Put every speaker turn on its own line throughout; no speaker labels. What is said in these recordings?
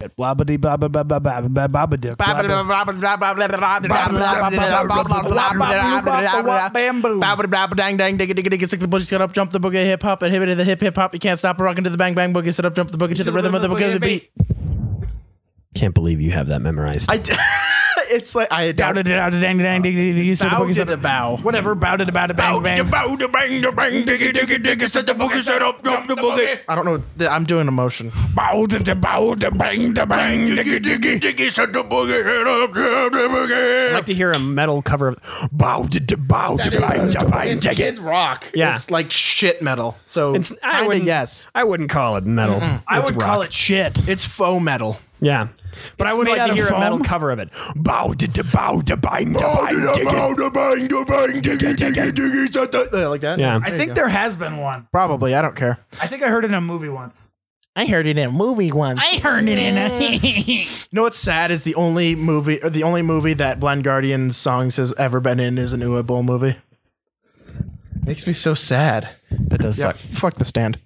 at blobbity bobba bobba bobba bobba bobba bobba
Dang dang digga digga digga sick the boogie shut up jump the boogie hip hop and hip the hip hip hop you can't stop rocking to the bang bang boogie sit up jump the boogie to the rhythm of the boogie the beat
Can't believe you have that memorized.
I d- it's like I doubt it
bobba
Bow to the
bobba
bow.
Whatever, bow to the bow to bang bang.
bow to bang to bang digga digga digga set the boogie set up jump the boogie I don't know th- I'm doing emotion
Bow to the bow to bang to bang. Diggy diggy diggy. Shut the boogie head up. Shut the
I'd
boogie.
like to hear a metal cover of
Bow to the bow to bang to bang.
it's, it's rock
Yeah.
it's like shit metal so
It's I
kinda
wouldn't
yes
I wouldn't call it metal.
I
It's
would
rock.
call it shit.
it's faux metal
Yeah. But I
It's
would
made
like
out
to
of
hear a metal
foam.
cover of it.
Bow to the bow to bang to bang. Diggy diggy diggy diggy. Shut the.
Uh, like that
Yeah.
I think there has been one.
probably I don't care
I think I heard it in a movie once.
I heard it in a movie once
I heard it in a.
You know what's sad is the only movie or the only movie that Blind Guardian's songs has ever been in is an Uwe Boll movie. Makes me so sad.
That does
Yeah,
suck.
fuck the stand.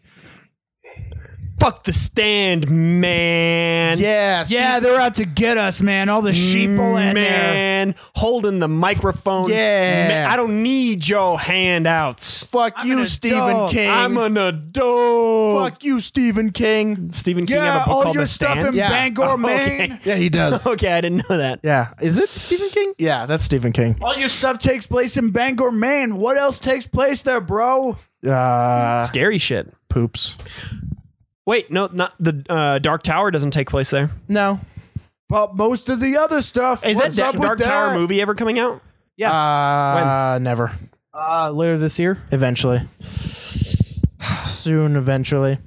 Fuck the stand, man.
Yes.
yeah, they're out to get us, man. All the sheeple in there.
Man, holding the microphone.
Yeah.
Man, I don't need your handouts.
Fuck
I'm
you,
an
Stephen
adult.
King.
I'm an adult.
fuck you, Stephen King.
Stephen King have a
Yeah,
book
all
called
your
The
stuff
Stand?
in
Yeah.
Bangor,
Okay.
Maine.
Yeah, he does.
Okay, I didn't know that.
yeah. Is it Stephen King? Yeah, that's Stephen King.
All your stuff takes place in Bangor, Maine. What else takes place there, bro?
Uh,
Scary shit.
poops.
Wait, no, not the uh, Dark Tower doesn't take place there.
No.
But most of the other stuff.
Is
What's
that
up
da-
with
Dark Tower
that?
movie ever coming out?
Yeah. Uh, never.
Uh, later this year.
Eventually. Soon, eventually.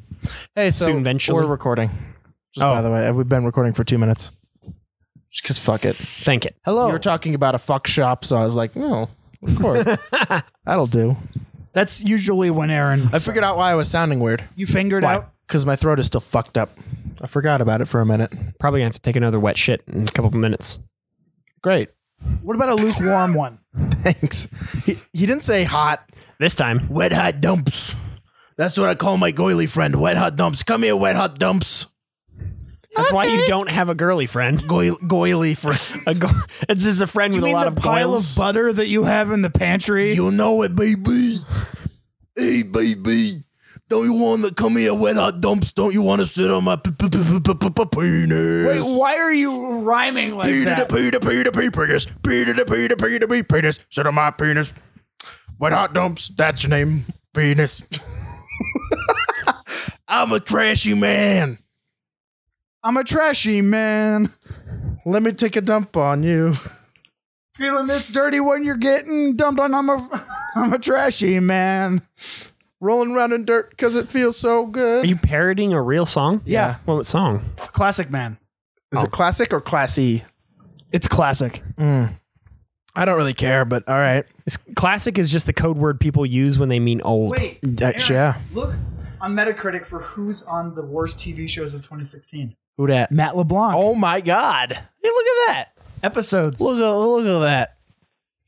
Hey, so
Soon, eventually.
we're recording. Just
Oh.
by the way, we've been recording for two minutes. Just cause fuck it.
Thank it.
Hello. You were talking about a fuck shop, so I was like, no, record. That'll do.
That's usually when Aaron.
I figured out why I was sounding weird.
you fingered out.
Cause my throat is still fucked up. I forgot about it for a minute.
Probably gonna have to take another wet shit in a couple of minutes.
Great.
What about a lukewarm one?
Thanks. He, he didn't say hot.
This time,
Wet hot dumps. That's what I call my goily friend. Wet hot dumps. Come here, wet hot dumps.
that's why you don't have a girly friend.
Goil, goily friend.
A go- it's just a friend with a
mean
lot
the
of
pile
goils.
of butter that you have in the pantry.
You know it, baby. Hey, baby. Don't you want to come here, wet hot dumps? Don't you want to sit on my p- p- p- p- p- p- p- penis?
Wait, why are you rhyming like
Peter the
that?
Peter Peter Peter penis. Peter the Peter Peter Peter penis. Sit on my penis. Wet hot dumps. That's your name. Penis. I'm a trashy man.
I'm a trashy man.
Let me take a dump on you.
Feeling this dirty when you're getting dumped on. I'm a, I'm a trashy man.
Rolling around in dirt because it feels so
Are
good.
you parodying a real song?
Yeah.
Well, what song?
Classic man.
Is it classic or classy?
It's classic.
I don't really care, but all right.
This classic is just the code word people use when they mean old.
Wait.
That's- yeah.
Look on Metacritic for who's on the worst TV shows of 2016.
Who that?
Matt LeBlanc.
Oh my God. Hey, look at that.
Episodes.
Look at look at that.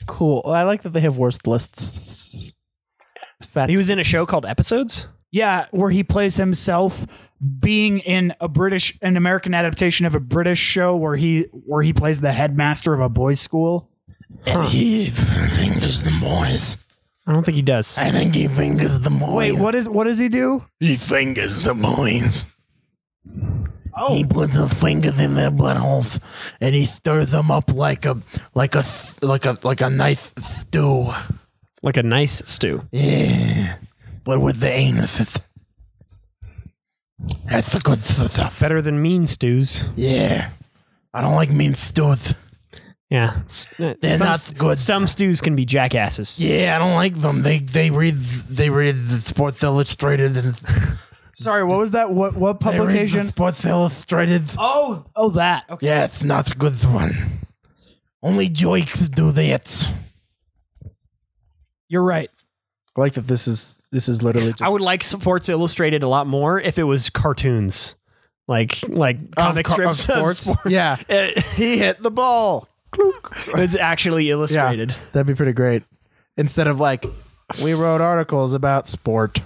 Cool. I like that they have worst lists. Fat.
He was in a show called Episodes.
Yeah, where he plays himself being in a British an American adaptation of a British show where he where he plays the headmaster of a boys' school.
And he fingers the boys.
I don't think he does.
I think he fingers the boys.
Wait, what is what does he do?
He fingers the boys. Oh. He puts the fingers in their buttholes, and he stirs them up like a like a th- like a like a nice stew.
Like a nice stew.
Yeah, but with the anus. That's the good stuff.
Better than mean stews.
Yeah, I don't like mean stews.
Yeah. S- uh,
They're
some
not
st-
good.
Some stews can be jackasses.
Yeah, I don't like them. They they read they read the Sports Illustrated and
Sorry, what was that? What what
they read the
publication?
Sports Illustrated.
Oh, oh that. Okay.
Yeah, it's not a good one. Only jokes do that.
You're right.
I like that this is this is literally just
I would like Sports Illustrated a lot more if it was cartoons, like like comic strips of sports.
Yeah,
It-
he hit the ball.
it's actually illustrated.
That'd be pretty great. Instead of like, we wrote articles about sport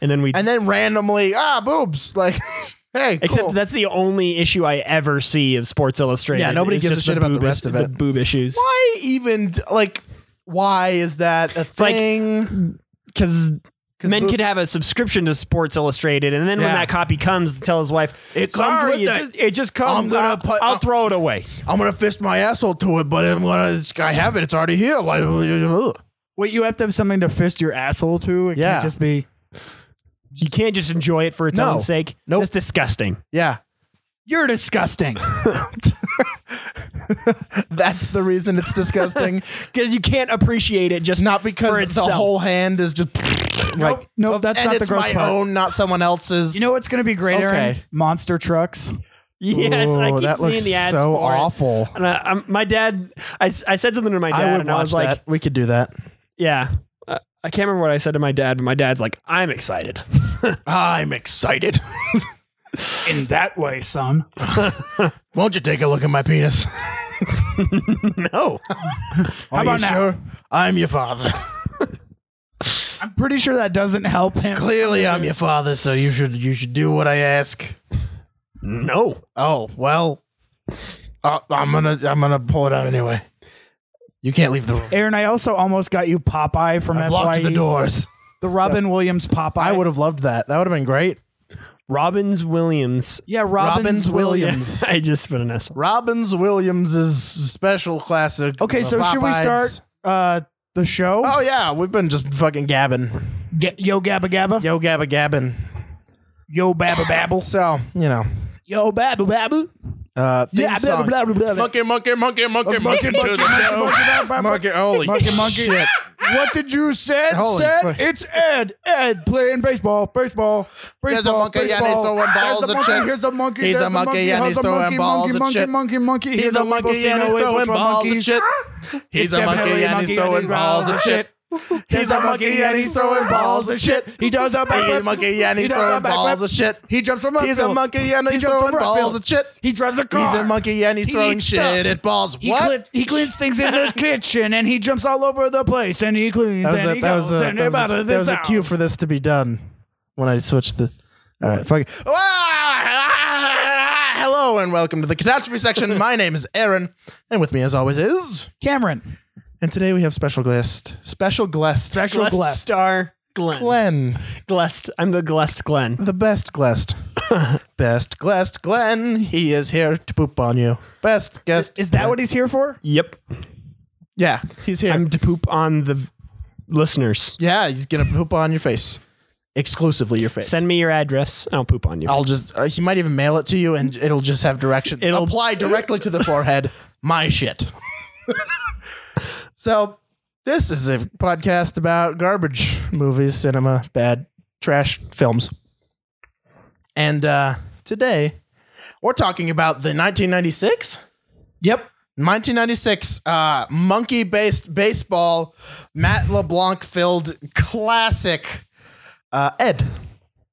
And then we
and then randomly ah boobs like Hey,
Except
cool.
that's the only issue I ever see of Sports Illustrated.
Yeah, nobody
It's
gives a
just
shit about the
boob
rest
is-
of it.
The boob issues.
why even like why is that a
like-
thing?
Because
'Cause
men
boob-
could have a subscription to Sports Illustrated, and then when
Yeah.
that copy comes, tell his wife,
It comes
"Sorry,
with
it,
it.
Just, it just comes.
I'm gonna
I'll,
put-
I'll throw it away."
I'm gonna fist my asshole to it, but I'm gonna I have it. It's already here. Why? ugh.
Wait, you have to have something to fist your asshole to. It
Yeah.
can't just be.
You can't just enjoy it for its
No.
own sake.
Nope.
That's disgusting.
Yeah,
You're disgusting.
that's the reason it's disgusting.
Because you can't appreciate it just
Not
For
because the
itself.
whole hand is just like
nope, that's
and
not the
it's
gross
my
part.
own, not someone else's.
you know what's going to be great, Aaron?
Okay.
Monster trucks.
Yes, I
Ooh,
keep
that
seeing
looks
the ads
so
for it.
awful.
And I, I'm, my dad, I, s- I said something to my dad,
I would
and
watch
I was like,
that. We could do that.
"Yeah." I I can't remember what I said to my dad, but my dad's like, "I'm excited."
I'm excited.
In that way, son.
Won't you take a look at my penis?
no,
How
about now?
I'm your father.
I'm pretty sure that doesn't help him.
Clearly, I'm your father, so you should you should do what I ask.
no.
Oh well, uh, I'm gonna I'm gonna pull it out anyway. You can't leave the room.
Aaron, I also almost got you Popeye from E.
I've locked
FYE.
the doors.
The Robin Williams Popeye.
I would have loved that. That would have been great.
Robbins Williams.
Yeah, Robin's,
Robbins
Williams.
Williams.
I just put an S. on-
Robbins Williams' special classic.
Okay,
uh,
so should we
Popeyes.
start uh, the show?
Oh yeah, we've been just fucking gabbing.
Get- yo Gabba Gabba.
Yo gabba gabbing.
Yo Babba Babble.
So you know,
yo Babba Babble.
uh, theme
Yeah, blah,
song.
blah, blah, blah, blah.
Monkey, monkey, monkey, monkey, monkey,
monkey,
to the
monkey,
show.
monkey, monkey,
Monkey, holy
Monkey, monkey.
shit.
What did you said?
Holy
said
fuck.
it's Ed. Ed playing baseball. Baseball. Baseball.
There's a monkey and he's
baseball.
throwing
There's
balls
a
at
monkey,
shit.
Here's a monkey.
He's
there's
a monkey and
how's
he's
a
throwing
monkey,
balls
monkey,
at
monkey,
shit.
Monkey, monkey, monkey. Here's We've seen a We've seen a monkey.
He's
a monkey and he's throwing balls and shit.
He's a monkey and he's throwing balls and shit.
He does a backflip.
He's a monkey and
He
he's
does a
throwing balls
backflip.
and shit.
He jumps from left
He's a
field.
monkey and
He
he's
jumped
throwing
from right
balls
field.
and shit.
He drives a car.
He's a monkey and he's
He
throwing
eats stuff.
shit at balls.
He,
What?
cle- he cleans things in the kitchen and he jumps all over the place and he cleans and he goes and everybody this out.
for this to be done when I switched the. All right, fuck. it. Ah, Hello and welcome to the catastrophe section. My name is Aaron, and with me, as always, is
Cameron,
and today we have special guest, special guest,
sexual
Glest
blessed.
Star Glenn.
Glenn,
Glest. I'm the Glest Glenn.
the best guest, best guest, Glenn. He is here to poop on you. Best guest.
Is that what he's here for?
Yep.
Yeah, he's here.
I'm to poop on the v- listeners.
yeah, he's gonna poop on your face, exclusively your face.
Send me your address. and I'll poop on you.
I'll just. Uh, he might even mail it to you, and it'll just have directions.
It'll-
apply directly to the forehead. My shit. so, this is a podcast about garbage movies, cinema, bad trash films, and uh, today we're talking about the 1996.
Yep.
1996 uh, monkey based baseball Matt LeBlanc filled classic uh, Ed,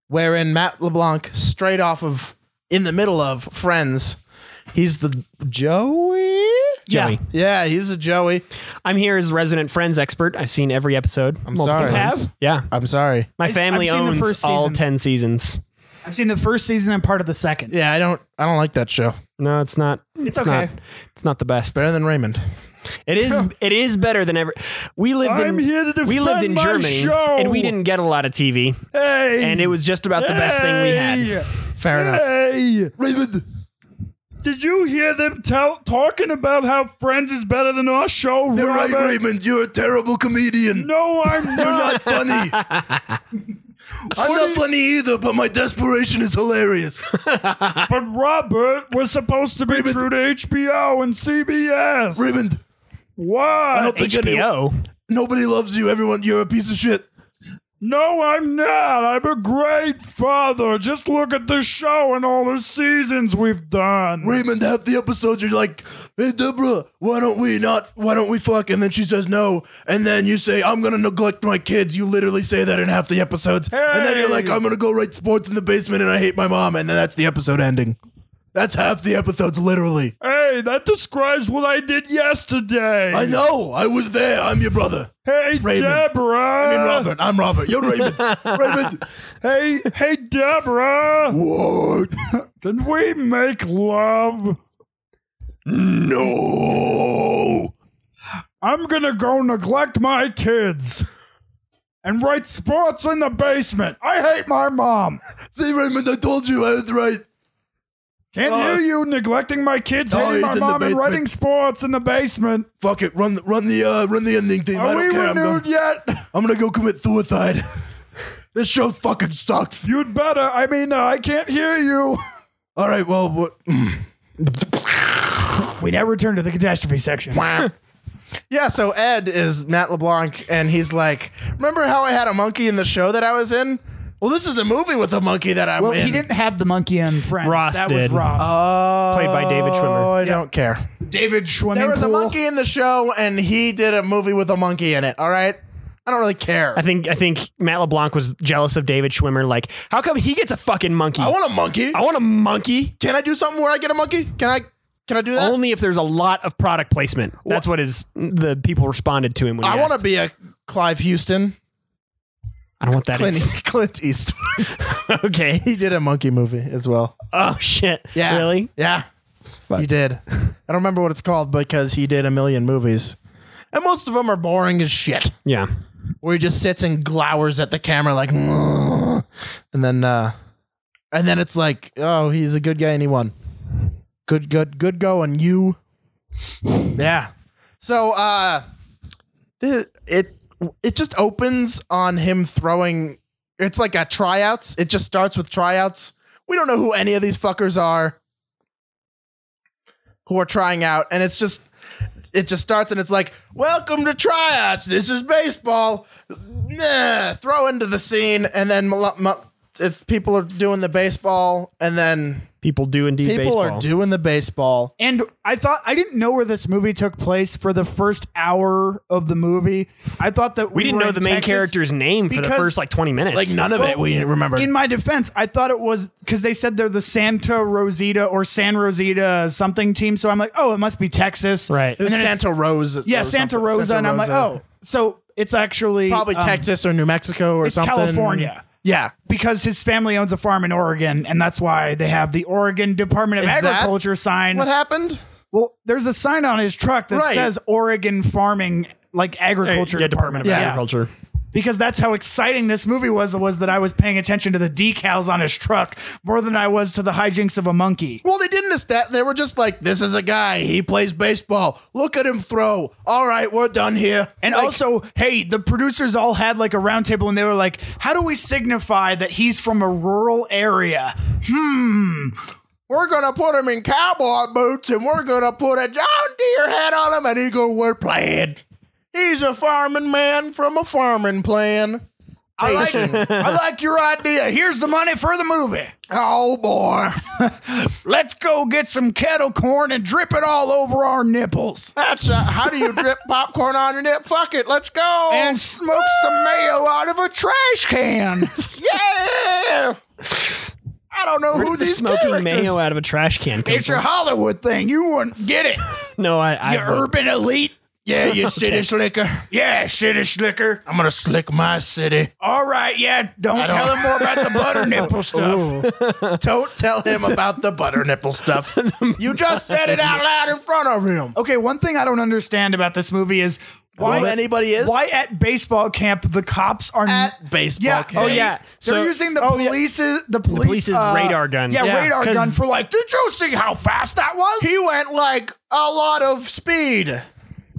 wherein Matt LeBlanc, straight off of in the middle of Friends, he's the Joey.
Yeah.
Joey.
Yeah, he's a Joey.
I'm here as resident Friends expert. I've seen every episode.
I'm sorry.
times. Have?
Yeah.
I'm sorry.
My
I've
family
seen the
owns
first
all
season.
10 seasons.
I've seen the first season and part of the second.
Yeah, I don't. I don't like that show.
No, it's not. It's,
okay.
Not, it's not the best.
Better than Raymond.
It is. It is better than ever. We lived
I'm
in.
here to
we lived
defend
in
my
Germany,
show.
and we didn't get a lot of TV,
Hey.
and it was just about the best thing we had.
Fair enough.
Hey.
Raymond.
Did you hear them tell, talking about how Friends is better than our show, Robert?
Raymond. You're a terrible comedian.
No, I'm
You're
not.
not funny. I'm not funny either, but my desperation is hilarious.
but Robert was supposed to be
Raymond.
true to HBO and CBS.
Raymond,
Why?
I don't think anyone,
HBO.
nobody loves you. Everyone, you're a piece of shit.
No, I'm not. I'm a great father. Just look at the show and all the seasons we've done.
Raymond, half the episode, you're like, hey, Deborah, why don't we not, why don't we fuck? And then she says no. And then you say, I'm going to neglect my kids. You literally say that in half the episodes. And then you're like,
Hey.
I'm going to go write sports in the basement and I hate my mom. And then that's the episode ending. That's half the episodes, literally.
Hey, that describes what I did yesterday.
I know. I was there. I'm your brother.
Hey,
Raymond.
Deborah.
I mean, Robert. I'm Robert. You're Raymond. Raymond.
Hey, hey, Deborah.
What?
Can we make love?
No.
I'm gonna go neglect my kids and write sports in the basement. I hate my mom.
See, Raymond, I told you I was right.
Can't
Oh.
hear you neglecting my kids,
Oh,
hating
he's
my
in the
mom, and
basement.
writing sports in the basement.
Fuck it. Run, run the, uh, run the ending team. I
Are we
don't care. I'm
renewed
going,
yet?
I'm gonna go commit suicide. this show fucking sucked.
You'd better. I mean, uh, I can't hear you.
All right. Well, what?
We now return to the catastrophe section.
Yeah, so Ed is Matt LeBlanc, and he's like, "Remember how I had a monkey in the show that I was in? Well, this is a movie with a monkey that I'm
Well,
in."
he didn't have the monkey in Friends.
Ross
that was
did.
Ross. Uh,
oh,
Played by David Schwimmer.
I don't care.
David swimming
There was a
pool.
monkey in the show, and he did a movie with a monkey in it. All right, I don't really care.
I think I think Matt LeBlanc was jealous of David Schwimmer. Like, how come he gets a fucking monkey?
I want a monkey.
I want a monkey.
Can I do something where I get a monkey? Can I? Can I do that?
Only if there's a lot of product placement. That's what is the people responded to him when he
I want to
asked.
be a Clive Houston,
I don't want that.
Clint,
ex-
Clint Eastwood.
okay.
he did a monkey movie as well.
Oh shit.
Yeah.
Really?
Yeah. He did. I don't remember what it's called because he did a million movies. And most of them are boring as shit.
Yeah.
Where he just sits and glowers at the camera like "Mm." and then uh and then it's like, oh, he's a good guy and he won. Good good good go on you. Yeah. So uh thi- it it just opens on him throwing it's like a tryouts. It just starts with tryouts. We don't know who any of these fuckers are who are trying out, and it's just it just starts and it's like, welcome to tryouts. This is baseball. Nah, throw into the scene, and then mal- mal- it's people are doing the baseball, and then
People do indeed.
people
baseball.
are doing the baseball.
And I thought I didn't know where this movie took place for the first hour of the movie. I thought that we,
We didn't
were
know
in
the main
Texas.
character's name for the
because-
first like 20 minutes.
Like none of it we remember.
In my defense, I thought it was because they said they're the Santa Rosita or San Rosita something team. So I'm like, oh, it must be Texas,
Right.
It was
And then it's-
Santa Rosa.
yeah,
or
Santa
something.
Rosa,
Santa
and I'm like,
Rosa.
oh, so it's actually
probably
um,
Texas or New Mexico or
it's
something.
California.
Yeah,
because his family owns a farm in Oregon, and that's why they have the Oregon Department of
Is that
Agriculture sign.
What happened?
Well, there's a sign on his truck that
Right.
says Oregon Farming, like agriculture.
yeah, Department of
Yeah.
Agriculture.
Because that's how exciting this movie was. Was that I was paying attention to the decals on his truck more than I was to the hijinks of a monkey.
Well, they didn't stat. They were just like, "This is a guy. He plays baseball. Look at him throw. All right, we're done here."
And
Like,
also, hey, the producers all had like a round table and they were like, how do we signify that he's from a rural area?
we're gonna put him in cowboy boots, and we're gonna put a John Deere hat on him, and he's gonna wear plaid. He's a farming man from a farming plan.
I like, I like your idea. Here's the money for the movie.
Oh boy,
Let's go get some kettle corn and drip it all over our nipples.
that's a, how do you drip popcorn on your nip? Fuck it, let's go.
And smoke some mayo out of a trash can.
yeah, I don't know who
The
these
smoking
characters.
mayo out of a trash can. Comes
It's your Hollywood thing. You wouldn't get it.
no, I. I
You urban elite.
Yeah, you city slicker.
Yeah, shitty slicker.
I'm gonna slick my city.
All right, yeah. Don't,
don't-
tell him more about the butter nipple stuff.
Don't tell him about the butter nipple stuff. You just said it out loud in front of him.
Okay, one thing I don't understand about this movie is why
Well, anybody is?
Why at baseball camp the cops are
At baseball
Yeah.
camp.
Oh
yeah.
yeah. So
So- oh,
they're using the police's the police
police's
uh,
radar gun.
Yeah,
Yeah,
radar
'cause-
gun for like. Did you see how fast that was?
He went like a lot of speed.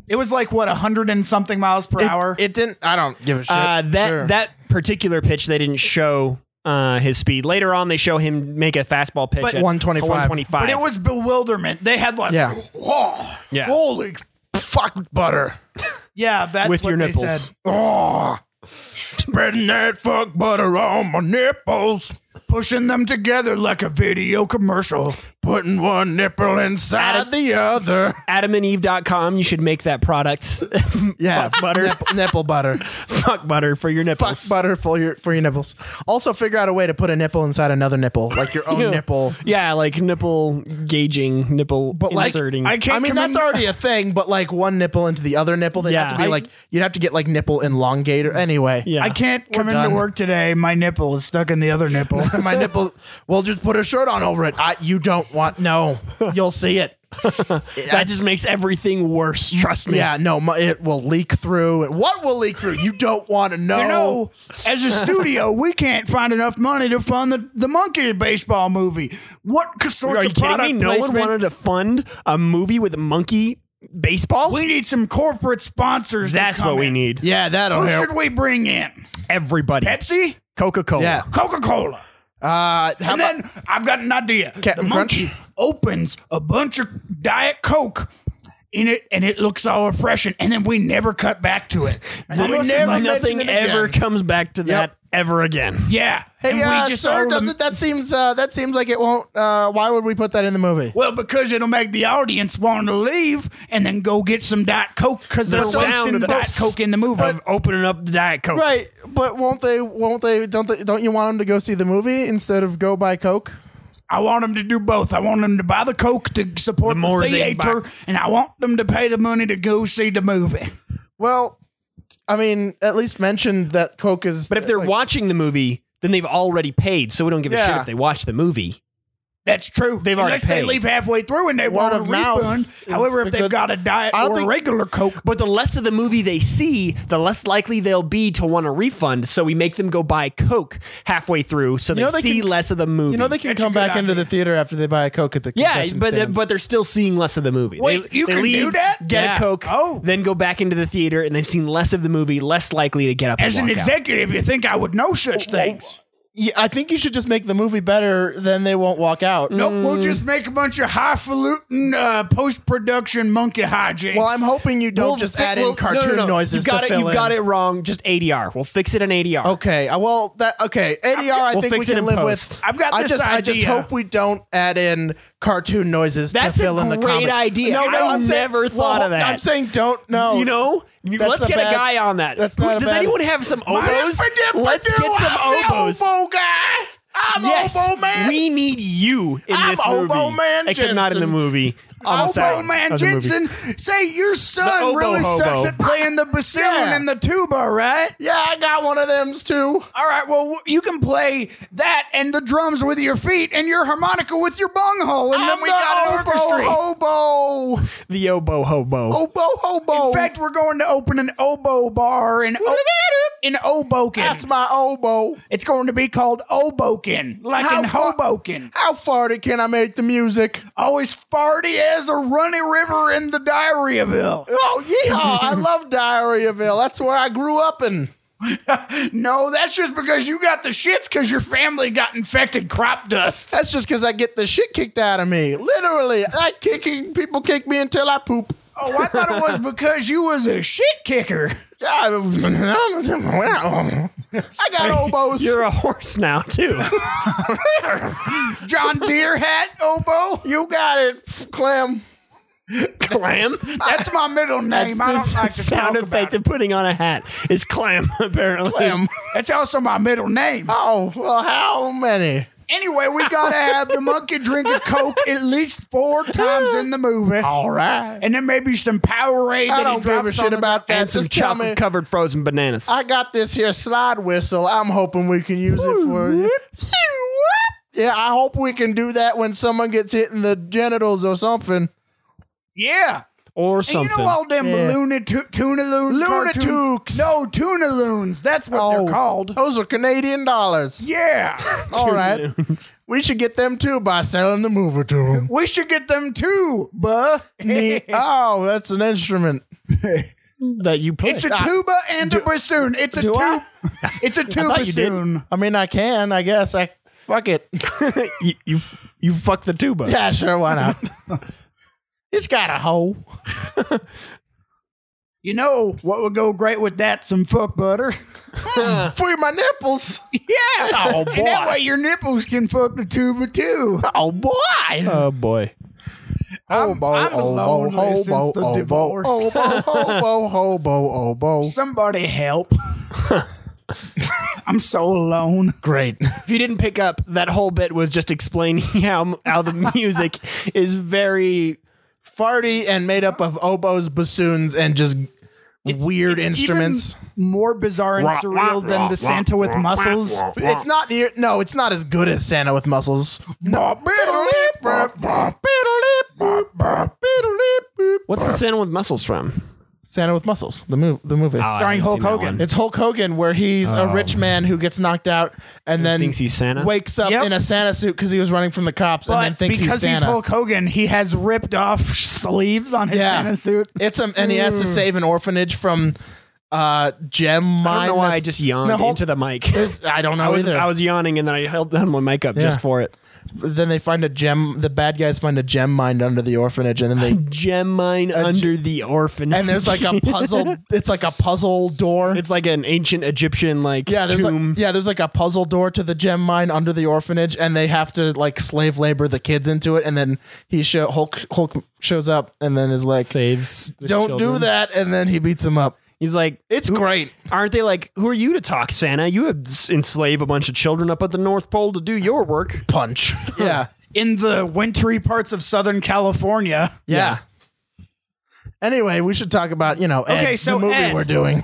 it was like what hundred and something miles per hour.
It didn't. I don't give a shit.
uh, that
Sure.
that particular pitch they didn't show uh, his speed. Later on, they show him make a fastball pitch
But-
at
125.
125.
but it was bewilderment. They had like,
Yeah.
"Whoa."
yeah.
Holy fuck butter.
yeah, that's
with
what
your
they
nipples.
said.
Oh, spreading that fuck butter on my nipples.
Pushing them together like a video commercial.
Putting one nipple inside
Added-
the other.
AdamandEve.com. You should make that product.
Yeah,
Fuck butter.
Nipple, nipple butter.
Fuck butter for your
Fuck
nipples.
butter for your for your nipples. Also, figure out a way to put a nipple inside another nipple, like your own
Yeah.
nipple.
Yeah, like nipple gauging, nipple
But like,
inserting.
I can't.
I mean, that's
our.
already a thing, but like one nipple into the other nipple, they'd have
Yeah.
to be
I-
like you'd have to get like nipple elongator. Anyway,
yeah.
I can't come into
done.
work today. My nipple is stuck in the other nipple.
my nipple. Well, just put a shirt on over it. I, you don't want no. You'll see it.
that just makes everything worse. Trust me.
Yeah, no, my, it will leak through. And What will leak through? You don't want to know.
you know, as a studio, we can't find enough money to fund the, the monkey baseball movie. What c- sorts
Are you
of
kidding
product
me? No one
placement?
wanted to fund a movie with a monkey baseball.
we need some corporate sponsors. to
That's
come
what we
in.
need.
Yeah, that'll
Who
help.
should we bring in?
Everybody.
Pepsi,
Coca Cola.
Yeah.
Coca Cola.
Uh, how
And
about,
then I've got an idea.
Captain
the monkey
Crunch?
opens a bunch of Diet Coke in it, and it looks all refreshing. And then we never cut back to it. And then
we
it's
never
like,
mention
Nothing
it
ever
again.
comes back to that ever again.
yeah. and we
hey, uh,
just
sir,
all-
doesn't that seems uh, that seems like it won't? Uh, why would we put that in the movie?
Well, because it'll make the audience want to leave and then go get some Diet Coke because they're
sound
wasting
of the-
Diet Coke in the movie.
Of opening up the Diet Coke.
Right, but won't they? Won't they? Don't they? Don't you want them to go see the movie instead of go buy Coke?
I want them to do both. I want them to buy the Coke to support
The
the,
more they
theater,
buy-
and I want them to pay the money to go see the movie.
Well, I mean, at least mention that Coke is.
But if they're
like,
watching the movie, then they've already paid, so we don't give a
Yeah.
shit if they watch the movie.
That's true.
They've already
Unless they
paid.
leave halfway through and they
Word
want a
of mouth
refund.
is
However,
a
if they've
good-
got a diet
I don't
or a
think-
regular Coke,
But the less of the movie they see, the less likely they'll be to want a refund. So we make them go buy Coke halfway through, so
know
they
they
see
can-
less of the movie.
you know, they can
That's a
come
good
back into
idea.
the theater after they buy a Coke at the
yeah,
concession
but they,
stand.
but they're still seeing less of the movie.
Wait,
They-
you
they
can
leave,
do that?
Get
Yeah.
a Coke,
Oh.
then go back into the theater, and they've seen less of the movie, less likely to get up.
as
and
an
walk out.
executive, you think I would know such
Well,
things.
yeah, I think you should just make the movie better. Then they won't walk out.
Nope,
Mm.
we'll just make a bunch of highfalutin uh, post production monkey hijinks.
Well, I'm hoping you don't
We'll
just
fi-
add
we'll-
in cartoon
no, no, no.
noises
You got
to
it.
fill
you
in.
got it wrong. Just ADR. We'll fix it in ADR.
Okay. uh, Well, that okay. ADR, I
We'll
think we
fix it
can
in
live
post.
with.
I've got
I
this
just, I just
idea.
hope we don't add in cartoon noises
That's
to
a
fill in the
great
comic.
idea.
No, no,
I
am saying,
never
well,
thought of that.
I'm saying don't. No,
You know, you-
That's
let's
a
get
bad-
a guy on that.
that's
Who-
not a
Does
bad-
anyone have some oboes?
Spadippadoo,
Let's get some
I'm the
oboes.
Oboe guy. I'm
yes,
oboe man.
we need you in
I'm
this movie.
Oboe Man
except not in the
Jensen.
movie. On the
Oboe
side
man
of the movie.
Jensen, say your son
oboe
really sucks
hobo.
at playing the bassoon
Yeah.
and the tuba, right?
Yeah, I got one of them's too.
All right, well w- you can play that and the drums with your feet and your harmonica with your bunghole, and
I'm
then we got an
oboe
orchestra.
Hobo,
The oboe hobo.
oboe, hobo.
In fact, we're going to open an oboe bar in o- in Oboken.
that's my oboe.
it's going to be called Oboken, like
How
in
far-
Hoboken.
How farty can I make the music?
Always farty as a runny river in the diarrheaville.
Oh yeah, I love Diarrheaville. That's where I grew up in.
No, that's just because you got the shits because your family got infected crop dust.
That's just because I get the shit kicked out of me. Literally, I kicking people kick me until I poop.
Oh, I thought it was because you was a shit kicker.
Yeah, I I got oboes.
You're a horse now too.
John Deere hat oboe.
you got it, Clem.
Clam.
That's my middle name. I
That's
don't
the
like to
sound
talk
effect
about it.
of putting on a hat is clam apparently.
Clem.
That's also my middle name.
Oh well, how many?
Anyway, we gotta have the monkey drink a coke at least four times in the movie. All right, and then maybe some Powerade.
I
that he
don't give a
drops
shit
on the-
about that.
And some
Just tell me.
chocolate covered frozen bananas.
I got this here slide whistle. I'm hoping we can use it for you. Yeah, I hope we can do that when someone gets hit in the genitals or something.
Yeah,
or
And
something.
you know all them
Yeah.
Looney tu- Tuna Loons?
Lunatooks.
No, Tuna Loons. That's what they're called.
Those are Canadian dollars.
Yeah.
All right. We should get them too by selling the movie to them.
we should get them too, buh.
oh, that's an instrument.
that you play.
It's a tuba and a bassoon. It's a
do I?
tuba. It's a tuba
thought you did.
bassoon.
I mean, I can, I guess. I fuck it.
you, you you fuck the tuba.
yeah, sure, why not? it's got a hole.
You know what would go great with that? Some fuck butter. Uh.
For my nipples.
Yeah.
Oh,
And that
boy.
way your nipples can fuck the tube of two.
Oh boy.
Oh boy.
Hobo,
I'm
hobo,
lonely
hobo, oh,
since the
hobo,
divorce.
hobo, hobo, hobo, hobo.
Somebody help. I'm so alone.
Great.
If you didn't pick up, that whole bit was just explaining how how the music is very
Farty and made up of oboes, bassoons, and just weird instruments.
Even more bizarre and surreal than the Santa with muscles.
It's not near. No, it's not as good as Santa with muscles. No.
What's the Santa with muscles from?
Santa with muscles. The move. The
Ah.
movie.
Starring Hulk Hogan.
It's Hulk Hogan where he's a rich man who gets knocked out and then
Oh, thinks he's Santa?
wakes up
Yep.
in a Santa suit because he was running from the cops and then
But
thinks he's
because
Santa.
he's Hulk Hogan, he has ripped off sleeves on his
Yeah.
Santa suit. Hmm.
It's um, and he has to save an orphanage from uh gem mine.
I don't know why I
that's-
just yawned
No, Hulk-
into the mic.
there's- I don't know
I was
either.
I was yawning and then I held down my mic up
Yeah.
just for it.
then they find a gem. The bad guys find a gem mine under the orphanage, and then they
Gem mine under the orphanage.
and there's like a puzzle. it's like a puzzle door.
It's like an ancient Egyptian like
yeah, there's
tomb.
like, yeah, there's like a puzzle door to the gem mine under the orphanage, and they have to like slave labor the kids into it, and then he show Hulk Hulk shows up, and then is like,
saves. the
"Don't do
children.
that," and then he beats him up.
He's like,
It's great.
aren't they like, who are you to talk, Santa? You have s- enslave a bunch of children up at the North Pole to do your work.
Punch. Yeah.
In the wintry parts of Southern California.
Yeah. Anyway, we should talk about you know Ed,
Okay, so
the movie
Ed.
we're doing.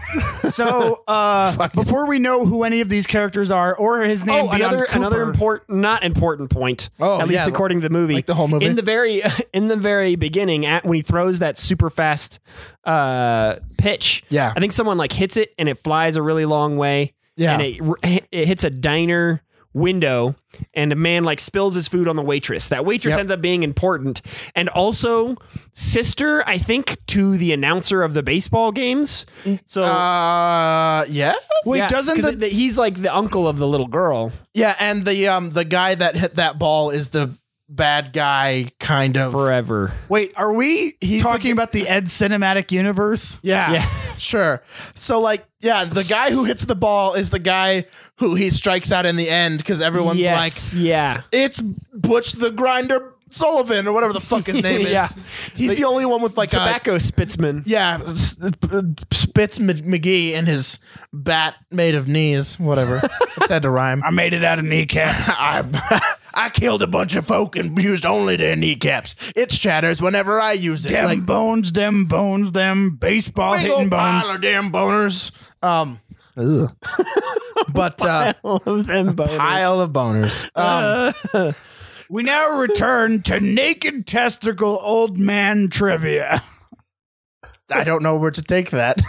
So uh, before we know who any of these characters are or his name,
Oh, another another important, not important point.
Oh,
at least
yeah,
according to the movie,
like the whole movie?
In the very, in the very beginning, at when he throws that super fast uh, pitch,
Yeah.
I think someone like hits it and it flies a really long way.
Yeah.
and it r- it hits a diner window, and a man like spills his food on the waitress. That waitress
Yep.
ends up being important, and also sister, I think, to the announcer of the baseball games. So.
Mm, uh, yeah.
Wait,
yeah,
doesn't
'cause
the-
it- he's like the uncle of the little girl?
Yeah, and the um the guy that hit that ball is the bad guy kind of.
forever.
Wait, are we
He's
talking
the-
about the Ed cinematic universe?
Yeah,
Yeah.
sure. So like, yeah, the guy who hits the ball is the guy who he strikes out in the end because everyone's
yes, yeah.
like, it's Butch the Grinder Sullivan or whatever the fuck his name
Yeah.
is. He's the only one with like a
Tobacco Spitzman.
Yeah, S- uh, Spitz M- McGee and his bat made of knees, whatever. it's had to rhyme.
I made it out of kneecaps.
I, I killed a bunch of folk and used only their kneecaps. It shatters whenever I use it.
them
like
bones, them bones, them baseball
big old
hitting bones.
pile of damn boners. Um, but uh, pile of boners. Um,
We now return to naked testicle old man trivia.
I don't know where to take that.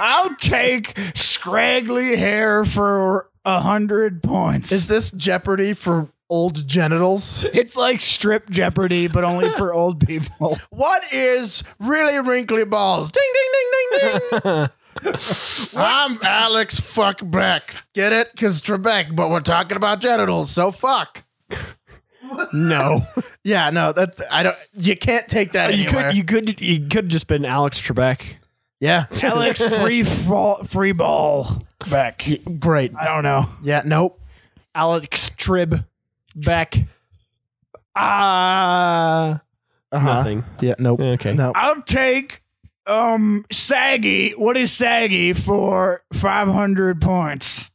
I'll take scraggly hair for a hundred points.
Is this Jeopardy for old genitals?
it's like strip jeopardy, but only for old people.
What is really wrinkly balls? Ding ding ding ding ding. I'm Alex Fuck Beck. Get it? Cause Trebek, but we're talking about genitals, so fuck.
no,
Yeah, no, that I don't. You can't take that
you
anywhere.
could you could you could have just been Alex Trebek.
yeah,
Alex free fall, free ball back.
great.
I don't know.
Yeah, nope.
Alex Trib back. Ah,
Uh-huh.
nothing.
Yeah, nope.
Okay.
no.
I'll take um saggy. What is saggy for five hundred points?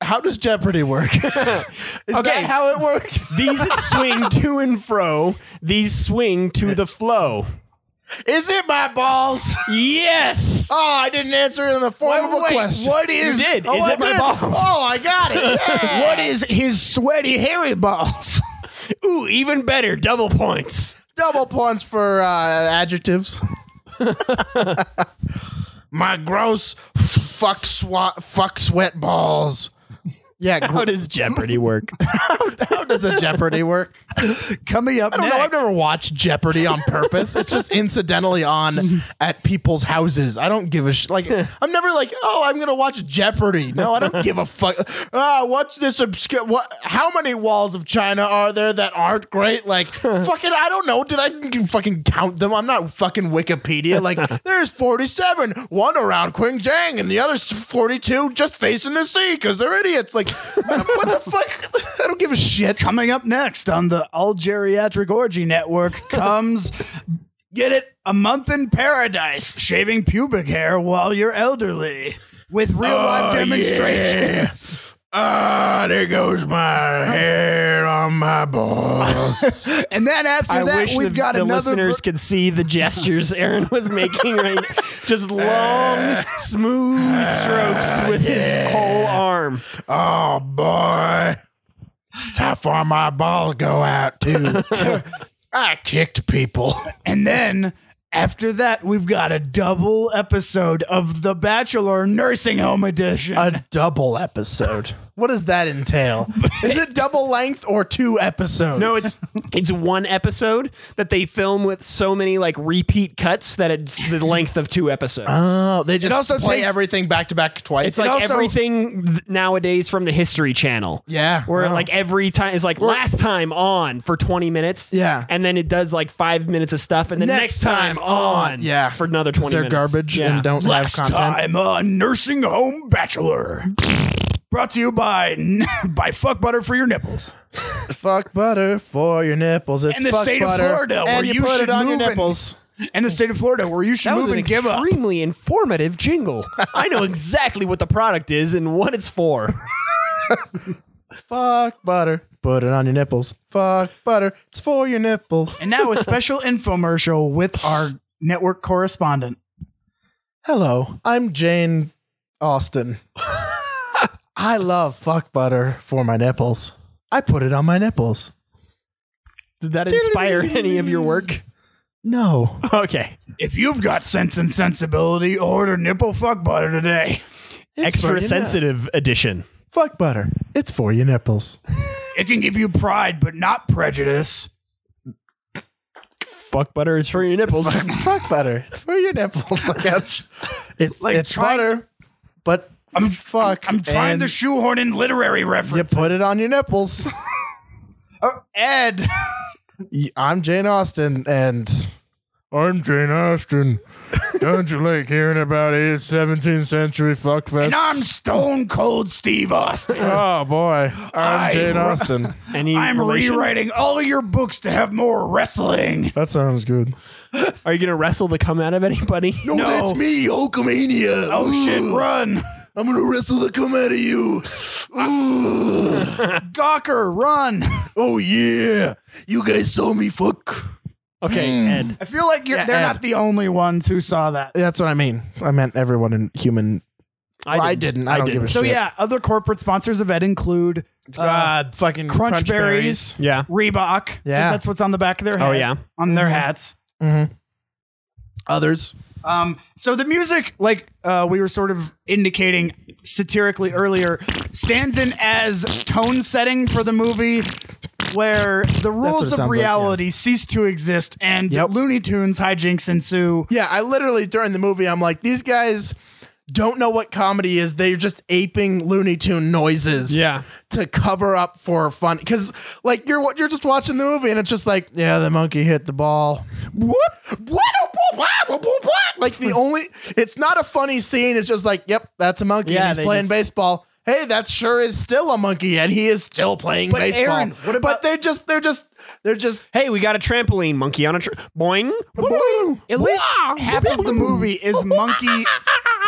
How does Jeopardy work? is that
Okay.
how it works?
These swing to and fro. These swing to the flow.
Is it my balls?
Yes.
Oh, I didn't answer it in the form of a question.
what is
You did.
Oh,
Is
I
it my
did.
balls?
Oh, I got it. Yeah.
What is his sweaty hairy balls?
Ooh, even better. Double points.
Double points for uh, adjectives. My gross f- fuck swat fuck sweat balls. Yeah, gr-
How does Jeopardy work?
how does a Jeopardy work?
Coming up
I don't know. I've
next.
never watched Jeopardy on purpose. it's just incidentally on at people's houses. I don't give a sh- like. I'm never like, oh, I'm gonna watch Jeopardy. No, I don't give a fuck. Ah, what's this obscure? What? How many walls of China are there that aren't great? Like, fucking, I don't know. Did I fucking count them? I'm not fucking Wikipedia. Like, there's 47, one around Qingzhang, and the other 42 just facing the sea because they're idiots. Like, what the fuck? I don't give a shit.
Coming up next on the All Geriatric Orgy Network comes Get It A Month in Paradise Shaving Pubic Hair While You're Elderly with real life
Oh,
demonstrations.
Ah, there goes my hair on my balls.
And then after
I
that,
wish
we've
the,
got
the
another.
listeners could see the gestures Aaron was making right Just long, smooth strokes with his whole arm.
oh boy, that's how far my balls go out too. I kicked people.
And then after that, we've got a double episode of The Bachelor Nursing Home Edition.
A double episode. What does that entail? Is it double length or two episodes?
No, it's it's one episode that they film with so many like repeat cuts that it's the length of two episodes.
Oh, they just
also
play
takes-
everything back to back twice.
it's like
also-
everything th- nowadays from the History Channel.
yeah,
Where
wow.
like every time is like last time on for 20 minutes.
Yeah.
And then it does like five minutes of stuff. And then next, time, on
yeah,
for another 20
Because they're
minutes.
garbage
Yeah.
and don't
Last
have content.
time on Nursing Home Bachelor. Brought to you by by Fuck Butter for your nipples.
Fuck butter for your nipples. It's
And the
fuck
state of
butter,
Florida where
and you,
you
put
should
it on your
move and-
nipples.
And the state of Florida, where you should
That was
move
an
and give up.
extremely informative jingle. I know exactly what the product is and what it's for.
Fuck butter. Put it on your nipples. Fuck butter. It's for your nipples.
And now a special infomercial with our network correspondent.
Hello, I'm Jane Austen. I love fuck butter for my nipples. I put it on my nipples.
Did that inspire any of your work?
No.
Okay.
If you've got sense and sensibility, order nipple fuck butter today.
It's for your
Extra
nip-
sensitive edition.
Fuck butter. It's for your nipples.
It can give you pride, but not prejudice.
Fuck butter is for your nipples.
fuck butter. It's for your nipples. Like, ouch. it's
Like,
it's
try-
butter, but
I'm-
fuck.
I'm trying
and
to shoehorn in literary
You
references.
put it on your nipples.
Oh, Ed,
I'm Jane Austen, and I'm Jane Austen. Don't you like hearing about his 17th century fuckfest?
and I'm Stone Cold Steve Austin.
oh boy, I'm
I-
Jane Austen.
Any
I'm
relation?
rewriting all of your books to have more wrestling.
That sounds good.
Are you gonna wrestle the come out of anybody?
No,
that's
me, Hulkamania.
Oh shit, run.
I'm gonna wrestle the come out of you.
Gawker, run.
oh yeah, you guys saw me fuck.
Okay, Ed.
I feel like you're,
Yeah,
they're
Ed.
not the only ones who saw that.
That's what I mean. I meant everyone in human.
I
Well, I didn't. I don't give a
So
Shit.
yeah, other corporate sponsors of Ed include uh,
God, fucking
Crunch Berries,
Yeah.
Reebok. 'cause
Yeah. Mm-hmm.
that's what's on the back of their head.
Oh, yeah.
on their hats.
Others.
Um, so the music, like uh, we were sort of indicating satirically earlier, stands in as tone setting for the movie. Where the
what it
rules
sounds
of
like, yeah.
reality cease to exist and
Yep.
Looney Tunes hijinks ensue.
Yeah, I literally during the movie, I'm like, these guys don't know what comedy is. They're just aping Looney Tune noises.
Yeah.
To cover up for fun, because like you're wa- you're just watching the movie and it's just like, yeah, the monkey hit the ball. Whoop, whoop, whoop, whoop, whoop, whoop. Like the only, it's not a funny scene. It's just like, yep, that's a monkey.
Yeah,
and
they
he's playing
just-
baseball. Hey, that sure is still a monkey, and he is still playing
But
baseball.
Aaron, what
but
about-
they just, they're just, they're just.
Hey, we got a trampoline monkey on a tra- boing.
At least
Wow.
half of the movie is monkey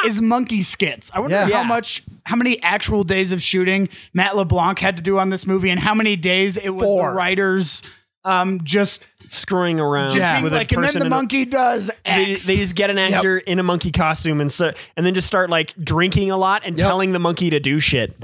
is monkey skits. I wonder
Yeah.
how
Yeah.
much how many actual days of shooting Matt LeBlanc had to do on this movie and how many days it was
Four.
the writers um just
Screwing around
just being
with
like
a
and then
person.
the
in a-
monkey does
they,
X.
they just get an actor in a monkey costume and so and then just start like drinking a lot and telling the monkey to do shit.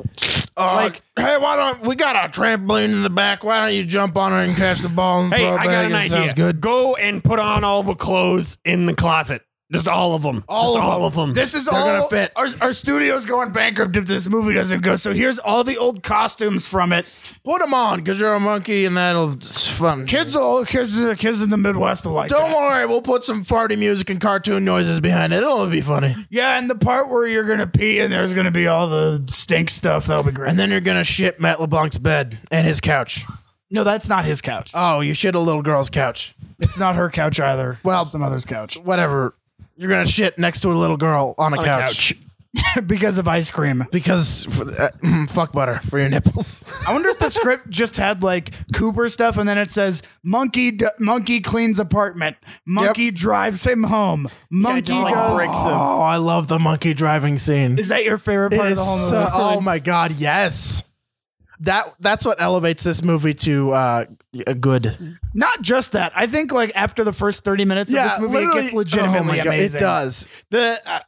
Uh,
Like-
hey, why don't we got a trampoline in the back? Why don't you jump on it and catch the ball and
Hey,
throw it back?
I got an
It
idea.
Sounds good.
Go and put on all the clothes in the closet. Just all of them. All just all of them.
This is
They're
all
gonna fit.
Our, our studio's going bankrupt if this movie doesn't go. So here's all the old costumes from it.
Put them on because you're a monkey and that'll. It's fun.
Kids, all kids, kids in the Midwest will like.
Don't
that.
worry, we'll put some farty music and cartoon noises behind it. It'll be funny.
Yeah, and the part where you're gonna pee and there's gonna be all the stink stuff. That'll be great.
And then you're gonna shit Matt LeBlanc's bed and his couch.
no, that's not his couch.
Oh, you shit a little girl's couch.
It's not her couch either.
Well-
it's the mother's couch
Whatever. You're gonna shit next to a little girl on a,
On a
couch.
couch.
because of ice cream.
Because for the- uh, fuck butter for your nipples.
I wonder if the script just had like Cooper stuff, and then it says monkey d- monkey cleans apartment, monkey drives him home, monkey
just, like,
goes.
breaks him.
Oh, I love the monkey driving scene.
Is that your favorite part
It
of the whole
is
movie?
so- oh my god, yes. That that's what elevates this movie to uh, a good.
Not just that. I think like after the first thirty minutes of this movie, it
literally-
gets legitimately
oh my God,
amazing.
It does.
the uh,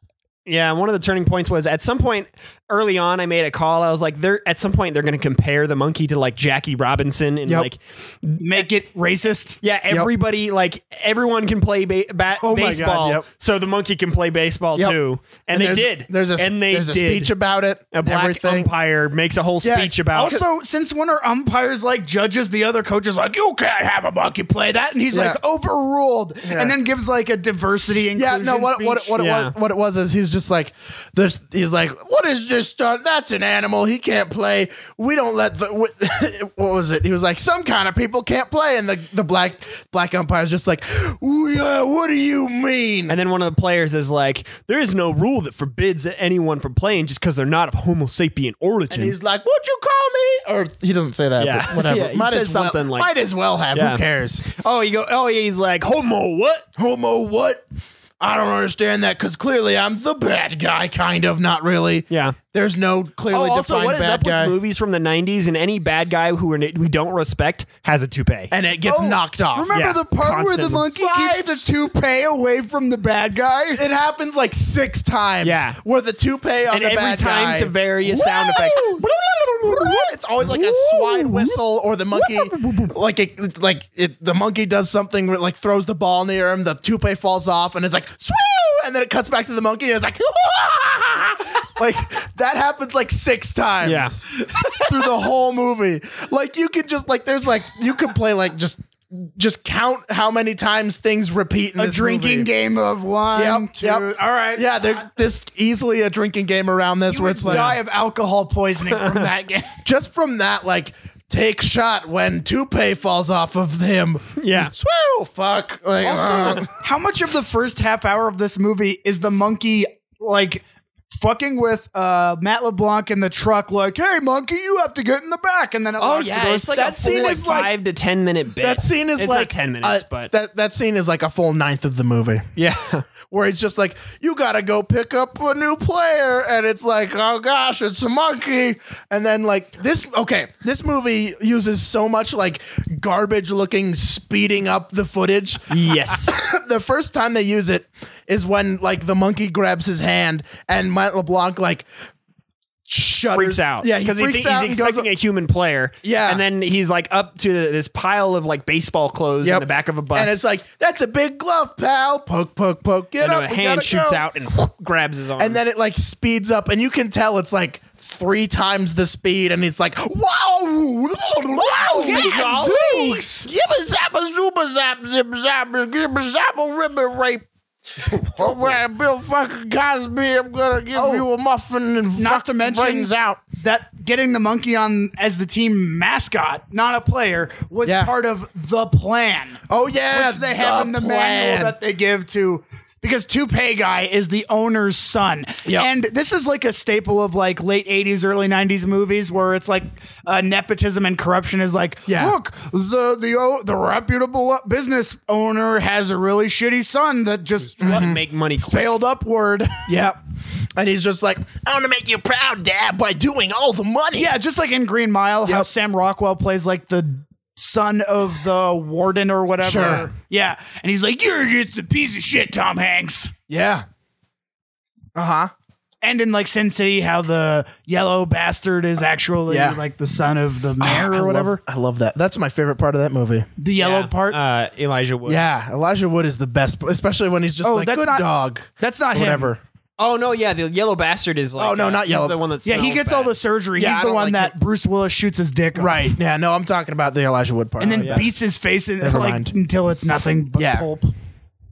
yeah one of the turning points was at some point early on i made a call i was like they're at some point they're going to compare the monkey to like jackie robinson and
Yep.
like
Make it racist.
yeah everybody like everyone can play ba- ba-
Oh my God,
baseball
yep.
so the monkey can play baseball
Yep.
too and, they
there's,
did
There's a
and they
there's a
did
speech about it.
a
and
black
everything.
umpire makes a whole
Yeah,
speech about
Also, since when are umpires like judges? The other coach is like, "You can't have a monkey play that," and he's
Yeah.
like, "Overruled," and then gives like a diversity
Yeah,
inclusion.
no. What what
speech.
what it
Yeah.
was what it was is he's just like there's he's like what is this stunt? That's an animal. He can't play. We don't let the what, what was it? He was like some kind of people can't play, and the the black black umpire's just like, "We, uh, what do you mean?
and then one of the players is like there is no rule that forbids anyone from playing just because they're not of homo sapien origin
And he's like, "Would you call me?" Or he doesn't say that,
Yeah.
but whatever.
Yeah, he
might
says
as well,
something like-
might as well have.
Yeah.
Who cares?
oh you go oh yeah he's like homo what
Homo, what? I don't understand that because clearly I'm the bad guy, kind of, not really.
Yeah.
There's no clearly
oh, also,
defined
what is
bad
up
guy,
with movies from the '90s? And any bad guy who we we don't respect has a toupee.
and it gets
Oh,
knocked off.
Remember
Yeah,
the part where the
constantly.
monkey keeps the toupee away from the bad guy?
It happens like six times.
Yeah.
where the toupee on
And
the
every
bad
time
guy
to various sound effects.
It's always like a swine whistle, or the monkey, like it, like it, the monkey does something where it, like throws the ball near him. The toupee falls off, and it's like swoo, and then it cuts back to the monkey. and It's like like that happens like six times
Yeah.
through the whole movie. Like you can just like there's like you can play like just just count how many times things repeat in
A
this
drinking
movie.
game of one,
Yep,
two.
yep.
All right.
Yeah, there's this easily a drinking game around this
You
where
would
it's like
die of alcohol poisoning from that game.
just from that, like take shot when toupee falls off of him.
Yeah.
Swoo, fuck. Like,
Also,
uh,
how much of the first half hour of this movie is the monkey like fucking with uh, Matt LeBlanc in the truck? Like, hey, monkey, you have to get in the back, and then it locks the doors.
That scene is Oh, like-
five to ten minute bit.
that scene is
It's not
like
ten minutes,
uh,
but
that that scene is like a full ninth of the movie,
yeah,
where it's just like you gotta go pick up a new player, and it's like oh gosh, it's a monkey, and then like this. Okay, this movie uses so much like garbage looking speeding up the footage.
yes,
the first time they use it is when like the monkey grabs his hand and Matt LeBlanc like shudders.
freaks out.
Yeah, he
because he
freaks
thinks
out
he's
and goes.
expecting a human player.
Yeah.
and then he's like up to this pile of like baseball clothes in
Yep.
the back of a bus,
And it's like that's a big glove, pal. Poke, poke, poke. Get
and
up.
a
we
hand
gotta
shoots
go.
out and whoop, grabs his arm.
and then it like speeds up, and you can tell it's like three times the speed, and it's like wow, wow, yeah,
golly.
zooks. Yibba zappa, zooba zap, zip zappa, gibba zappa, ribbon rape. All right, Bill fucking Cosby, I'm gonna give
Oh.
you a muffin and
Not
fuck
to mention
brains out.
that getting the monkey on as the team mascot, not a player, was
Yeah.
part of the plan.
Oh yeah,
which they have in the manual that they give to because toupee guy is the owner's son
Yep.
and this is like a staple of like late 80s early 90s movies where it's like uh, nepotism and corruption is like
Yeah.
look the the oh, the reputable business owner has a really shitty son that just
Hmm.
Mm-hmm.
make money. quick.
failed upward
yep. And he's just like, I want to make you proud, Dad, by doing all the money.
yeah just like in green mile how
Yep.
sam rockwell plays like the son of the warden or whatever
Sure.
yeah and he's like you're just a piece of shit tom hanks
yeah. Uh huh.
and in like Sin City, how the yellow bastard is actually
Yeah.
like the son of the
Ah, I
mayor
love-
or whatever.
I love that. That's my favorite part of that movie.
the yellow
Yeah.
part.
Uh, Elijah Wood.
Yeah, Elijah Wood is the best, especially when he's just
Oh,
like
that's
good
not-
dog.
That's not him.
Whatever.
Oh no, yeah, the yellow bastard is like.
Oh, no,
uh,
not
he's
yellow.
The one that's
Yeah, he gets all the surgery.
Yeah, I
He's the
don't
one
like
that
him.
Bruce Willis shoots his dick off.
Right. Yeah, no, I'm talking about the Elijah Wood part. Oh,
And then
yeah.
beats his face in,
Never
like
mind.
until it's nothing but
Yeah.
pulp.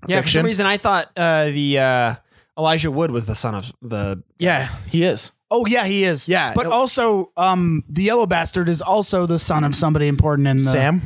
Yeah, for
Fiction.
some reason I thought uh, the uh, Elijah Wood was the son of the.
yeah, he is.
Oh yeah, he is.
Yeah.
but also, um, the yellow bastard is also the son of somebody important in the
Sam.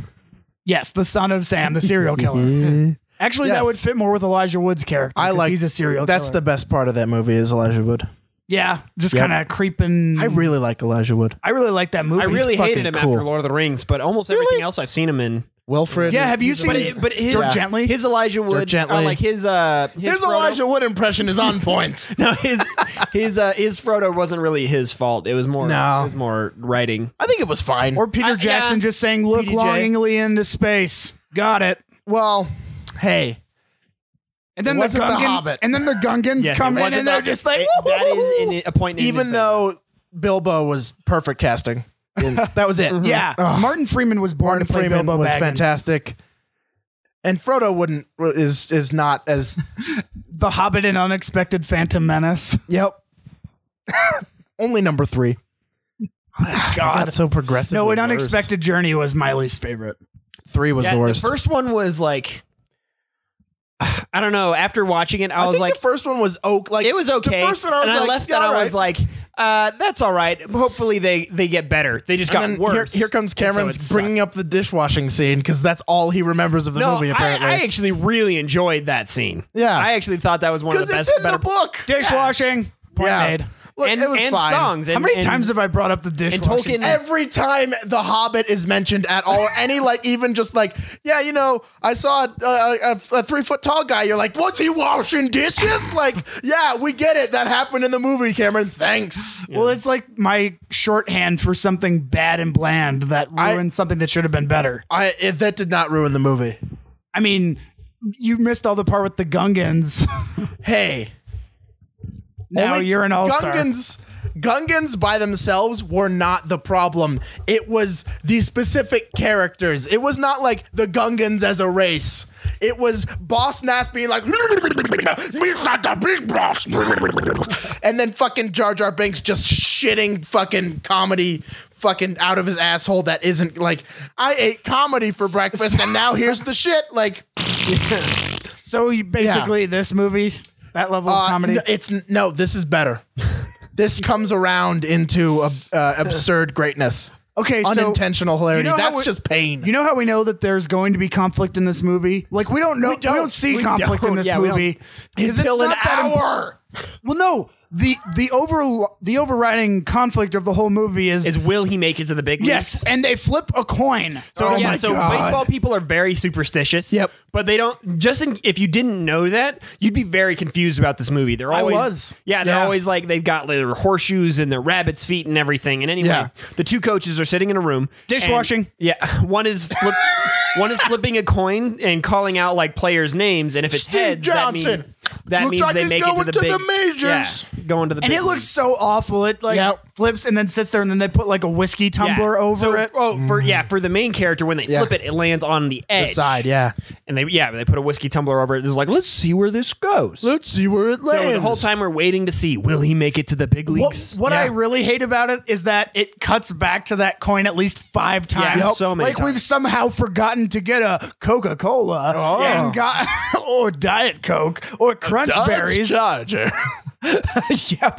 Yes, the son of Sam, the serial killer. Actually, that
Yes.
would fit more with Elijah Wood's character.
I
'cause
like
he's a serial.
That's
killer.
the best part of that movie is Elijah Wood.
yeah, just
Yep.
kind of creeping.
I really like Elijah Wood.
I really like that movie.
I really
fucking
hated him
cool.
after Lord of the Rings, but almost everything else I've seen him in.
Wilfred.
yeah, have you seen?
But it, but his
Dirk Gently?
his Elijah Wood,
Gently.
or like his uh, his,
his
Frodo-
Elijah Wood impression is on point.
No, his his uh, his Frodo wasn't really his fault. It was more
No.
it was more writing.
I think it was fine.
or Peter
I-
Jackson
yeah.
just saying, "Look
PDJ.
longingly into space." Got it.
well, hey,
And then the
It wasn't The
Gungan,
Hobbit.
and then the Gungans
Yes, it
come in,
wasn't
and they're
that-
just like,
it- that is in, a point. in
even
his
though Bilbo was perfect casting, that was it.
Mm-hmm.
"Yeah."
Ugh.
Martin Freeman was born
Martin
to play
Freeman
Bilbo
was
Baggins.
fantastic. And Frodo wouldn't is is not as
The Hobbit and Unexpected Phantom Menace.
yep. Only number three.
God,
Got so progressive.
no, an unexpected journey was my least favorite.
three was
Yeah,
the worst.
first one was like, I don't know. After watching it, I
I
was
think
like,
the first one was oak. Like
it was okay.
The first one I was
and
like,
I left
yeah,
and
all
I
right.
was like, uh, that's all right. Hopefully they they get better. They just
And
got
then
worse.
Here, here comes
So it
Cameron's
sucked.
bringing up the dishwashing scene because that's all he remembers of the
No,
movie.
I-
Apparently,
I, actually really enjoyed that scene.
Yeah.
I actually thought that was one of the
because
best.
it's in
better,
the book.
Dishwashing. Point
Yeah.
made.
Look,
and,
it was
and
fine.
songs.
How
and-
many
and-
times have I brought up the dishwashing?
Tolkien-
scene?
Every time the Hobbit is mentioned at all, or any like even just like yeah, you know, I saw a, a, a- a three foot tall guy. You're like, was he washing dishes? like, yeah, we get it. That happened in the movie, Cameron. Thanks.
Well, it's like my shorthand for something bad and bland that
I-
ruins something that should have been better.
I it, that did not ruin the movie.
I mean, you missed all the part with the Gungans.
Hey,
now
Only
you're an all star.
Gungans, Gungans by themselves were not the problem. It was the specific characters. It was not like the Gungans as a race. It was Boss Nass being like, "Me's not the big boss," and then fucking Jar Jar Binks just shitting fucking comedy fucking out of his asshole that isn't like I ate comedy for breakfast and now here's the shit like
So you, basically, this movie, that level of
uh,
comedy.
n- it's n- no. This is better. this comes around into uh, uh, absurd greatness,
okay, so
unintentional hilarity.
you know how
That's
we-
just pain.
you know how we know that there's going to be conflict in this movie? Like we don't know. We
don't.
don't, see
We
conflict in
don't.
this
Yeah, we
movie 'cause it's
Until an
not that important.
hour.
Well, no. The the over the overriding conflict of the whole movie is,
is will he make it to the big leagues?
yes, and they flip a coin.
So,
Oh
yeah,
my
so
God.
baseball people are very superstitious.
Yep.
But they don't just in, if you didn't know that, you'd be very confused about this movie. They're
I
always
was.
Yeah, they're
Yeah.
always like they've got their horseshoes and their rabbit's feet and everything. And anyway,
Yeah.
the two coaches are sitting in a room. and-
Dishwashing.
yeah. One is flip, one is flipping a coin and calling out like players' names, and if it's
Steve
heads, that
Johnson.
means that
Looks
means
like
they
he's
make
going
it to the
to
big
the majors.
Yeah, going to the
and
big
it looks so awful. It like
Yep.
flips and then sits there, and then they put like a whiskey
Yeah.
tumbler over
So-
it.
Oh, for yeah, for the main character when they flip it, it lands on the edge.
Side, yeah.
And they yeah, they put a whiskey tumbler over it. It's like, let's see where this goes.
Let's see where it lands.
so the whole time we're waiting to see will he make it to the big
What,
leagues?
what I
Yeah.
really hate about it is that it cuts back to that coin at least five times.
Yep. so many
like we've somehow forgotten to get a Coca Cola
Oh.
and got or Diet Coke or Crunch Berries.
Charger.
yep.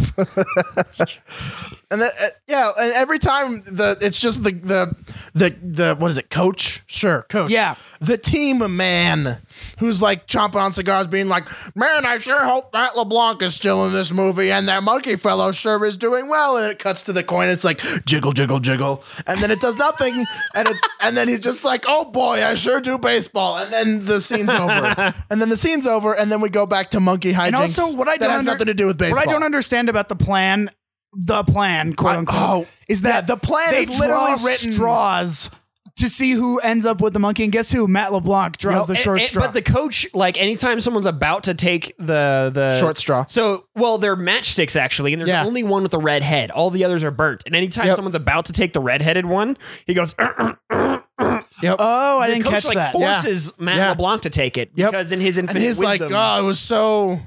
And then, uh, yeah, and every time the it's just the the the the what is it, coach? Sure, coach.
Yeah.
the team man who's like chomping on cigars, being like, "Man, I sure hope Matt LeBlanc is still in this movie, and that monkey fellow sure is doing well." And it cuts to the coin. It's like jiggle, jiggle, jiggle, and then it does nothing, and it's and then he's just like, "Oh boy, I sure do baseball." And then the scene's over, and then the scene's over, and then we go back to monkey hijinks.
And also, what I
that
don't
has
under-
nothing to do with baseball.
What I don't understand about the plan, the plan, quote
I-
unquote,
oh,
is
yeah,
that
the plan
they
is literally
draw
written-
straws to see who ends up with the monkey. And guess who? Matt LeBlanc draws the
And-
short
and-
straw.
But the coach, like, anytime someone's about to take the the
Short straw.
So, well, they're matchsticks actually, and there's
Yeah.
only one with the red head. All the others are burnt. And anytime
Yep.
someone's about to take the red-headed one, he goes. "Er, er, er."
Yep.
oh, I
The
didn't
coach,
catch
like,
that.
Yeah.
Forces Matt
Yeah.
LeBlanc to take it
Yep.
because in his infinite
and he's like,
wisdom,
"Oh, it was so.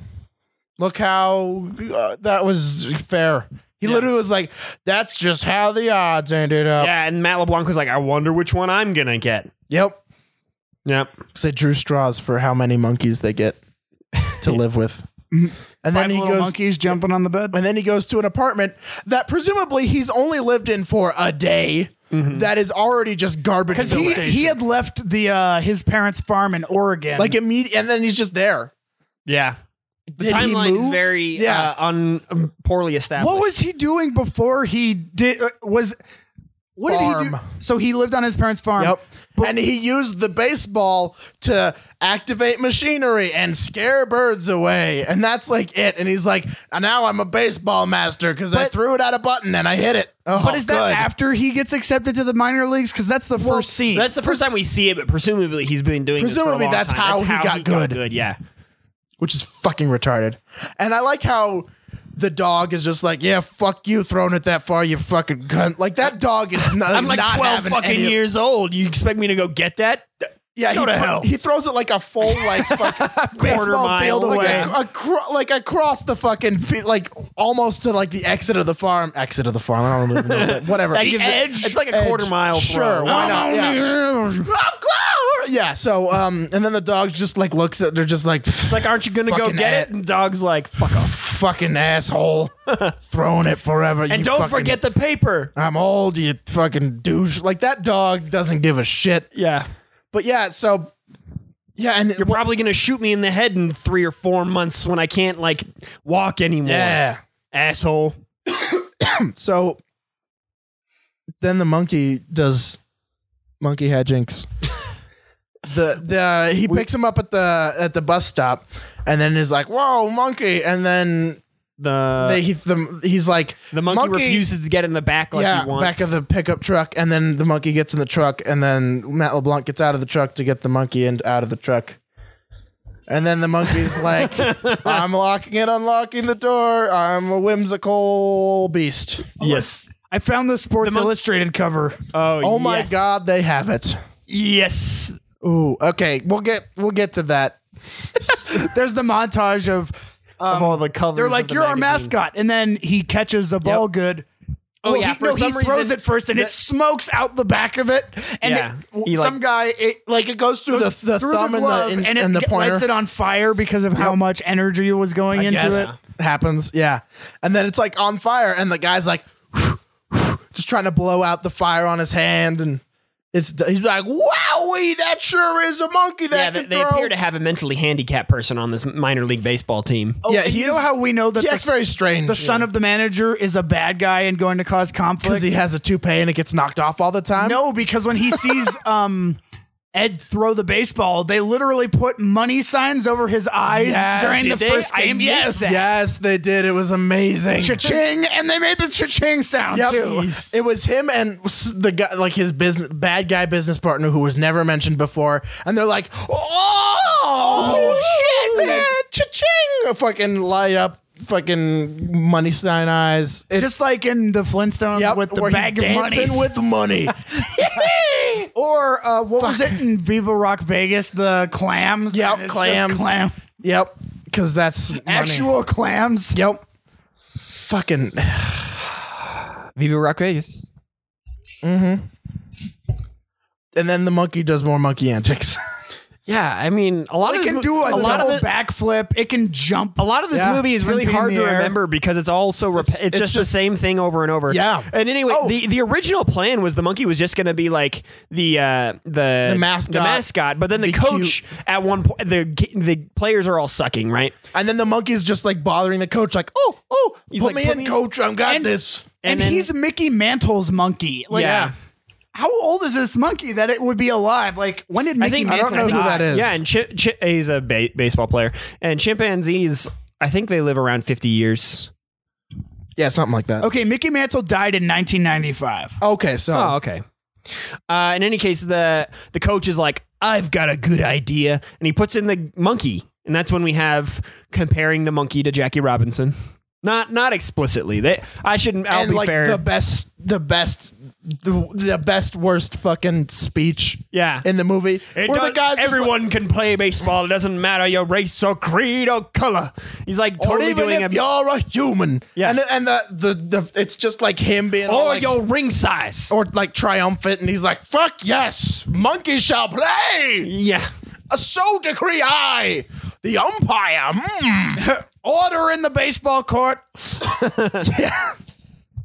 Look how uh, that was fair." He literally was like, "That's just how the odds ended up."
yeah." And Matt LeBlanc was like, "I wonder which one I'm gonna get."
Yep.
Yep.
Because they drew straws for how many monkeys they get to live with, and
Five
then he
little
goes.
monkeys jumping on the bed.
And then he goes to an apartment that presumably he's only lived in for a day. that is already just garbage.
Mm-hmm. Because he,
filled.
he had left the uh, his parents' farm in Oregon.
like immediate, and then he's just there.
Yeah. The
Did he
timeline is
move?
very
Yeah.
uh, un um, poorly established.
what was he doing before he did uh, was what did he do?
Farm.
So he lived on his parents' farm.
Yep. and he used the baseball to activate machinery and scare birds away. And that's like it. And he's like, "And now I'm a baseball master because I
But-
threw it at a button and I hit it. Oh,
But is that
good.
after he gets accepted to the minor leagues? Because that's the first scene.
That's the first time we see it, but presumably he's been doing.
Presumably
this for a long
that's
time.
how he got good.
Yeah,
Which is fucking retarded. And I like how the dog is just like, yeah, fuck you throwing it that far, you fucking cunt. Like that dog is not,
I'm like
not
twelve
having
fucking
any of-
years old. You expect me to go get that?
Yeah,
Go
he,
to
thro-
hell.
he throws it like a full like fuck, baseball
mile
field
away.
like ac- acro- like across the fucking fi- like almost to like the exit of the farm, exit of the farm. I don't even know, but whatever.
That gives it- it's like a quarter mile
Sure,
throw.
why
I'm
not? Yeah. I'm clown. Yeah. So um, and then the dog just like looks at. They're just like
It's like, aren't you gonna go
Fucking
get
a-
it? And dog's like, fuck off.
fucking asshole, throwing it forever.
And don't forget the paper.
I'm old, you fucking douche. Like that dog doesn't give a shit.
Yeah,
But yeah, so yeah, and
you're probably gonna shoot me in the head in three or four months when I can't like walk anymore.
yeah.
asshole.
So then the monkey does monkey hijinks. the the he picks him up at the at the bus stop, and then is like, "Whoa, monkey!" And then
The
they, he the, he's like,
Uh, the monkey, refuses to get in the back like
yeah,
he wants.
back of the pickup truck, and then the monkey gets in the truck, and then Matt LeBlanc gets out of the truck to get the monkey and out of the truck. And then the monkey's like, I'm locking and unlocking the door. I'm a whimsical beast.
yes.
I found the Sports
mon-
Illustrated cover.
Oh,
Oh my
yes.
god, they have it.
Yes.
Ooh, okay. We'll get we'll get to that.
There's the montage of
of all the covers.
they're
of
like
the
you're our
magazines.
mascot, and then he catches a ball good.
Oh
Well,
yeah,
he,
for
no,
some
he throws
reason,
it first, and it smokes out the back of it. And
Yeah.
it-
He, like-
some guy it,
Like it goes through the, the
through
thumb
the glove,
and the in,
and it
and the
g-
pointer.
lights it on fire because of how much energy was going into
Yes.
it.
happens. Yeah, and then it's like on fire, and the guy's like just trying to blow out the fire on his hand, and it's he's like, "Wowie, that sure is a monkey that
Yeah, they,
can
they
throw."
appear to have a mentally handicapped person on this minor league baseball team.
yeah,
and
he
you
is-
know how we know that
yeah,
the,
it's very strange
the son of the manager is a bad guy and going to cause conflict.
because he has a toupee and it gets knocked off all the time.
no, because when he sees um, Ed throw the baseball, they literally put money signs over his eyes
Yes.
during the
Did they?
first
I
game.
missed
Yes,
that.
Yes, they did. It was amazing.
Cha-ching, and they made the cha-ching sound
Yep.
too.
It was him and s- the guy, like his business, bad guy business partner who was never mentioned before. And they're like, oh, shit, man. Cha-ching. Fucking light up fucking money sign eyes. It,
Just like in the Flintstones
yep,
with the
where he's
bag of money.
dancing with money.
Or uh, what was it in Viva Rock Vegas? The clams.
Yep,
And it's just
clams.
Clam.
yep. Because that's money.
Actual clams.
Yep. Fucking.
Viva Rock Vegas.
And then the monkey does more monkey antics.
Yeah, I mean, a lot
It
of this
can
mo-
do a,
a lot of
double
the,
backflip. It can jump.
a lot of this
Yeah.
movie is really
Can be in
hard
the
to
air.
remember because it's all so rep- it's,
it's
just, the same thing over and over.
Yeah.
And anyway,
Oh.
the, the original plan was the monkey was just going to be like the uh, the,
The mascot.
the mascot, but then the
Be
coach at one point the ki- the players are all sucking, right?
and then the monkey's just like bothering the coach, like, oh, oh, put
like,
me
put
in,
me in."
coach. I've got
And-
this.
And,
then-
he's Mickey Mantle's monkey. Like,
Yeah.
how old is this monkey that it would be alive? Like, when did Mickey
think- I
Mantle?
don't know who
die?
that is.
Yeah, and chi- chi- he's a ba- baseball player, and chimpanzees. I think they live around fifty years.
Yeah, something like that.
Okay, Mickey Mantle died in 1995.
Okay, so
Oh, okay. Uh, in any case, the the coach is like, "I've got a good idea," and he puts in the monkey, and that's when we have comparing the monkey to Jackie Robinson. Not not explicitly. They, I shouldn't. I'll
and
be
like
fair.
the best, the best, the, the best worst fucking speech
yeah.
in the movie.
It
where
does-
the guys just like-
everyone can play baseball. It doesn't matter your race or creed or color. He's like
or
totally
even
doing
if
a
you're a human.
Yeah. Oh,
And and the, the the it's just like him being all
or
like,
your ring size.
or like triumphant, and he's like, "Fuck yes, monkeys shall play."
yeah.
Oh, So decree I, the umpire. Mm.
Order in the baseball court.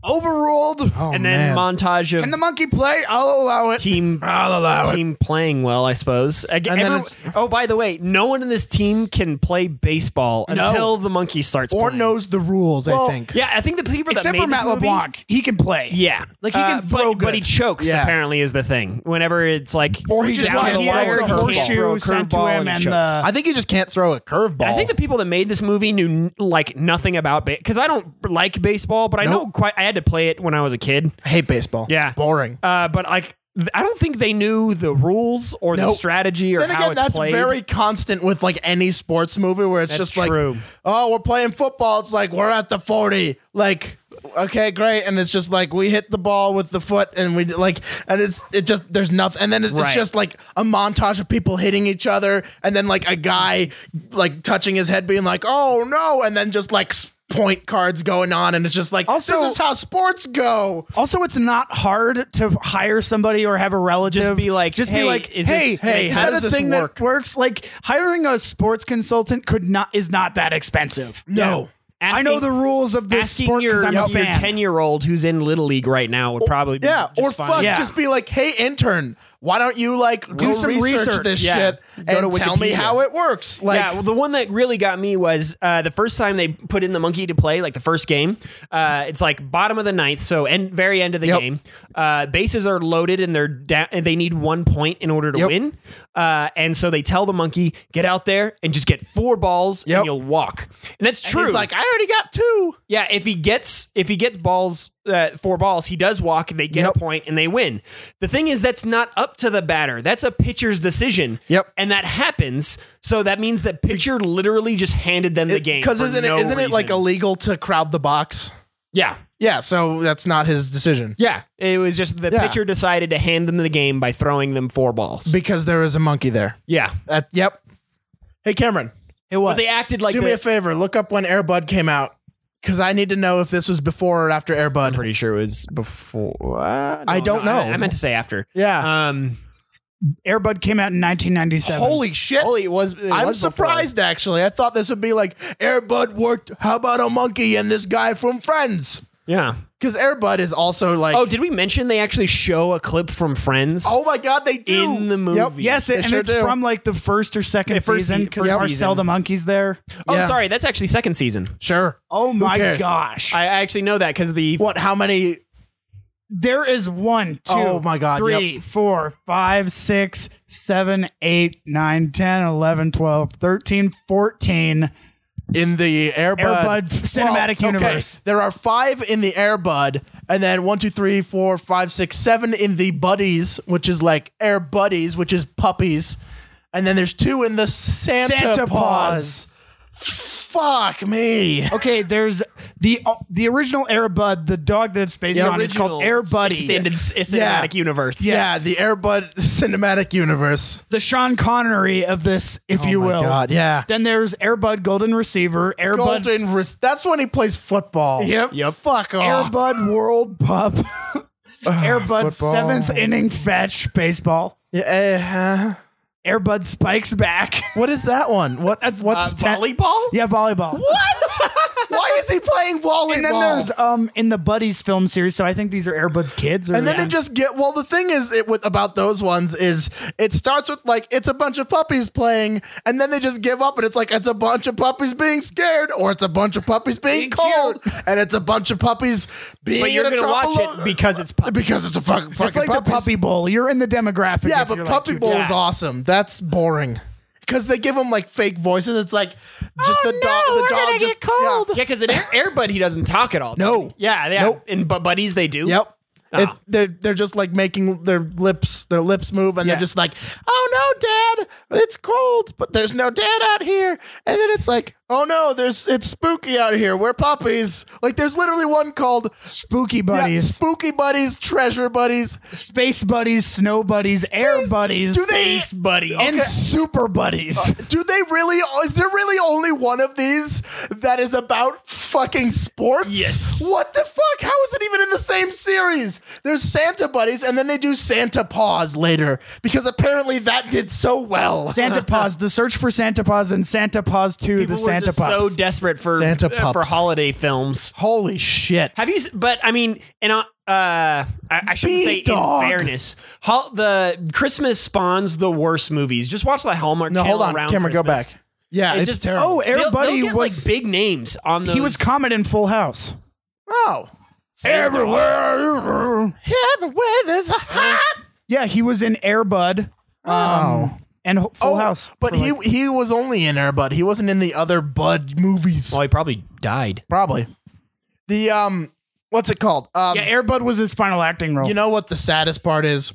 Overruled.
Oh,
and then montage of
Can the monkey play? I'll allow it.
team
I'll allow it.
team playing well, I suppose. Ag-
And then
every-
it's-
oh, by the way, no one in this team can play baseball until the monkey starts
Or
playing.
knows the rules. I think.
Yeah, I think the people that
Except
made
for
this
Matt
movie-
LeBlanc. He can play.
Yeah,
Like, he can
but-
throw
but,
good.
he chokes.
Uh, Yeah.
Apparently, is the thing. Whenever it's like,
Or he
down
just
to
wanted
the
to
wire,
throw
he
a
can't
horseshoe
throw a
sent to
curveball
him
he
and
chokes.
the-
I think you just can't throw a curveball.
I think the people that made this movie knew n- like nothing about because I don't like baseball, but I know
Nope.
quite. I had to play it when I was a kid.
I hate baseball.
Yeah.
It's boring.
Uh, but like, th- I don't think they knew the rules or the
Nope.
strategy or
then
how
again,
it's
that's
played.
very constant with like any sports movie where it's
That's
just like,
true.
oh, we're playing football. It's like we're at the forty. Like, okay, great, and it's just like we hit the ball with the foot, and we like, and it's it just there's nothing, and then it's
Right.
just like a montage of people hitting each other, and then like a guy like touching his head, being like, oh no, and then just like. s- Point cards going on, and it's just like
Also-
this is how sports go.
Also, it's not hard to hire somebody or have a relative.
Just be like,
just
"Hey,
be like,
is
hey,
this-
hey,
is
how
that
does
a
this
thing
work?"
That works like hiring a sports consultant could not is not that expensive.
No.
I know the rules of this
asking
sport because
your
I'm a
your
fan.
ten year old who's in little league right now would probably be
Yeah,
just
or
fine.
fuck,
Yeah.
just be like, "Hey, intern, why don't you like do
some
research,
research,
this
yeah.
shit
Go
and
to
tell me
Wikipedia."
how it works?" Like,
yeah, well, the one that really got me was uh, the first time they put in the monkey to play, like the first game. Uh, it's like bottom of the ninth, so end very end of the
Yep.
game. Uh, bases are loaded and they're down, and they need one point in order to
Yep.
win. Uh, and so they tell the monkey, get out there and just get four balls,
Yep.
and you'll walk. And that's true.
he's like, "I already got two.
Yeah, if he gets if he gets balls uh, four balls, he does walk. They get
Yep.
a point and they win. The thing is, that's not up to the batter. That's a pitcher's decision.
Yep.
and that happens. So that means the pitcher literally just handed them the game
Because
for
isn't
no
it isn't it like
reason.
illegal to crowd the box?
yeah
Yeah, so that's not his decision
yeah? It was just the
Yeah.
pitcher decided to hand them the game by throwing them four balls.
because there is a monkey there.
yeah,
That yep. Hey Cameron,
Hey, what?
but they acted like
do
they-
me a favor. Look up when Airbud came out because I need to know if this was before or after Airbud.
pretty sure it was before. uh,
I don't know.
I, I meant to say after.
yeah.
Um.
Airbud came out in 1997.
Holy shit.
Oh, it was. it
I'm
was before.
surprised actually. I thought this would be like Airbud worked. How about a monkey and this guy from Friends?
Yeah.
Because Airbud is also like,
Oh,
oh,
did we mention they actually show a clip from Friends?
my god, they do
In the movie.
yes,
They
it, and
sure
it's
do.
from like the first or second
first
season
se-
because
first
Marcel
season.
the monkey's there.
Oh,
Yeah.
sorry, that's actually second season.
sure.
Oh my
cares?
gosh!
I I actually know that because the
What? How many?
there is one, two,
Oh my God,
three, four, five, six, seven, eight, nine, 10, 11, 12, 13, 14.
In the Airbud,
Airbud cinematic universe.
There are five in the Airbud, and then one, two, three, four, five, six, seven in the Buddies, which is like Air Buddies, which is puppies, and then there's two in the Santa,
Santa
Paws. Fuck me.
Okay, there's the uh, the original Airbud, the dog that's based
The
on. It's called Air
original
Buddy.
extended s- cinematic universe.
Yeah, the Airbud cinematic universe.
the Sean Connery of this, if you
Oh my
will.
God, yeah.
Then there's Airbud Golden Receiver, Airbud
Golden wrist. That's when he plays football.
Yep.
Yep.
Fuck off.
Airbud World Pup, Airbud
Ah, football.
Seventh Inning Fetch Baseball,
Yeah, uh, huh?
Airbud Spikes Back.
What is that one? What?
Uh,
what's
volleyball.
yeah, volleyball.
what? Why is he playing volleyball?
And then there's um in the Buddies film series, so I think these are Airbud's kids. Or
And then they just get well. The thing is, it with about those ones is it starts with like it's a bunch of puppies playing, and then they just give up, and it's like it's a bunch of puppies being scared, or it's a bunch of puppies being,
Being
cold, and it's a bunch of puppies being.
But you're
in a
gonna watch it
trompolo-
because it's pu-
because it's a fuck, fucking
it's like the
puppies.
Puppy Bowl. You're in the demographic.
Yeah,
if
but
you're like
Puppy
cute.
Bowl is
Yeah.
awesome. That's boring. Because they give them like fake voices. It's like just the dog. the dog just yeah.
Yeah, because in Air, Air Bud he doesn't talk at all.
No.
does he? Yeah. Yeah.
Nope.
And but buddies they do.
Yep. It,
Ah.
they're they're just like making their lips their lips move and
Yeah.
they're just like, oh no, Dad, it's cold, but there's no Dad out here. And then it's like, oh no, there's it's spooky out here. We're puppies. Like there's literally one called
Spooky
yeah,
buddies,
spooky buddies, treasure buddies.
space buddies, snow buddies, air buddies,
Do they- Uh,
Space buddy.
and super buddies.
Do they really? Is there really only one of these that is about fucking sports?
Yes.
What the fuck? How is it even in the same series? There's Santa buddies, and then they do Santa Paws later because apparently that did so well.
Santa Paws, the search for Santa Paws, and Santa Paws 2, the
People were
Santa
just
Paws.
so desperate for
Santa
uh, for
pups.
holiday films.
Holy shit!
Have you? s- But I mean, and uh, I, I shouldn't say
B-Dog.
in fairness, hol- the Christmas spawns the worst movies. Just watch the Hallmark.
No, hold
Channel
on,
around
camera, go
Christmas.
back. Yeah,
It
it's
just-
terrible.
oh, Air
They'll-
Buddy
they'll get,
was-
like big names on those.
he was Comet in Full House.
oh,
Everywhere.
everywhere there's a hot.
Yeah, he was in Air Bud. Um, And Ho- Full
Oh,
House.
but
for,
he
like-
he was only in Air Bud. He wasn't in the other Bud movies.
Well, Oh, he probably died.
Probably. The um, what's it called? Um,
yeah, Air Bud was his final acting role.
You know what the saddest part is?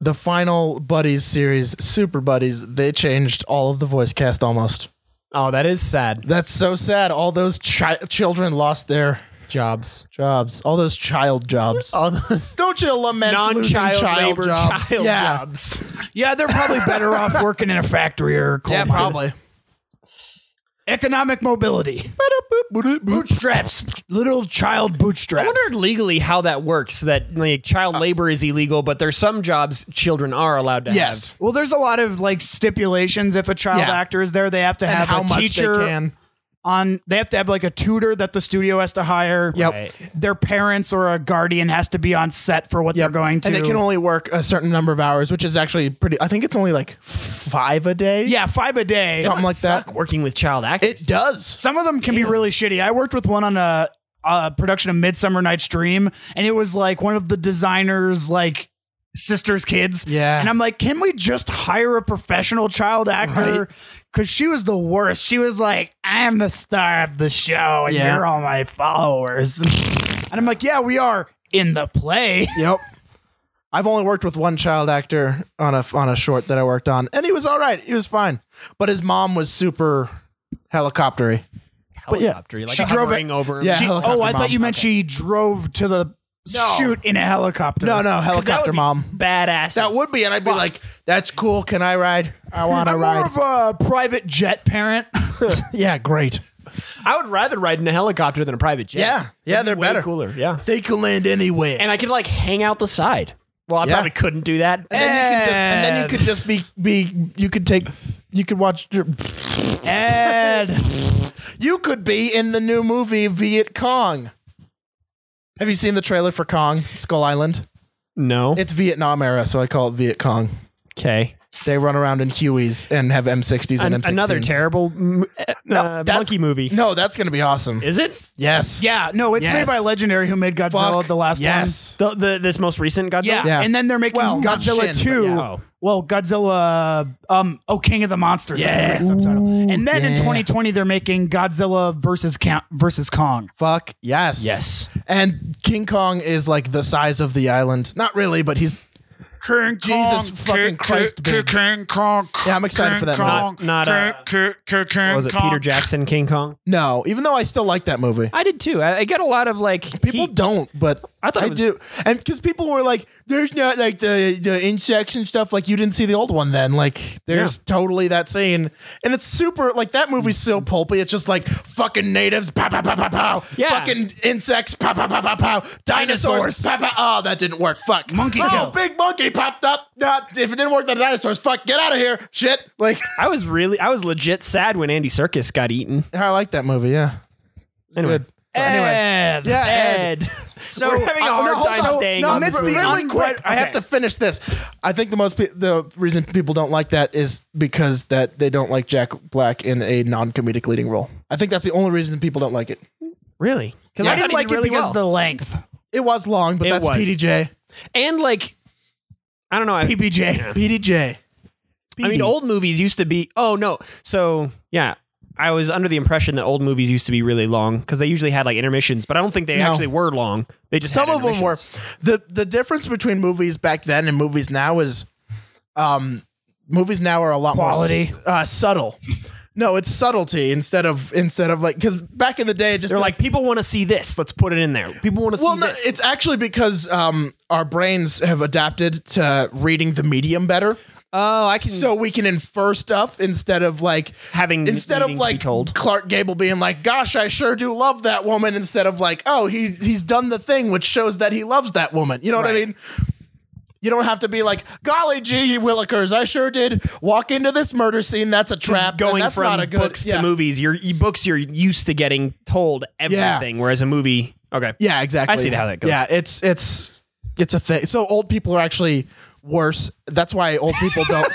The final Buddies series, Super Buddies, they changed all of the voice cast almost.
Oh, that is sad.
That's so sad. All those chi- children lost their
Jobs.
jobs, all those child jobs.
All those
Don't you lament losing
non-child labor
jobs.
child
yeah.
jobs.
yeah, they're probably better off working in a factory or coal
Yeah,
mine.
probably.
Economic mobility. Bootstraps. Little child
I
bootstraps.
wondered legally how that works. That like child labor is illegal, but there's some jobs children are allowed to
Yes.
well, there's a lot of like stipulations. If a child
Yeah.
actor is there, they have to
And
have
how
a
much
teacher
they can.
on. They have to have like a tutor that the studio has to hire.
Yep.
have. Right.
their parents or a guardian has to be on set for what
Yep.
they're going to.
And they can only work a certain number of hours, which is actually pretty. I think it's only like five a day.
yeah, five a day.
Something like that.
Suck working with child actors.
It does.
Some of them can be really shitty. I worked with one on a, a production of Midsummer Night's Dream, and it was like one of the designers, like sister's kids.
Yeah.
And I'm like, can we just hire a professional child actor? Because she was the worst. She was like, I am the star of the show, and
Yeah.
you're all my followers. and I'm like, yeah, we are in the play.
Yep. I've only worked with one child actor on a on a short that I worked on, and he was all right. He was fine, but his mom was super helicoptery. yeah.
Helicopter. Like
She drove
hovering over. him.
Yeah.
She- oh,
helicopter
I thought
mom.
you meant she drove to the shoot in a helicopter.
No, no,
'Cause that
helicopter
would be
mom.
Badass.
That would be, and I'd be like, "That's cool. Can I ride? I want to
I'm more
ride."
of a private jet parent.
yeah, great.
I would rather ride in a helicopter than a private jet.
Yeah, yeah, they're
Way
better.
cooler. Yeah.
They can land anywhere,
And I could like hang out the side. Well, I
Yeah.
probably couldn't do that. Eh,
and, then you could just, and then you could just be be. You could take. You could watch. Your,
Ed,
you could be in the new movie Viet Cong. Have you seen the trailer for Kong Skull Island?
no.
It's Vietnam era, so I call it Viet Cong.
okay.
They run around in Hueys and have M60s and
An-
M16s.
another terrible mm, uh, uh,
that's-
monkey movie.
No, that's gonna be awesome.
Is it
yes.
yeah, no, it's made
Yes.
by Legendary, who made Godzilla
Fuck.
the last
yes.
the, the this most recent Godzilla?
one. Yeah.
Yeah.
and then they're making
Well, not
Godzilla
Shin, but
two.
yeah.
Oh.
Well, Godzilla, um, oh, King of the Monsters. that's the
Yeah.
great subtitle. And then in
yeah.
2020, they're making Godzilla versus Count versus Kong.
Fuck yes.
Yes.
And King Kong is like the size of the island. Not really, but he's
King
Jesus fucking Christ. big.
King Kong.
Yeah, I'm excited for that movie.
Not, not uh, what was it Peter Jackson King Kong?
No, even though I still like that movie.
I did too. I, I get a lot of like
People
heat.
don't, but I,
I thought it was-
do. And because people were like, there's not like the, the insects and stuff. Like, you didn't see the old one then. Like, there's totally that scene. And it's super, like, that movie's so pulpy. It's just like fucking natives, pow, pow, pow, pow, pow.
Yeah.
Fucking insects, pow, pow, pow, pow, pow. Dinosaurs,
Dinosaurs.
pow, pow. Oh, that didn't work. Fuck.
Monkey
Oh,
kill.
big monkey popped up. Nah, if it didn't work, the dinosaurs, fuck, get out of here. Shit. Like,
I was really I was legit sad when Andy Circus got eaten.
I like that movie. Yeah. It's
Anyway.
good. So anyway.
Ed.
Yeah, Ed.
So we're having a
Uh,
hard
no, hold
time
on.
staying
No,
on
but
this.
the
really
unwed-
quick. I have
okay.
to finish this. I think the most pe- the reason people don't like that is because that they don't like Jack Black in a non-comedic leading role. I think that's the only reason people don't like it.
Really? Because
Yeah.
I didn't like it
because
because
the length.
It was long, but
It
that's
was.
PDJ.
the and like I don't know. I,
PPJ.
PDJ.
I mean,
PD.
old movies used to be. Oh no. So yeah, I was under the impression that old movies used to be really long because they usually had like intermissions, but I don't think they
No.
actually were long. They just
some
had
of them were
intermissions.
the the difference between movies back then and movies now is um movies now are a lot
Quality.
more s- uh, subtle no it's subtlety instead of instead of like because back in the day it just
They're like people want to see this. Let's put it in there. People want to
well
see
no,
this.
it's actually because um our brains have adapted to reading the medium better
Oh, I can.
so we can infer stuff instead of like
Having
instead of
meaning to be
like
told.
Clark Gable being like, "Gosh, I sure do love that woman," instead of like, "Oh, he he's done the thing which shows that he loves that woman." You know what I
Right.
mean? You don't have to be like, "Golly gee, Willikers, I sure did walk into this murder scene. That's a trap.
going
and that's
from
not a good
books
yeah.
to movies. Your you, books, you're used to getting told everything, whereas a movie, okay,
Yeah, exactly.
I see how that goes.
Yeah, it's it's it's a thing. So old people are actually worse. That's why old people don't.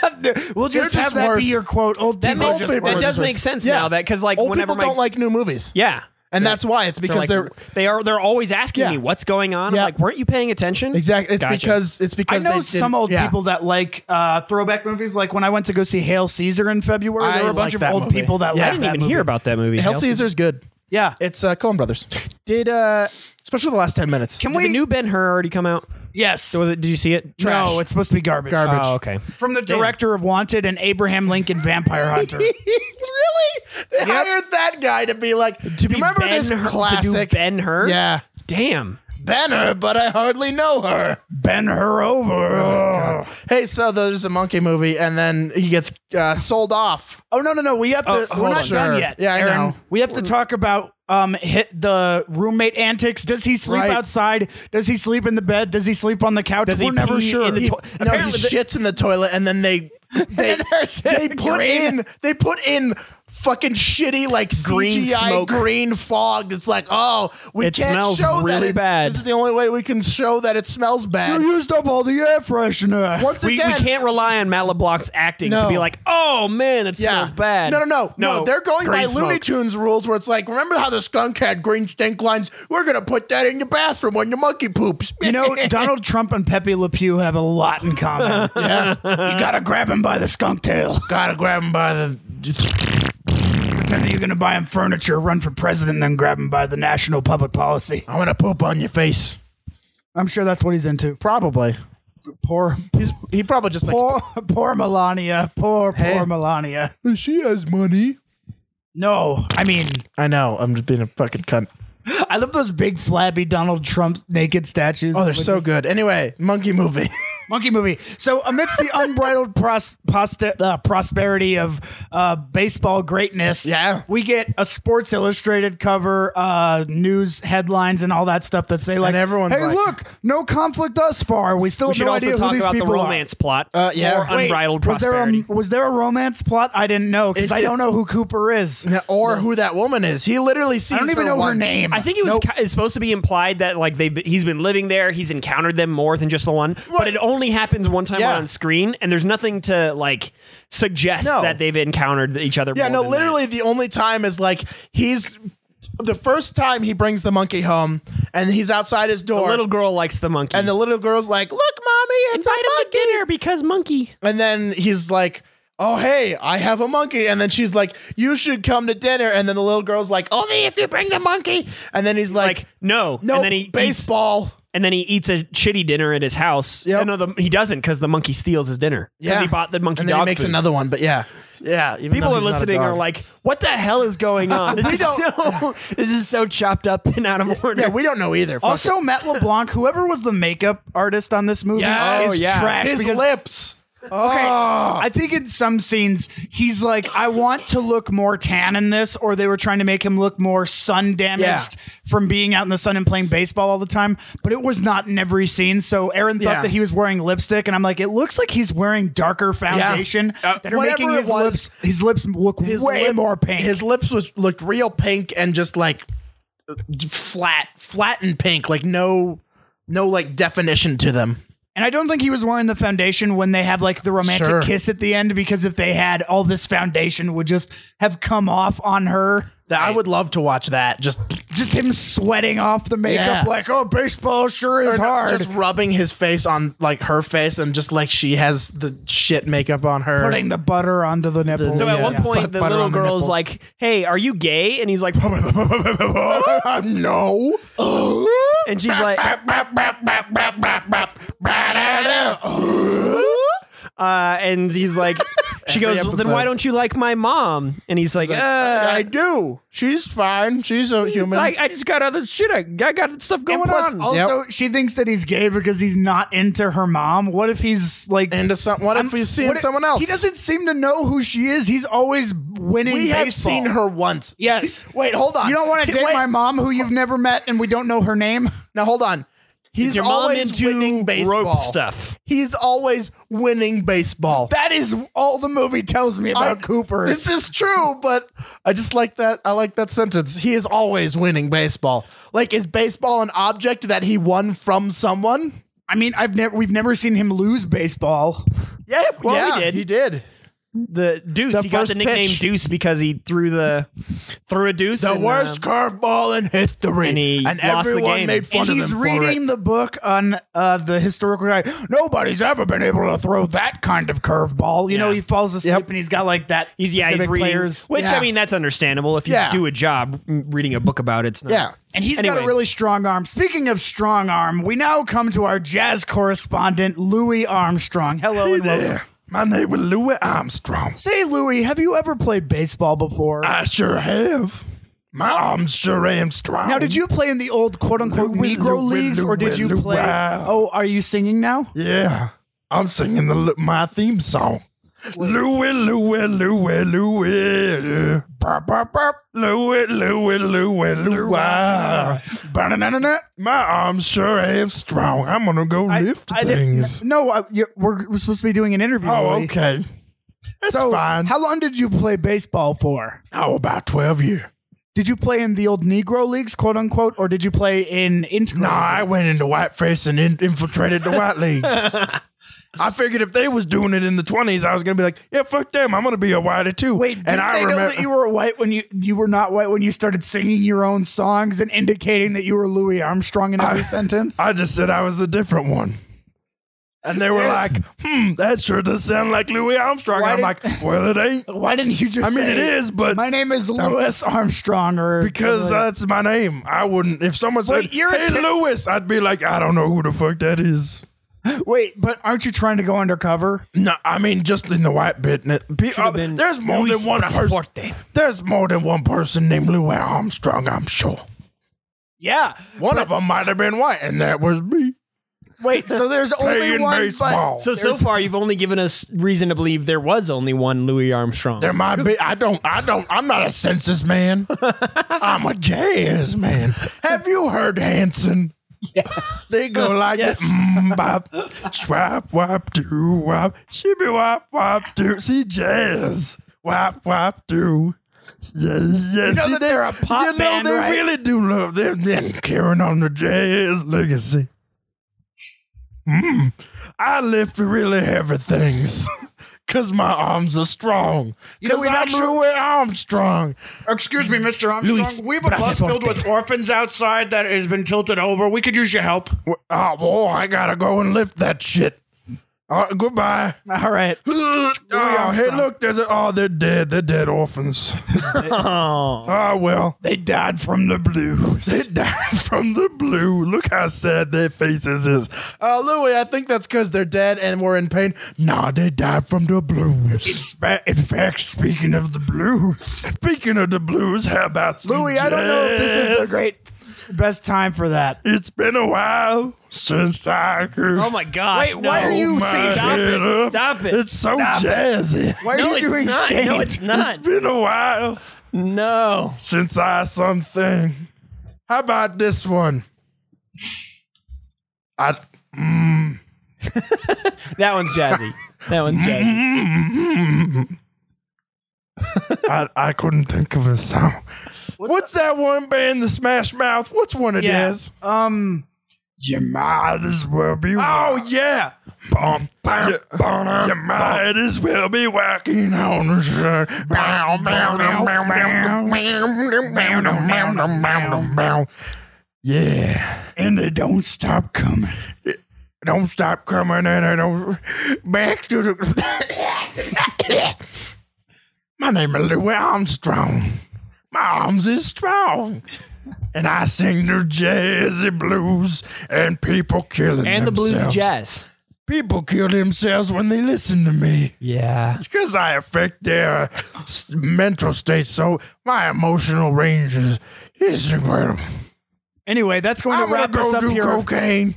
We'll just,
They're
have
just
that
worse.
be your quote. Old people
makes-
are just
that
worse.
that does
worse.
make sense
Yeah.
now. That because like
old
whenever
people
my,
don't like new movies.
yeah,
And that's why it's because
like,
they're
they are they're always asking
Yeah.
me what's going on. I'm
Yeah.
like, weren't you paying attention?
exactly. It's
Gotcha.
because it's
I
because
know
they
some
didn't-
old
yeah.
people that like uh, throwback movies. Like when I went to go see Hail Caesar in February,
I
there were a
like
bunch
that
of old
movie.
people that
Yeah.
liked
I didn't
that
even
movie.
hear about that movie.
Hail Caesar's good.
Yeah,
It's uh, Coen Brothers,
Did uh
especially the last ten minutes.
can
did
we?
the new Ben Hur already come out?
yes.
Was it? Did you see it?
No, it's supposed to be garbage. Uh,
Garbage.
Oh, okay.
From the director of Wanted and Abraham Lincoln Vampire Hunter.
really? They hired that guy to be like. To
be
remember
Ben
this
Hur- to do
classic
Ben Hur?
Yeah,
Damn.
Ben Hur, but I hardly know her.
ben her over. Oh,
Hey, so there's a monkey movie, and then he gets uh, sold off.
no no no! We have to.
Oh,
we're
hold
not
on.
done
Sure.
yet.
Yeah, I
Aaron.
know.
We have to talk about um hit the roommate antics. Does he sleep
Right.
outside? Does he sleep in the bed? Does he sleep on the couch?
Does he
we're never
pee
sure.
in the
He,
to-
no, he
apparently the-
shits in the toilet, and then they they
there's
they put
green-
in they put in fucking shitty like
Green
CGI
smoke.
green fog. It's like, oh, we
It
can't
smells
show that.
really
it-
bad.
This is the only way we can show that it smells bad.
You used up all the air freshener.
Once
We, we
again,
can't rely on Matt LeBlanc's acting
No.
to be like, oh man, that
Yeah.
smells bad.
No, no, no, no. they're going by
green
Looney
smoke.
Tunes rules where it's like, remember how the skunk had green stink lines? We're going to put that in your bathroom when your monkey poops.
You know, Donald Trump and Pepe Le Pew have a lot in common.
yeah.
you gotta grab him by the skunk tail.
Gotta grab him by the.
Pretend that you're gonna buy him furniture, run for president, then grab him by the national public policy.
I'm going to poop on your face.
I'm sure that's what he's into.
Probably.
Poor,
He's He probably just like.
poor, poor Melania. Poor, poor
Hey.
Melania.
She has money.
No, I mean,
I know. I'm just being a fucking cunt.
I love those big flabby Donald Trump naked statues.
Oh, they're
with
so
his
good. Anyway, monkey movie.
Monkey movie. So, amidst the unbridled pros- poster- uh, prosperity of uh, baseball greatness,
Yeah.
we get a Sports Illustrated cover, uh, news headlines, and all that stuff that say like,
everyone's
"Hey,
like-
look, no conflict thus far. We still
We
have
should
no
also
idea
talk
who these
about the
people
romance plot
Uh, yeah.
or
are." Wait,
unbridled
was there
prosperity.
a was there a romance plot? I didn't know because
It's
I
a-
don't know who Cooper is.
or who that woman is. He literally sees
I don't even
her
know
once.
her name.
I think it was
Nope.
ki- it's supposed to be implied that like they've been, he's been living there, he's encountered them more than just the one, but it only happens one time
Yeah.
on screen, and there's nothing to like suggest
No.
that they've encountered each other.
Yeah,
more
no,
than
literally the only time is like he's the first time he brings the monkey home and he's outside his
that.
door.
the little girl likes the monkey.
and the little girl's like, Look, mommy, it's
Invite
a
him
monkey.
to dinner because monkey.
And then he's like, Oh, hey, I have a monkey. And then she's like, You should come to dinner. And then the little girl's like, Only if you bring the monkey. And then he's like,
Like no,
No,
and then he eats,
baseball.
and then he eats a shitty dinner at his house.
Yep.
Yeah, No, the, he doesn't because the monkey steals his dinner.
Yeah.
because he bought the monkey
and then he
dog
makes
food.
another one. But yeah. Yeah. even
People
though
are
he's not a
listening
dog.
are like, "What the hell is going on? This is so this is so chopped up and out of order."
Yeah, we don't know
Oh,
either. Fuck it.
Also, Matt LeBlanc, whoever was the makeup artist on this movie,
Yes.
is
Oh, yeah.
trash.
his
because
lips.
Okay.
Oh.
I think in some scenes he's like, I want to look more tan in this, or they were trying to make him look more sun damaged from being out in the sun and playing baseball all the time. But it was not in every scene. So Aaron thought
Yeah.
that he was wearing lipstick, and I'm like, it looks like he's wearing darker foundation
Uh,
that are
whatever
making
it
his
was,
lips his lips look way
lip-
more pink.
His lips was looked real pink and just like uh, flat, flat and pink, like no, no like definition to them.
And I don't think he was wearing the foundation when they have like the romantic
Sure.
kiss at the end because if they had all this foundation would just have come off on her.
That- I would love to watch that. Just,
Just him sweating off the makeup
Yeah.
like, oh, baseball sure is hard.
just rubbing his face on like her face, and just like she has the shit makeup on her.
putting the butter onto the nipples.
So at
Yeah.
one point,
Fuck
the
butter
little
on the
girl's
nipples.
like, "Hey, are you gay?" And he's like,
no.
and she's like, uh, and he's like, she
Every
goes, "Well, "Then why
episode.
don't you like my mom?" And he's like, uh,
I, I do. She's fine. She's a human.
I, I just got other shit. I, I got stuff going
And plus,
on."
also, she thinks that he's gay because he's not into her mom. What if he's like
into some. What if he's seeing
What if-
someone else?
He doesn't seem to know who she is. He's always winning.
We have
baseball.
seen her once.
Yes.
Wait, hold on.
You don't want to
He-
date
wait,
my mom, who you've never met, and we don't know her name.
Now hold on. He's
your mom
always
into
winning baseball
rope stuff.
He's always winning baseball.
That is all the movie tells me about
I-
Cooper.
This is true, but I just like that. I like that sentence. He is always winning baseball. Like, is baseball an object that he won from someone?
I mean, I've never we've never seen him lose baseball.
Yeah, well,
he
yeah,
did.
He did.
The Deuce.
The
he got
first
the nickname
pitch.
Deuce because he threw the threw a deuce.
The
and,
worst
uh,
curveball in history,
and he lost the
everyone
game.
made fun
And
of
he's
him
reading the book on uh, the historical guy. Nobody's ever been able to throw that kind of curveball. You know,
Yeah.
he falls asleep
Yep.
and he's got like that.
He's, yeah, he's
specific
reading,
players.
which
Yeah.
I mean that's understandable. If you
Yeah.
do a job m- reading a book about it, it's not,
for it. Yeah,
And he's got a
Anyway.
really strong arm. Speaking of strong arm, we now come to our jazz correspondent, Louis Armstrong. Hello and welcome.
My name is Louis Armstrong.
Say, Louis, have you ever played baseball before?
I sure have. My arms sure am strong.
now, did you play in the old quote unquote
Louis,
Negro
Louis,
leagues or did
Louis,
you
Louis.
play? Oh, are you singing now?
Yeah, I'm singing the my theme song. Louie, Louie, Louie, Louie. Bop, bop, bop. Louie, Louie, Louie, Louie. Ba-na-na-na-na. My arms sure am strong. I'm gonna go lift
didn't-
things.
No, I, you, we're, we're supposed to be doing an interview.
Oh,
Louis.
okay. That's
So,
fine.
how long did you play baseball for?
oh, about 12 years.
Did you play in the old Negro leagues, quote unquote, or did you play in inter?
No, I went into whiteface and in- infiltrated the white leagues. I figured if they was doing it in the 20s, I was gonna be like, yeah, fuck them. I'm gonna be a whitey too.
Wait, didn't
and I
they know
remember
that you were white when you you were not white when you started singing your own songs and indicating that you were Louis Armstrong in every sentence?
I just said I was a different one. And they were like, hmm, that sure does sound like Louis Armstrong.
Why
I'm
did-
like, well, it ain't.
Why didn't you just?
I mean,
say,
it is, but
My name is Louis Armstrong, or
because that's my name. I wouldn't, if someone said,
Wait, you're a
hey,
te-
Louis, I'd be like, I don't know who the fuck that is. uh,
wait, but aren't you trying to go undercover?
No, I mean, just in the white bit. n- pe- uh,
been
There's more than one person. There's more than one person named Louis Armstrong, I'm sure.
Yeah.
One of them might have been white, and that was me.
Wait. So there's only
Playing
one.
baseball.
So so far, you've only given us reason to believe there was only one Louis Armstrong.
There might be. I don't. I don't. I'm not a census man. I'm a jazz man. Have you heard Hanson? Yes. They go like this. Mm, bop, swap, wop, do, wop, shibby, wop, wop, do. See, jazz. Wop, wop, do. Yes, yes. You
know that they're a pop
You know,
band,
they
right?
really do love them. Then carrying on the jazz legacy. Mm, I lift really heavy things. Cause my arms are strong.
know,
Because
we've
I'm
actually-
Louis Armstrong.
Excuse me, Mr. Armstrong.
Luis
we have a bus
Brazaforte.
filled with orphans outside that has been tilted over. We could use your help.
Oh, boy, I gotta go and lift that shit. Uh, goodbye.
All right.
Oh, hey,
Armstrong.
look, there's a. Oh, they're dead. They're dead orphans.
Oh.
oh, well.
They died from the
They
blues.
died from the blue. Look how sad their faces is. Uh, Louis, I think that's because they're dead and we're in pain. Nah, they died from the blues.
In fact, speaking of the blues.
Speaking of the blues, how about some
Louis, I don't know if this is the
jazz?
great best time for that.
It's been a while since I could.
Oh my gosh!
Wait, why
no.
are you
my
singing-
Stop
head
it,
up.
stop it,
It's so
stop it.
jazzy.
Why are
No,
you
it's
doing
not. No,
stained?
it's not.
It's been a while
No.
since I something. How about this one? I mm,
That one's jazzy. That one's jazzy.
I I couldn't think of a song. What's, that one band, the Smash Mouth? What's one it is?
Um, You might as well be.
Oh yeah. Bum, bum, bum, you might as well be working on the sun. Bow, bow, bow, bow, bow, bow, bow, bow, bow, bow, bow. Yeah.
and they don't stop coming.
Don't stop coming in and don't back to the My name is Louis Armstrong. My arms is strong. And I sing the jazzy blues and people killing
and the blues
themselves.
jazz.
People kill themselves when they listen to me.
Yeah.
It's because I affect their s- mental state. So my emotional range is, is incredible.
Anyway, that's going
I'm
to wrap
gonna
us
go
up
do
here.
cocaine.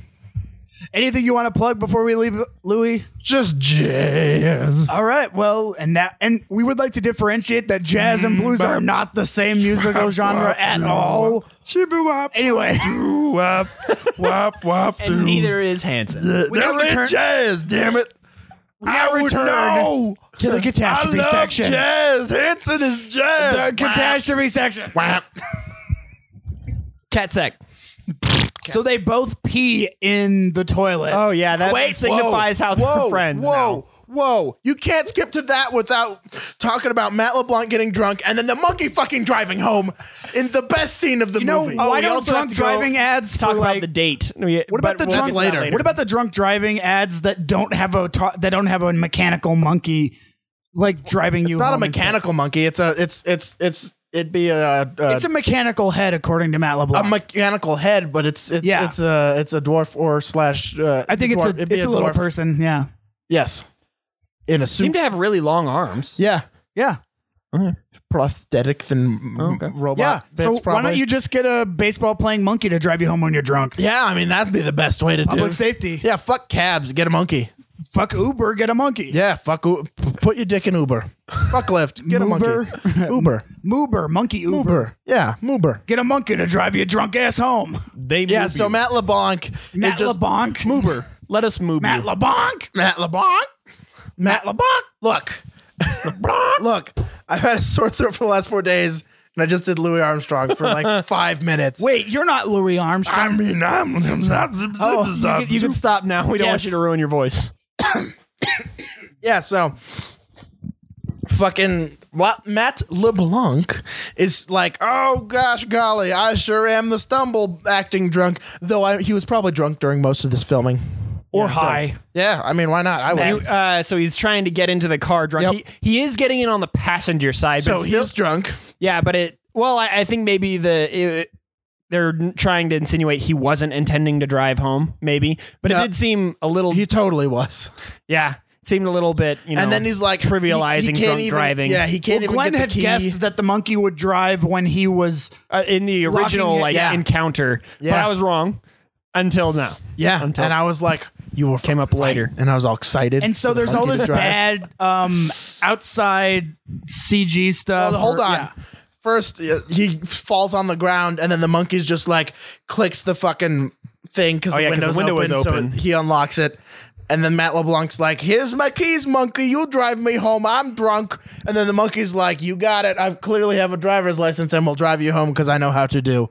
Anything you want to plug before we leave, Louis?
Just jazz.
All right. Well, and that, and we would like to differentiate that jazz and blues are not the same musical genre at all.
Chibi wop.
Anyway,
doo Wop. Wop wop. doo.
Neither is Hanson.
They're
now
in
return-
jazz, damn it.
now
I would
return
know.
to the catastrophe
I love
section.
jazz. Hanson is jazz.
The catastrophe section.
Wah, wah.
Cat sec.
So they both pee in the toilet.
Oh yeah, that
Wait,
signifies how
whoa,
they're friends. now.
Whoa, whoa! You can't skip to that without talking about Matt LeBlanc getting drunk and then the monkey fucking driving home in the best scene of the
You know,
movie.
why
we
Oh, don't
also have
drunk
to go
driving ads
Talk
for,
about
like,
the date.
What about the drunk
later.
What about the drunk driving ads that don't have a ta- that don't have a mechanical monkey like driving you?
it's not a
home and stuff?
mechanical monkey. It's a it's it's it's it'd be a, a,
It's a mechanical head, according to Matt
a
LeBlanc.
mechanical head, but it's it's
Yeah.
it's a it's a dwarf or slash. Uh,
I think it's
dwarf-
a
it'd
it's
be
a, little
dwarf.
person. Yeah,
Yes, in a suit.
Seem to have really long arms.
yeah,
yeah,
prosthetic than
Okay.
yeah.
robot. bits
So why
probably.
don't you just get a baseball playing monkey to drive you home when you're drunk?
Yeah, I mean that'd be the best way to do.
Public
it.
safety.
yeah, fuck cabs. Get a monkey.
Fuck Uber. Get a monkey.
Yeah, fuck. U- p- Put your dick in Uber. Fuck Lyft. Get a monkey. Uber.
Moober. Monkey Uber.
Uber. Yeah, Uber.
Get a monkey to drive your drunk ass home.
They
Yeah.
move
So
you.
Matt LeBlanc. it
Matt
just-
LeBlanc. Moober.
let us move.
Matt
you.
LeBlanc.
Matt LeBlanc. Matt LeBlanc. Look. Look. I've had a sore throat for the last four days, and I just did Louis Armstrong for like five minutes.
Wait, you're not Louis Armstrong.
I mean, I'm. I'm, I'm,
Oh, you, can, you can stop now. We don't want
Yes.
you to ruin your voice.
Yeah. So. Fucking La- Matt LeBlanc is like, oh gosh, golly, I sure am the stumble acting drunk. Though I, he was probably drunk during most of this filming.
or high.
Yeah, I mean, why not? I would.
You- uh, so he's trying to get into the car drunk.
Yep.
He, he is getting in on the passenger side.
so
but
he's
still,
drunk.
yeah, but it. Well, I, I think maybe the it- they're n- trying to insinuate he wasn't intending to drive home. Maybe, but
No.
it did seem a little.
He totally was.
yeah, it seemed a little bit. You know,
and then he's like
trivializing
he- he can't
drunk
even-
driving.
Yeah, he can't
Well,
even
Glenn
get the
had
key.
guessed that the monkey would drive when he was.
uh, in the original
Locking it-
like
yeah.
encounter. But
Yeah.
I was wrong until now.
yeah,
until-
and I was like, "You were
Came up
fucking
later.
right. and I was all excited.
And so
for the
there's all
monkey to
this
drive.
bad um, outside CG stuff.
Well, hold
or-
on.
yeah.
First, uh, he falls on the ground, and then the monkey's just like clicks the fucking thing because the,
Oh, yeah, 'cause
window's
the window
open,
was open.
so he unlocks it. And then Matt LeBlanc's like, "Here's my keys, monkey. You drive me home. I'm drunk." And then the monkey's like, "You got it. I clearly have a driver's license, and will drive you home because I know how to do."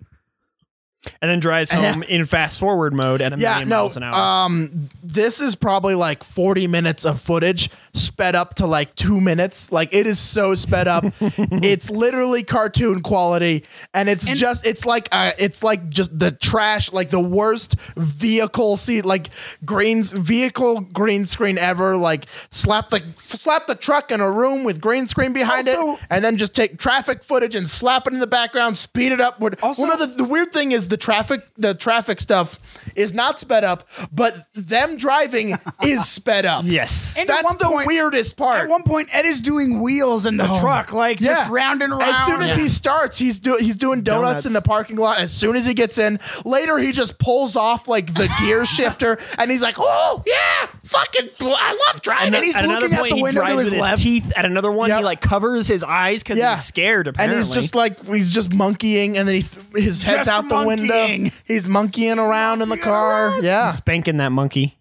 And then drives home in fast forward mode at a
Yeah,
million
no.
miles an hour.
Um, this is probably like 40 minutes of footage sped up to like two minutes. Like it is so sped up. it's literally cartoon quality, and it's just it's like uh, it's like just the trash, like the worst vehicle seat, like greens vehicle green screen ever. Like slap the slap the truck in a room with green screen behind
Also-
it, and then just take traffic footage and slap it in the background, speed it up. Would-
Also-
well, no, the, the weird thing is the traffic, the traffic stuff is not sped up, but them driving is sped up.
yes.
And at
that's
one
the
point-
weirdest part.
At one point, Ed is doing wheels in the truck, like just round and round.
Oh As soon as
Yeah.
he starts, he's do- he's doing donuts,
Donuts.
in the parking lot. As soon as he gets in, later he just pulls off like the gear shifter, and he's like, "Oh yeah, fucking, I love driving."
And he's
at another
looking out
point,
the
he
window to
drives
his
with his
left.
teeth. At another one,
Yep.
he like covers his eyes because
Yeah.
he's scared.
and
Apparently,
he's just like he's just monkeying, and then he th- his head's
Just
out the
monkeying.
window. He's monkeying around in the car. Yeah,
spanking that monkey.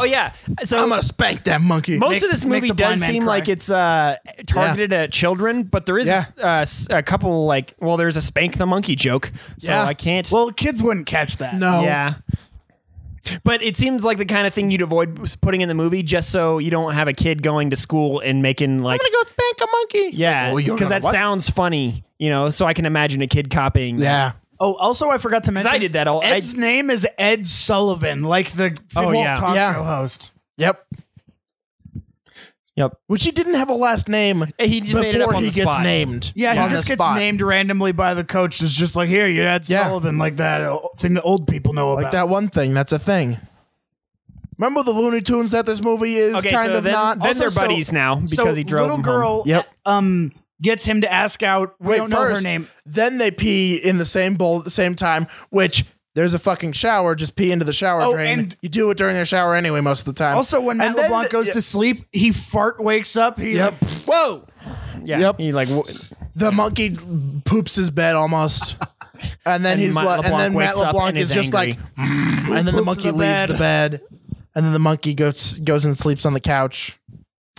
Oh yeah. So
I'm gonna spank that monkey.
most
Make-
of this
make
movie
the blind
does
man
seem
cry.
like it's uh, targeted at children, but there is
Yeah.
uh, s- a couple like well, there's a spank the monkey joke. So
Yeah.
I can't.
well, kids wouldn't catch that.
No.
yeah. But it seems like the kind of thing you'd avoid putting in the movie just so you don't have a kid going to school and making like
go spank a monkey.
yeah,
Oh, you're
because
gonna
that
what?
sounds funny, you know. So I can imagine a kid copying.
Yeah.
Oh, also, I forgot to mention.
I did that all- I-
Ed's name is Ed Sullivan, like the
Oh,
Wolf
yeah.
talk
Yeah.
show host.
Yep.
Yep.
Which he didn't have a last name
He just made it up
before
on
he
the
gets
spot.
named.
Yeah,
on
he
the
just gets
spot.
named randomly by the coach. It's just like, here, you're Ed
Yeah.
Sullivan, like that uh, thing that old people know
Like
about.
that one thing. That's a thing. Remember the Looney Tunes that this movie is
Okay,
kind
so
of
then,
not.
Then
Also,
they're
so-
buddies now because
so
he drove
little
them home.
girl,
Yep.
um, gets him to ask out. We
Wait,
don't know
first,
her name.
Then they pee in the same bowl at the same time, which there's a fucking shower. Just pee into the shower
Oh,
drain.
and-
you do it during their shower anyway most of the time.
Also, when Matt
And then
LeBlanc
the-
goes to sleep, he fart wakes up. He
Yep.
like,
Whoa. Yeah.
Yep.
He like w-
the monkey poops his bed almost. And then
And
he's
Matt
like, and then
LeBlanc
Matt
wakes up
LeBlanc
and
is
is
just
angry.
like, "Mm," and then the monkey
the
leaves
bed.
the bed, and then the monkey goes goes and sleeps on the couch.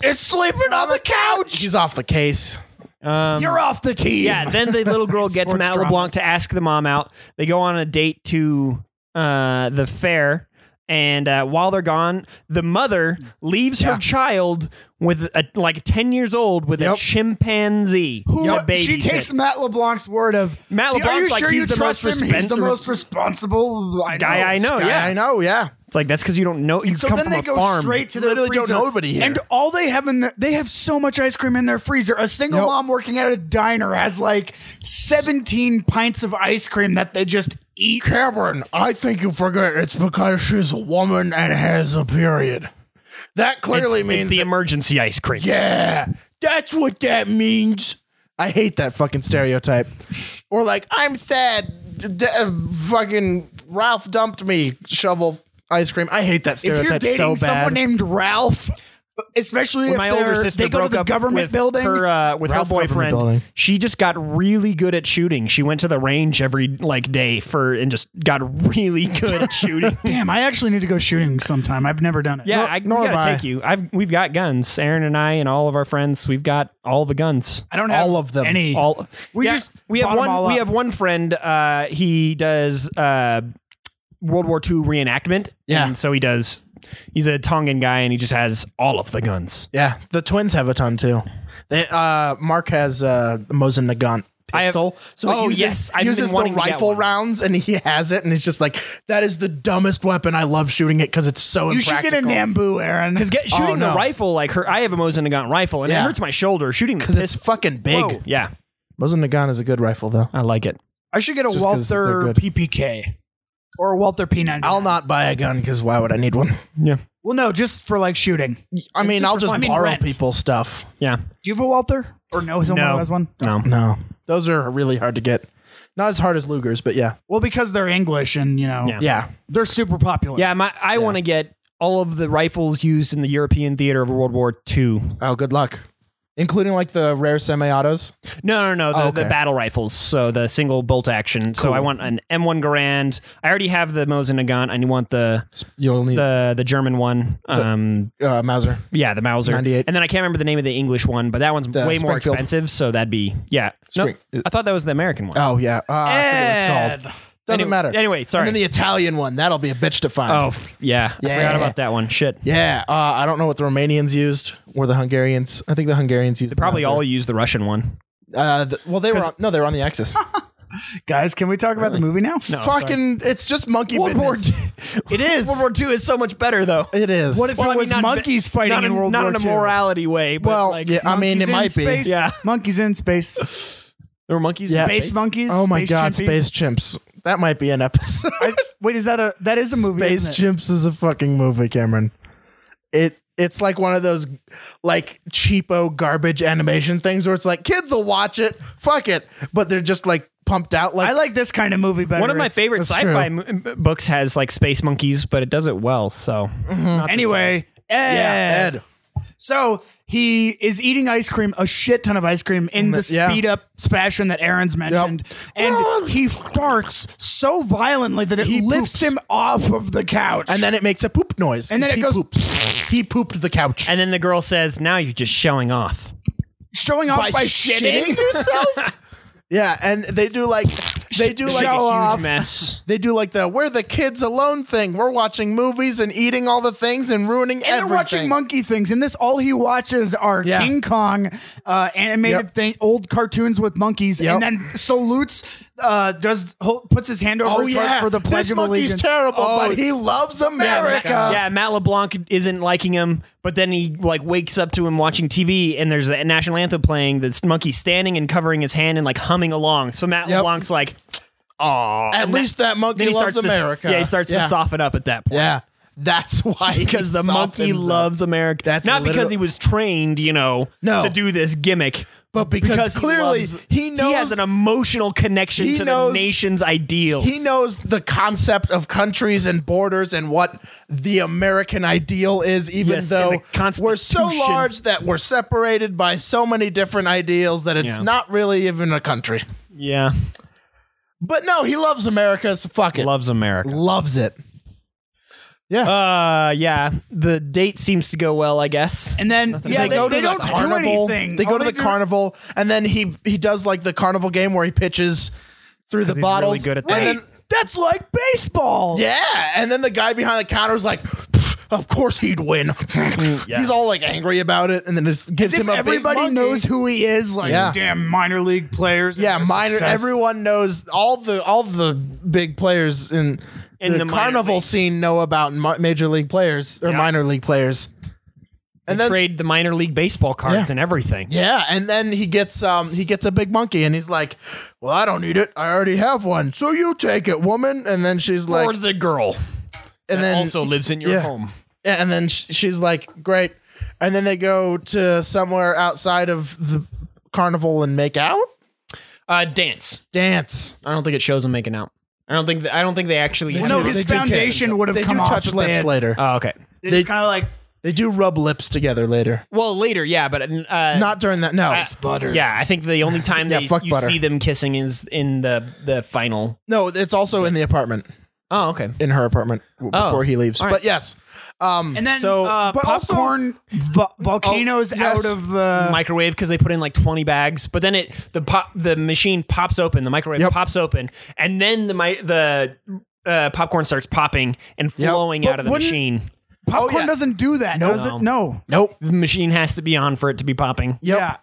it's sleeping on the couch.
She's off the case.
um,
You're off the team.
Yeah, then the little girl gets
Sports
Matt
drama.
LeBlanc to ask the mom out. They go on a date to uh, the fair, and uh, while they're gone, the mother leaves her child with a, like ten years old with a
Yep.
chimpanzee.
Who-
to
she
babysit.
takes Matt LeBlanc's word of
Matt
"Do- Are you
LeBlanc's like,
sure
he's
you
the
trust
most
him?
respen-
he's the most responsible I
guy
know."
I know.
Guy
Oh, yeah,
I know. Yeah,
it's like that's because you don't know. You
So
come
then
from
they
a
go
farm.
straight to their
Literally don't
freezer,
know nobody here.
and all they have in the, they have so much ice cream in their freezer. A single
Nope.
mom working at a diner has like seventeen pints of ice cream that they just eat.
Cameron. I think you forget. It's because she's a woman and has a period. That clearly
It's-
means.
it's the
that-
emergency ice cream.
yeah, that's what that means. I hate that fucking stereotype. Or like, I'm sad. D- uh, fucking Ralph dumped me. Shovel ice cream. I hate that
If
stereotype
you're dating
so bad.
someone named Ralph, especially if
my older
they're-
sister
they go to
broke
the
up
government
with
building,
her uh, with
Ralph
her
government building.
boyfriend. She just got really good at shooting. She went to the range every like day for and just got really good at shooting.
damn, I actually need to go shooting sometime. I've never done it.
Yeah, I,
nor
we gotta
have I.
take you. I've we've got guns. Aaron and I and all of our friends. We've got all the guns.
I don't have
All of them.
Any
All
We
we
just
just we have
bought 'em all
one we
up.
have one friend. Uh, he does uh, World War II reenactment.
Yeah.
and so he does. He's a Tongan guy, and he just has all of the guns.
Yeah, the twins have a ton too. They, uh, Mark has uh, the Mosin Nagant
I have-
pistol, so
Oh,
he uses,
yes, I've been
uses the
wanting to get
rifle
one.
rounds, and he has it, and it's just like that is the dumbest weapon. I love shooting it because it's so.
You should get a
impractical.
Nambu, Aaron.
Because get, shooting
Oh, no.
the rifle, like her, I have a Mosin Nagant rifle, and
Yeah.
it hurts my shoulder. Shooting the
'Cause it's
pistol-
fucking big.
Whoa, yeah,
Mosin Nagant is a good rifle though.
I like it.
I should get a
Just 'cause they're
Walther
good.
PPK or a Walther P9.
I'll not buy a gun because why would I need one?
Yeah,
Well, no, just for like shooting. Do
I mean,
just
I'll
for
just
fun. I mean,
borrow
rent.
people stuff.
yeah.
you have a Walther or no? Someone
No.
who has one.
No,
No, those are really hard to get. Not as hard as Luger's, but yeah,
Well, because they're English and you know
Yeah.
yeah.
they're super popular.
yeah. My, I want to get all of the rifles used in the European theater of World War II.
Oh, good luck, including like the rare semi-autos.
No, no, no. The,
Oh, okay.
the battle rifles. So the single bolt action. So I want an M1 Garand. I already have the Mosin Nagant. I want the
You'll need
the the German one. Um,
uh, Mauser.
yeah, the Mauser.
98.
And then I can't remember the name of the English one, but that one's
The
way more
Springfield.
expensive. So that'd be yeah. No,
Spring-
I thought that was the American one.
Oh yeah, uh, I forget what it's called. Doesn't
Anyway-
matter.
Anyway, sorry.
And then the Italian one that'll be a bitch to find.
oh f- yeah, I
Yeah.
forgot about that one. Shit.
Yeah, uh, I don't know what the Romanians used or the Hungarians. I think the Hungarians used
Probably
the
all
Mauser.
use the Russian one.
Uh, the, well, they were on, no, they were on the Axis.
Oh, Guys, can we talk about the movie now? No.
Fucking, it's just monkey business.
It is.
World War II is so much better though.
It is.
What if
Well, I
it
mean,
was
not-
monkeys fighting
not
in World
not
War
in a
II?
morality way. But
Well,
like,
yeah, I mean,
Monkeys
it
in
might
space?
be.
Yeah.
monkeys in space.
there were monkeys. in
Yeah.
space.
Space monkeys.
Oh my
space
god,
chimpies.
space chimps. That might be an episode.
I, wait, is that a that is a movie?
Space
isn't it?
Chimps is a fucking movie, Cameron. It it's like one of those like cheapo garbage animation things where it's like kids will watch it, fuck it, but they're just like pumped out like
I like this kind of movie better.
One of my
It's-
favorite
that's
sci-fi m- m- books has like space monkeys, but it does it well. So
Anyway, Ed. So he is eating ice cream, a shit ton of ice cream, in the
yeah.
speed up fashion that Aaron's mentioned, and he farts so violently that it
He
lifts
poops.
him off of the couch.
And then it makes a poop noise.
And then it
'cause he
goes-
poops. he pooped the couch.
And then the girl says, "Now you're just showing off."
showing off by, shitting.
yourself? yeah, and they do like They do like
Like a huge
off.
mess.
they do like the we're the kids alone thing. We're watching movies and eating all the things and ruining
And
everything.
they're watching monkey things. In this, all he watches are
Yeah.
King Kong uh, animated
Yep.
thing, old cartoons with monkeys,
Yep.
and then salutes. Uh, does hold, puts his hand over
Oh
his heart
yeah,
for the Pledge
this
of
monkey's
Allegiance.
terrible,
Oh.
but he loves America.
America.
yeah, Matt LeBlanc isn't liking him, but then he like wakes up to him watching TV, and there's a national anthem playing. This monkey standing and covering his hand and like humming along. So Matt
Yep.
LeBlanc's like, "Aw."
At
And
least that monkey
then he
loves
starts to-
America.
yeah, he starts to soften up at that point.
Yeah, that's why
Because the monkey loves America.
That's
not
literal-
because he was trained, you know,
No.
to do this gimmick,
But because
he
clearly
loves-
he knows-
he has an emotional connection
He
to
knows-
the nation's ideals.
He knows the concept of countries and borders and what the American ideal is, even
Yes, and
though
the Constitution.
we're so large that we're separated by so many different ideals that it's
Yeah.
not really even a country.
Yeah,
But no, he loves America, so fuck it.
loves America.
loves it. Yeah.
Uh, yeah. The date seems to go well, I guess.
And then yeah, they, they don't
carnival.
do anything.
They go
All
to the
Oh, do-
carnival, and then he he does like the carnival game where he pitches through the
he's really
bottles.
good at
and
that.
Wait,
then-
that's like baseball.
Yeah, and then the guy behind the counter is like, "Pff, "Of course he'd win." He's all like angry about it, and then it
As
gives
if
him a big
everybody
monkey.
knows who he is. Like
Yeah.
damn minor league players. and
Yeah,
their
minor.
success.
Everyone knows all the all the big players in,
In
the,
the minor
carnival
leagues.
scene know about mi- major league players or minor league players. And then
trade the minor league baseball cards
Yeah.
and everything.
yeah, and then he gets um he gets a big monkey, and he's like, "Well, I don't need it. I already have one. So you take it, woman." And then she's
Or
like,
the girl
and then
also lives in your
yeah.
home.
and then sh- she's like, "Great," and then they go to somewhere outside of the carnival and make out,
Uh, dance.
dance.
I don't think it shows them making out. I don't think. Th- I don't think they actually. have-
No,
do-
his
they do kiss.
foundation would have
They
come
do
off.
touch
if
lips
they had-
later.
Oh, okay.
They-
It's kind of like
they do rub lips together later.
Well, later, yeah, but uh,
Not during that. No,
butter.
Yeah, I think the only time
Yeah,
that
fuck
you
butter.
see them kissing is in the the final.
no, it's also in the apartment,
Oh, okay.
in her apartment w-
Oh,
before he leaves.
all right.
But yes, um,
And then
So-
uh,
but also-
popcorn vo- volcanoes
Oh, yes. oh,
out of the
microwave because they put in like 20 bags but then it the pop the machine pops open the microwave
Yep.
pops open and then the mi- the uh, popcorn starts popping and flowing
But
out of the
wouldn't-
machine
popcorn
yeah.
doesn't do that,
Nope.
does it? No.
nope.
the machine has to be on for it to be popping
Yep.
Yeah.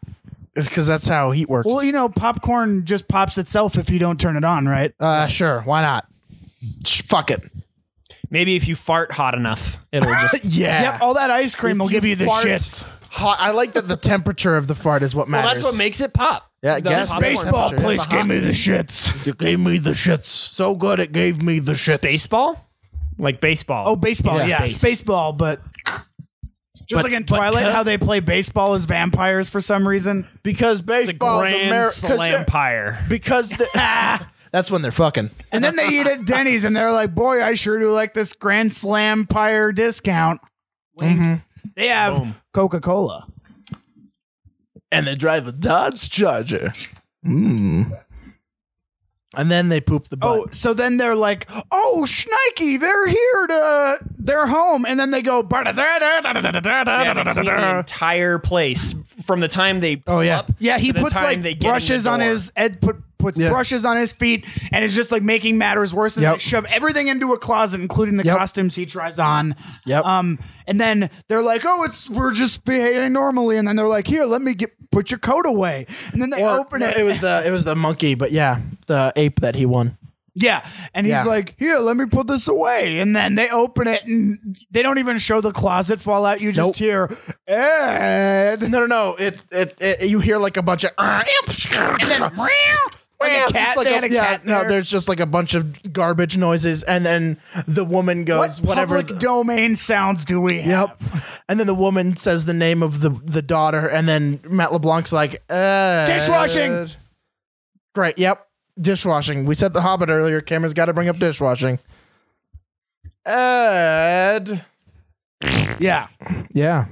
It's because that's how heat works. Uh,
Well, you know, popcorn just pops itself if you don't turn it on, right?
uh, sure. Why not? Sh- fuck it.
maybe if you fart hot enough it'll just
Yeah.
Yep, all that ice cream will
If
give you the
fart
shits.
Hot. I like that the temperature of the fart is what
well
matters.
that's what makes it pop
Yeah, I
The
guess.
popcorn
Baseball,
temperature.
please
The hot-
Oh, me the shits.
It gave me the shits. So good it gave me the shits.
baseball like baseball
Oh, baseball,
Yeah.
yeah,
Space.
baseball, but just like in Twilight, how they play baseball as vampires for some reason.
Because
the
baseball
grand
is America.
slampire
Because the- that's when they're fucking.
And then they eat at Denny's, and they're like, "Boy, I sure do like this Grand Slam Pyre discount." They have
Boom.
Coca Cola.
And they drive a Dodge Charger. Mm. And then they poop the butt.
Oh, so then they're like, "Oh, Schneike, they're here to they're home," and then they go.
Yeah, they clean the entire place from the time they
Oh, yeah.
up
Yeah, he
to the
puts
time
like
they get in the
brushes on
door.
his Ed put puts
Yeah.
brushes on his feet, and it's just like making matters worse. And
Yep.
they shove everything into a closet, including the
Yep.
costumes he tries on.
Yep.
Um, and then they're like, "Oh, it's we're just behaving normally," and then they're like, "Here, let me get put your coat away," and then they
Or-
open
Oh, no,
it.
It was the it was the monkey, but yeah, the ape that he won.
yeah, and he's
Yeah.
like, "Here, let me put this away," and then they open it, and they don't even show the closet fall out. You just
Nope.
hear Ed.
No, no, no. It it, it you hear like a bunch of uh, and then like
Like a cat, they had a
yeah,
cat
no,
there.
there's just like a bunch of garbage noises, and then the woman
What
goes whatever.
public domain sounds do we have?
Yep. And then the woman says the name of the, the daughter, and then Matt LeBlanc's like, uh,
Dishwashing.
Great. Yep. Dishwashing. We said The Hobbit earlier. Cameron's got to bring up dishwashing. Ed.
Yeah.
Yeah.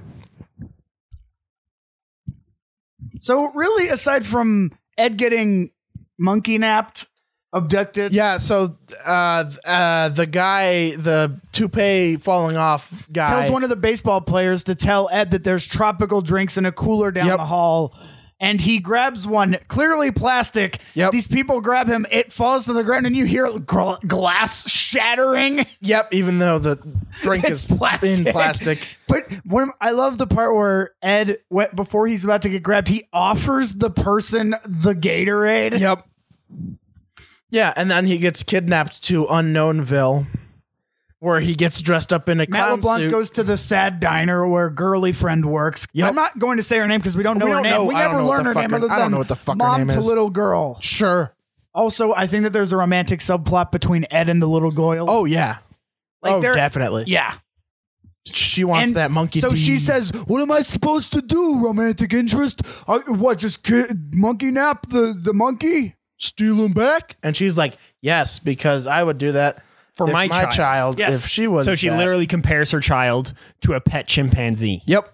So really, aside from Ed getting monkey napped, abducted,
Yeah. So uh, uh, the guy, the toupee falling off guy.
tells one of the baseball players to tell Ed that there's tropical drinks in a cooler down
Yep.
the hall. and he grabs one, clearly plastic.
Yep.
These people grab him, it falls to the ground, and you hear gl- glass shattering.
Yep, even though the drink
It's
is
plastic.
in plastic.
But one, of- I love the part where Ed, went, before he's about to get grabbed, he offers the person the Gatorade.
Yep. Yeah, and then he gets kidnapped to Unknownville, where he gets dressed up in a
Matt
clown
LeBlanc
suit.
goes to the sad diner where girly friend works.
Yep.
I'm not going to say her name because we don't know
We
her
don't
name.
know-
we
I don't
never
know what
learn
the
her
fuck
name
her-
other
I don't
than
know what the fuck her
mom
name
to
is.
little girl.
sure.
Also, I think that there's a romantic subplot between Ed and the little girl.
Oh yeah.
Like
oh,
they're-
definitely.
yeah.
She wants
And
that monkey.
So she
D.
says, "What am I supposed to do? Romantic interest? I, what? Just ki- monkey nap the the monkey
"Steal him back," and she's like, "Yes, because I would do that
For
if
my
child.
child."
Yes.
If she was
So she
that.
literally compares her child to a pet chimpanzee.
Yep.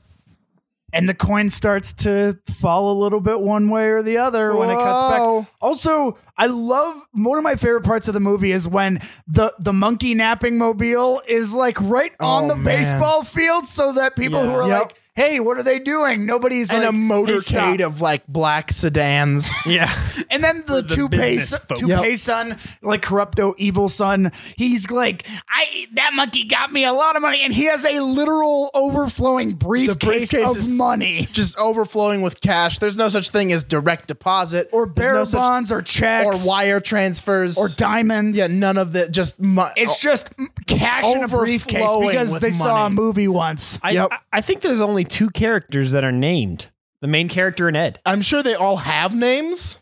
and the coin starts to fall a little bit one way or the other when it cuts
Whoa.
back. Also, I love one of my favorite parts of the movie is when the the monkey napping mobile is like right on
Oh,
the
man.
baseball field, so that people who are
Yep.
like, "Hey, what are they doing?" Nobody's
And
like,
a
"Hey,
motorcade
stop."
of like black sedans.
Yeah.
and then the,
the
toupee
business
son,
folk.
toupee
Yep.
son, like corrupto evil son, he's like, I that monkey got me a lot of money, and he has a literal overflowing briefcase,
briefcase
of
is-
money.
just overflowing with cash. There's no such thing as direct deposit
Or
There's
bearer
no such-
bonds or
or
checks
wire transfers
or diamonds.
yeah, none of that. Just mu- oh,
It's just mm, cash in a briefcase
Overflowing
because
with
they saw a
money.
movie once.
I,
Yep.
I, I think there's only two characters that are named the main character and Ed.
I'm sure they all have names,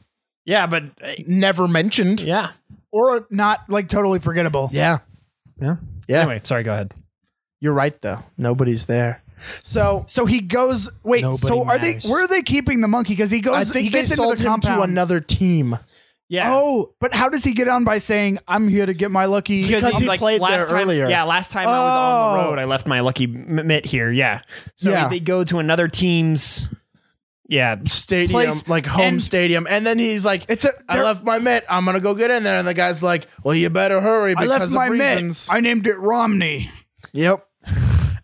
Yeah, but uh,
never mentioned.
yeah.
or not like totally forgettable.
Yeah.
Yeah.
Yeah.
Anyway, sorry, go ahead.
You're right though. Nobody's there. So
So he goes. Wait.
Nobody
so are
matters.
they? Where are they keeping the monkey? Because he goes.
I think
he
they
gets into
sold
the
him
compound.
to another team
Yeah.
Oh, but how does he get on by saying, "I'm here to get my lucky"?
because
he's
he played
"Last
there
time-
earlier."
Yeah, last time I was on the
Oh.
road, I left my lucky m- mitt here. Yeah. So
Yeah.
they go to another team's. Yeah.
stadium,
Place-
like home
and-
stadium, and then he's like,
It's a-
I
they're-
left my mitt. I'm gonna go get in there." And the guy's like, "Well, you better hurry
I
because
left
of
my mitt.
reasons."
I named it Romney
yep.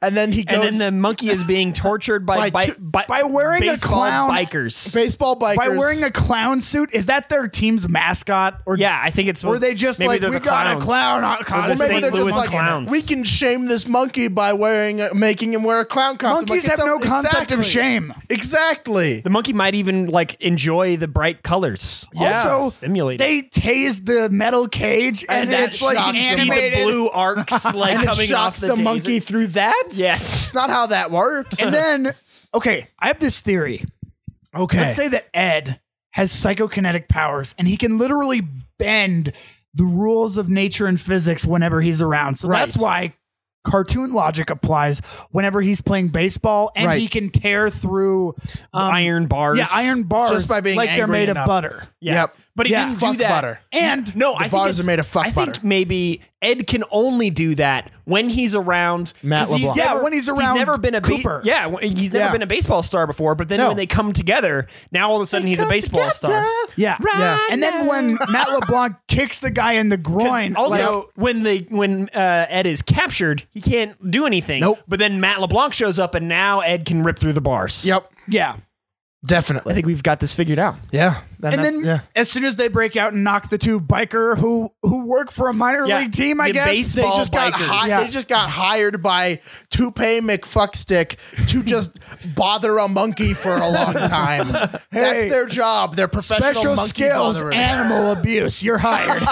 And then he
And
goes
then the monkey is being tortured by
By
by,
two-
by,
by wearing a
baseball
clown-
bikers.
baseball bikers
by wearing a clown suit. Is that their team's mascot? Or
yeah, I think it's.
Were they just
maybe
like
they're
we
the
got a
clowns."
clown? on
the
costume."
Maybe
St.
they're just
Louis
like
clowns.
we can shame this monkey by wearing, making him wear a clown costume.
Monkeys
Like,
have no
it's-
concept of
exactly.
shame.
Exactly.
The monkey might even like enjoy the bright colors.
Yeah.
Also,
Stimulated.
they tased the metal cage, and,
And that
it's like
shocks them.
animated.
the blue arcs like
And it
coming off
shocks
the,
the,
taser.
monkey through that.
Yes.
it's not how that works.
And then, okay, I have this theory.
okay,
Let's say that Ed has psychokinetic powers, and he can literally bend the rules of nature and physics whenever he's around. So that's
Right.
why cartoon logic applies whenever he's playing baseball, and
Right.
he can tear through um,
iron bars.
yeah, iron bars
Just by being
like they're
angry
made
enough.
of butter.
Yeah.
Yep.
But he
Yeah.
didn't
Fuck
do that.
butter.
And
No, I think
bars
it's-
are made of fuck
I
butter.
think maybe Ed can only do that when he's around 'cause
Matt
he's
LeBlanc.
Yeah,
never-
when he's around
never been a ba-
Cooper.
yeah, when- he's never
Yeah.
been a baseball star before. But then
No.
when they come together, now all of a sudden he's a
come
baseball star.
together.
yeah.
Yeah.
And then when Matt LeBlanc kicks the guy in the groin, like-
Also, when they when uh, Ed is captured, he can't do anything.
Nope.
But then Matt LeBlanc shows up, and now Ed can rip through the bars.
Yep,
yeah.
I
definitely.
think we've got this figured out.
Yeah,
And
that's-
then
yeah.
as soon as they break out and knock the two biker who who work for a minor
Yeah,
league team, I
the
guess
base-
They
Small
just got
bikers.
hi-
Yeah.
they just got hired by Toupee McFuckstick to just bother a monkey for a long time. That's
Hey.
their job. They're professional
special
monkey
skills,
botherers.
animal abuse. You're hired.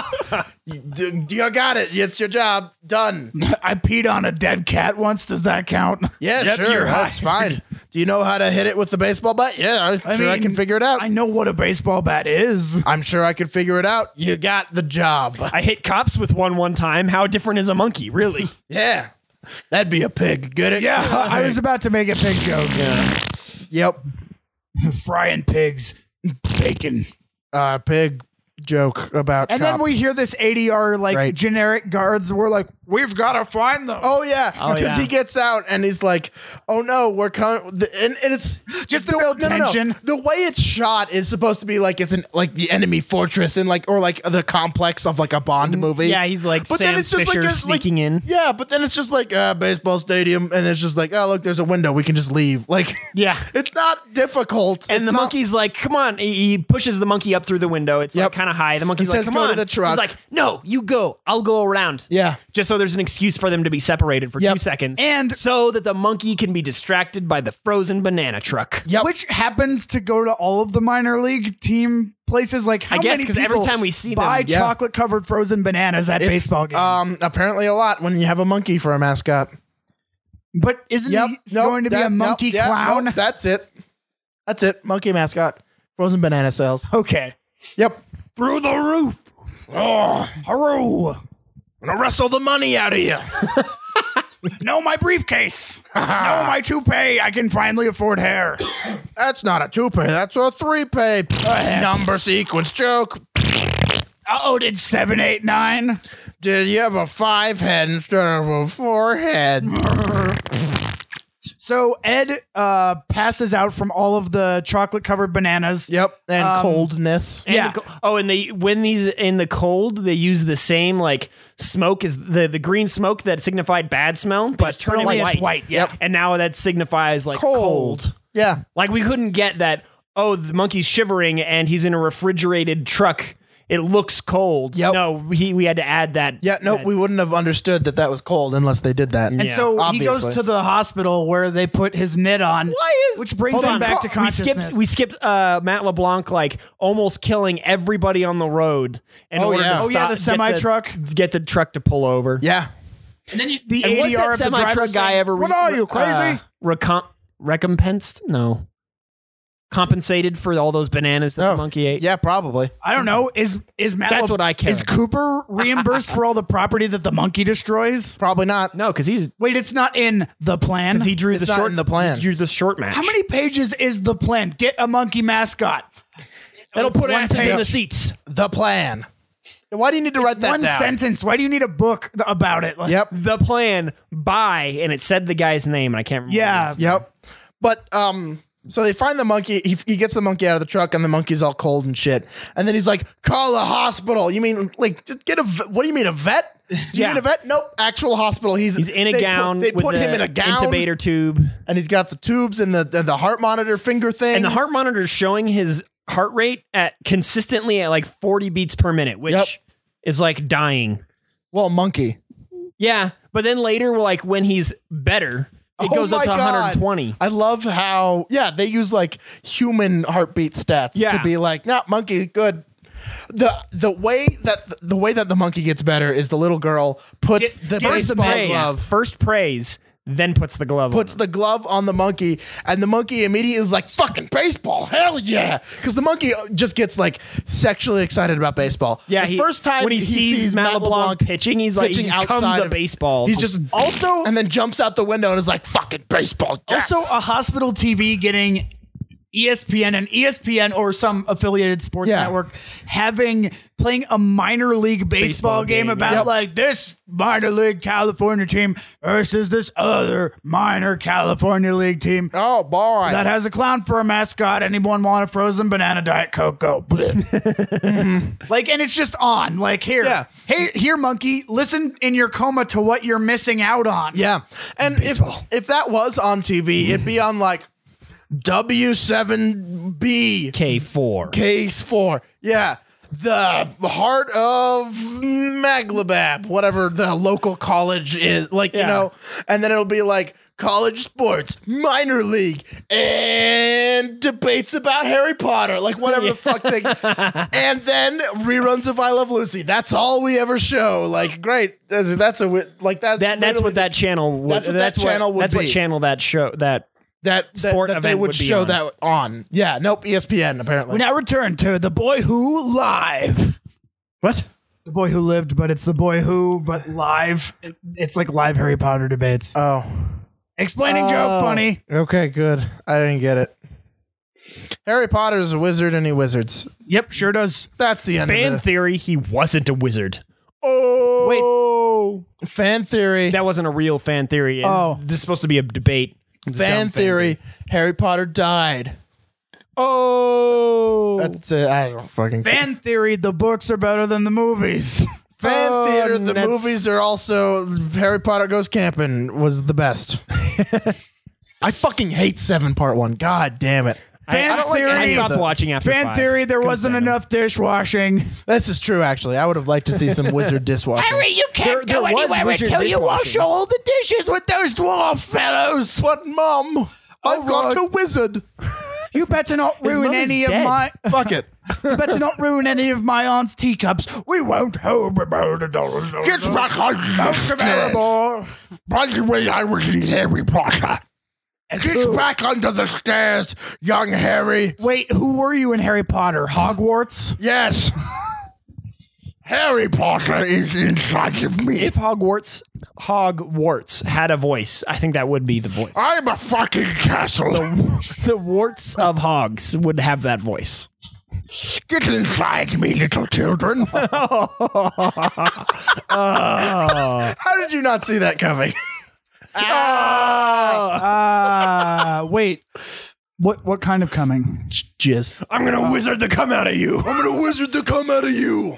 D- You got it. It's your job. Done.
I peed on a dead cat once. Does that count?
Yeah, sure. That's fine. Do you know how to hit it with the baseball bat? Yeah, I'm sure I
mean,
can figure it out.
I know what a baseball bat is.
I'm sure I can figure it out. You got the job.
I hit cops with one one time. How different is a monkey, really?
Yeah. That'd be a pig. Get it?
Yeah, I was about to make a pig joke.
Yep.
Frying pigs, bacon.
Uh, pig joke about
And
cop.
then we hear this ADR like
Right.
generic guards. We're like, We've got to find them.
Oh yeah, because
yeah.
he gets out and he's like, "Oh no, we're coming." And, and it's
Just to build tension.
The way it's shot is supposed to be like it's an like the enemy fortress and like or like the complex of like a
Mm,
Bond movie.
Yeah, he's like Sam Fisher sneaking in.
Yeah, but then it's just like a baseball stadium, and it's just like, oh look, there's a window, we can just leave. Like,
Yeah.
it's not difficult.
And
It's
the
not-
monkey's like, come on. He he pushes the monkey up through the window. It's
Yep.
like kind of high. The monkey's
It
like,
says,
come
"Go
on.
to the truck."
He's like, no, you go. I'll go around.
Yeah.
Just so there's an excuse for them to be separated for
Yep.
two seconds.
And-
so that the monkey can be distracted by the frozen banana truck.
Yep.
Which happens to go to all of the minor league team places. Like how
I guess,
many
'cause every
people
time we see them-
buy
Yeah.
chocolate covered frozen bananas at baseball games.
Um, apparently a lot when you have a monkey for a mascot.
but isn't
Yep,
he
nope,
going to be
that-
a monkey
nope, yeah,
clown?
nope, that's it. That's it. Monkey mascot. Frozen banana sales.
okay.
Yep.
Through the roof.
Oh,
Haru.
I'm gonna wrestle the money out of you.
No, my briefcase. no, my toupee. I can finally afford hair.
That's not a two pay. That's a three pay. Number sequence joke.
Uh oh, did seven, eight, nine?
Did you have a five head instead of a four head?
So Ed uh, passes out from all of the chocolate covered bananas.
Yep. And
Um,
coldness.
And
Yeah.
the co- oh, and they when these in the cold, they use the same like smoke as the the green smoke that signified bad smell, but just turn it
only
white.
it's white, yeah.
Yep.
And now that signifies like cold.
Yeah.
Like we couldn't get that. Oh, the monkey's shivering and he's in a refrigerated truck. It looks cold.
Yep.
No, he, we had to add that.
Yeah. Nope. We wouldn't have understood that that was cold unless they did that.
And
Yeah,
so he
obviously.
goes to the hospital where they put his mitt on,
Why is-
which brings
Hold
him
on.
back to
we
consciousness.
skipped we skipped uh, Matt LeBlanc like almost killing everybody on the road in
Oh,
order
yeah.
to
Oh,
yeah,
stop-
the
get
semi truck.
get the truck to pull over.
yeah.
and then you, the
And
ADR
was that
of the
semi
driver
truck guy
saying,
ever? re-
What are you
uh,
crazy?
recom- recompensed? No. Compensated for all those bananas that
Oh.
the monkey ate.
Yeah. Probably.
I don't know. Is is Matt?
That's what I care
Is
about.
Cooper reimbursed for all the property that the monkey destroys?
Probably not.
No, because he's
Wait, it's not in the plan.
because he drew
It's
the
not
short
in the plan.
he drew the short match.
How many pages is the plan? Get a monkey mascot.
That'll put
One
asses in
page.
the seats.
The plan. Why do you need to write that
One
down?
sentence. Why do you need a book th- about it? Like,
Yep.
The plan by and it said the guy's name and I can't remember.
Yeah.
his-
Yep. But um, so they find the monkey. He, he gets the monkey out of the truck, and the monkey's all cold and shit. And then he's like, "Call a hospital." You mean like just get a? v- What do you mean a vet? Do you
Yeah.
mean a vet? Nope, actual hospital. He's
He's in a
they
gown.
Put, they
with
put him
the
in a gown,
Intubator tube.
and he's got the tubes and the and the heart monitor finger thing.
And the heart monitor is showing his heart rate at consistently at like 40 beats per minute, which
Yep.
is like dying.
well, monkey.
Yeah, but then later, like when he's better, it
Oh
goes up
my
to
God.
120.
I love how yeah they use like human heartbeat stats
Yeah.
to be like nah, monkey good. The the way that the way that the monkey gets better is the little girl puts
Get-
the
get
First
some
baseball
praise,
glove
first praise, then puts the glove
puts
on.
the glove on the monkey and the monkey immediately is like fucking baseball hell yeah because the monkey uh, just gets like sexually excited about baseball
Yeah,
the
he-
first time
when he, sees, Matt LeBlanc, pitching, he's like
pitching
he just comes
outside
a
of-
baseball.
he's just
Also-
and then jumps out the window and is like fucking baseball yes.
Also,
uh,
a hospital TV getting E ESPN and ESPN or some affiliated sports
Yeah.
network having playing a minor league baseball,
Baseball
game,
game,
about
yeah. Yep.
like this minor league California team versus this other minor California league team
oh boy
that has a clown for a mascot. Anyone want a frozen banana diet coke? Go. bleh. Like, and it's just on. Like here,
Mm-hmm. Yeah.
hey, here, monkey, listen in your coma to what you're missing out on.
Yeah. And if, if that was on TV, it'd be on like W7B
K4.
case four. Yeah. The heart of Maglabab, whatever the local college is. Like, you
Yeah.
know, and then it'll be like college sports, minor league, and debates about Harry Potter, like whatever the fuck they. and then reruns of I Love Lucy. That's all we ever show. Like, great. That's, that's a, wi- like, that's,
That, that's
literally
what
the-
that channel would
That's what that channel would
That's
be.
what channel that show that
that that,
sport
that they
event
would,
would be
show
on.
that on. Yeah, nope, E ESPN apparently.
We now return to the boy who live.
what?
The boy who lived, but it's the boy who, but live. It- It's like live Harry Potter debates.
Oh,
Explaining joke, funny.
okay, good. I didn't get it. Harry Potter is a wizard and he wizards.
Yep, sure does.
That's the end
fan
of it.
theory he wasn't a wizard. Oh,
Fan theory.
that wasn't a real fan theory. It's-
Oh.
this is supposed to be a debate.
fan theory. Harry Potter died.
Oh,
That's it. I don't fucking care.
Fan theory: the books are better than the movies.
Fan
Oh,
theater. The
that's-
movies are also Harry Potter Goes Camping was the best. I fucking hate Seven Part One. God damn it.
Fan
I don't like
theory.
any
I
of
stopped
them.
watching after
Fan
five.
theory: there wasn't enough dishwashing.
This is true. Actually, I would have liked to see some wizard dishwashing.
you can't
There- there was wizard dishwashing.
all the dishes with those dwarf fellows.
But mom, I've got
Alright.
a wizard.
You better not ruin
mother's
any
dead.
of my.
Fuck it.
You better not ruin any of my aunt's teacups. We won't hold about it.
Get back on the stairs.
Terrible.
By the way, I was in Harry Potter. Get
who?
back under the stairs, young Harry.
Wait, who were you in Harry Potter? Hogwarts?
Yes. Harry Potter is inside of me.
If Hogwarts, Hogwarts had a voice, I think that would be the voice.
I'm a fucking castle.
the warts of hogs would have that voice.
Get inside me, little children.
How did you not see that coming?
Uh, wait. What what kind of coming?
Jizz.
I'm gonna wizard the come out of you. I'm gonna wizard the come out of you.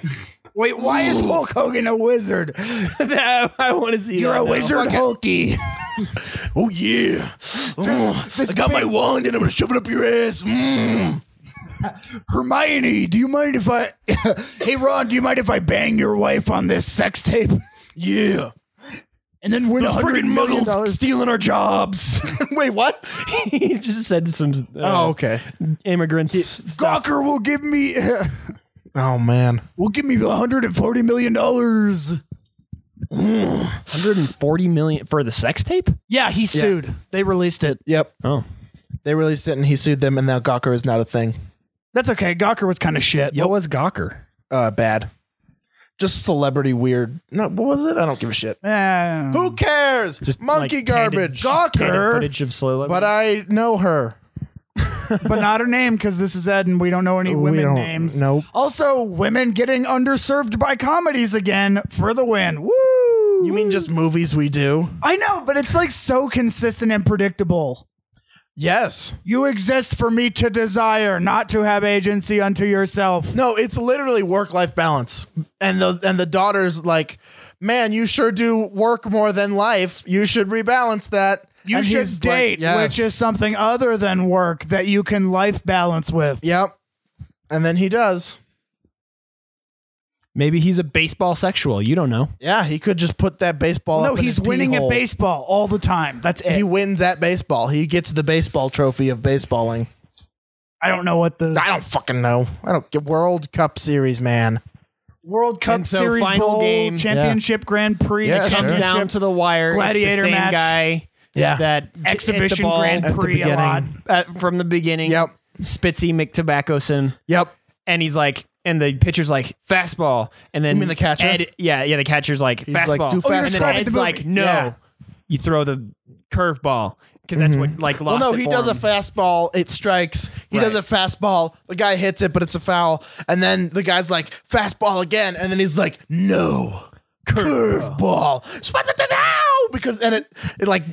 Wait, why is Hulk Hogan a wizard?
I want to see.
You're
that
a
now.
wizard, Hulky.
Oh yeah. Oh, I got my wand and I'm gonna shove it up your ass. Mm.
Hermione, do you mind if I? hey, Ron, do you mind if I bang your wife on this sex tape?
Yeah.
And then win a
Those
hundred
friggin'
million
muggles
dollars.
stealing our jobs.
Wait, what?
he just said some uh,
Oh, okay.
immigrants.
Gawker will give me
Oh man.
will give me 140 million dollars.
140 million for the sex tape?
Yeah, he sued. They released it.
Yep.
Oh.
They released it and he sued them, and now Gawker is not a thing.
That's okay. Gawker was kind of shit.
What was Gawker?
Uh, bad. Just celebrity weird. No, what was it? I don't give a shit.
Eh.
Who cares? Mm. Just monkey
like, candid-
garbage.
Gawker.
Candid footage of celebrities.
But uh, I know her.
but not her name because this is Ed and we don't know any women
don't-
names.
nope.
Also, women getting underserved by comedies again for the win. Woo!
You mean just movies we do?
I know, but it's like so consistent and predictable.
Yes.
You exist for me to desire, not to have agency unto yourself.
No, it's literally work life balance. And the and the daughter's like, man, you sure do work more than life. You should rebalance that.
You
And he's
should
like,
date,
"Yes."
which is something other than work that you can life balance with.
Yep. And then he does.
Maybe he's a baseball sexual. You don't know.
Yeah, he could just put that baseball.
No,
up in
he's
his
winning
pee-hole.
at baseball all the time. That's it.
He wins at baseball. He gets the baseball trophy of baseballing.
I don't know what the
I don't fucking know. I don't get World Cup Series, man.
World Cup
And so
Series
final
Bowl,
game-
Championship Grand Prix,
Yeah, sure.
Comes
championship,
down to the wire. It's the
Gladiator
same
match.
guy
Yeah.
that hit the
exhibition
ball
Grand
At the
Prix a lot.
beginning.
at- from the beginning.
Yep.
Spitzy McTobaccoson.
Yep.
And he's like, and the pitcher's like, fastball. And then
You mean the catcher?
Ed- yeah, yeah, the catcher's like,
like,
fastball.
"Do Oh, you're fastball."
and then
describing the
Ed's
movie.
like, no.
Yeah. Mm-hmm.
You throw the curveball. Because that's what, like,
Well,
lost
no,
it
he
for
does a
him.
fastball. It strikes. He does a
Right.
fastball. The guy hits it, but it's a foul. And then the guy's like, fastball again. And then he's like, no.
Oh.
Curveball. Spaz- it out! Because, and it, it like,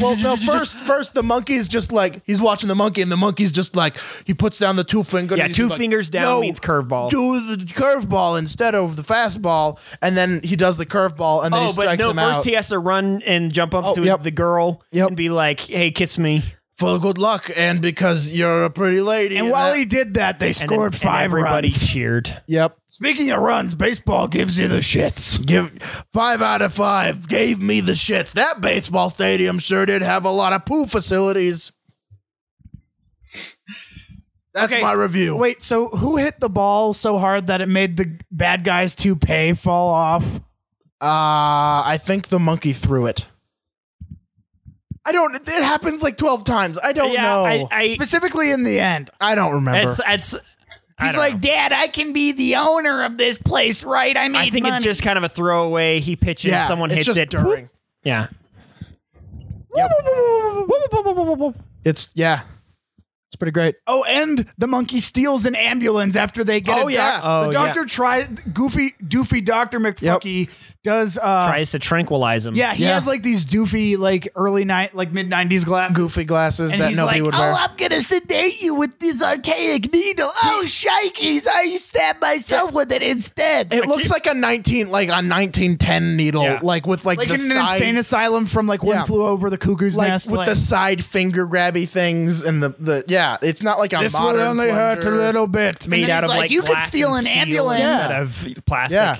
well, no, first, first the monkey's just like, he's watching the monkey, and the monkey's just like, he puts down the two finger. and
Yeah,
he's
two
just like,
fingers down
"No,
means curveball.
Do the curveball instead of the fastball. And then he does the curveball, and then he
Oh, but
strikes
no,
him
first
out.
he has to run and jump up
Oh,
to
yep.
the girl
Yep.
and be like, hey, kiss me.
For good luck, and because you're a pretty lady. uh,
And while
that-
he did that, they
And
scored
then- and
five
everybody
runs.
cheered.
Yep.
Speaking of runs, baseball gives you the shits.
Give five out of five. Gave me the shits. That baseball stadium sure did have a lot of poo facilities. That's
Okay,
my review.
Wait, so who hit the ball so hard that it made the bad guys to pay fall off?
Uh, I think the monkey threw it. I don't. It happens like twelve times. I don't know.
I,
I,
I,
Specifically in the end.
don't remember.
it's, it's,
He's like, Dad, I can be the owner of this place, right? I made
I think it's
money."
just kind of a throwaway. He pitches,
yeah,
someone
it's
hits
just
it.
during.
Yeah.
It's yeah. It's pretty great.
Oh, and the monkey steals an ambulance after they get.
Oh,
a doc-
yeah.
Oh,
the doctor tries. Goofy, doofy Doctor McFucky does. Uh,
Tries to tranquilize him.
yeah, he
Yeah.
has like these doofy, like early night, like mid nineties glasses.
Goofy glasses
And
that
he's
nobody
like,
would
"Oh,
wear.
I'm gonna sedate you with this archaic needle. Oh, shikes! I stabbed myself with it instead.
It looks like a nineteen, like a nineteen ten needle,
Yeah.
like with like,
like
the
in an
side,
insane asylum from like one
Yeah.
flew over the cuckoo's
like
nest.
with
like,
the side finger grabby things and the the yeah. It's not like a
this
modern
will only hurt a
plunger.
little bit. And
Made
then
out
he's
of like,
like, you could
glass
steal
and
an
steel
ambulance.
instead of plastic.
Yeah.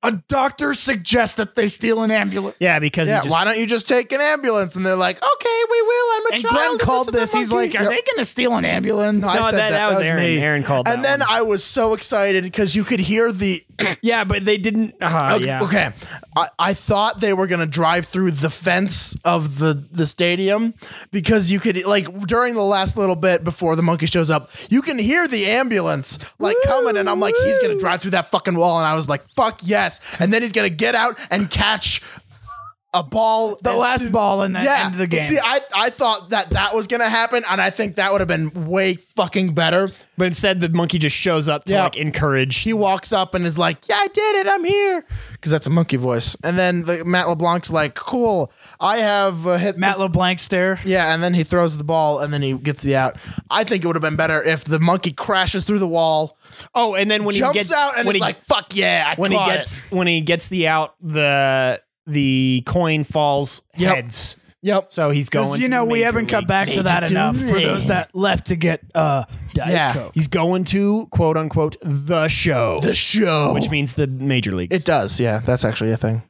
A doctor suggests that they steal an ambulance.
Yeah, because
Yeah,
he just
why don't you just take an ambulance? And they're like, okay, we will. I'm a
And
child.
Glenn
and
called
is a
this. He's
monkey."
like, are
Yep.
they going to steal an ambulance?
I
No,
said
that- that was Aaron.
me.
Aaron called
And
that
then I was so excited because you could hear the.
Yeah, but they didn't. Uh,
Okay,
yeah.
okay. I, I thought they were gonna drive through the fence of the the stadium because you could like during the last little bit before the monkey shows up, you can hear the ambulance like coming, and I'm like, he's gonna drive through that fucking wall, and I was like, fuck yes, and then he's gonna get out and catch. A ball,
The
as
last
soon-
ball in the end of the game.
See, I, I thought that that was going to happen, and I think that would have been way fucking better.
But instead, the monkey just shows up to
Yeah.
like encourage.
He walks up and is like, Yeah, I did it. I'm here. Because that's a monkey voice. And then the, Matt LeBlanc's like, Cool. I have uh, hit. the-"
Matt LeBlanc stare.
yeah, and then he throws the ball and then he gets the out. I think it would have been better if the monkey crashes through the wall,
Oh, and then when
jumps
he gets
out, and
when
he's
he,
like, Fuck yeah. I
when he
caught
gets
It.
when he gets the out the the coin falls
Yep.
heads.
Yep.
So he's going.
Because, you
to
know,
the
we
major
haven't come
leagues.
back to that
Major
enough for
league.
those that left to get uh, Diet
Yeah.
Coke.
He's going to quote unquote the show,
The show.
which means the major league.
It does, yeah. That's actually a thing.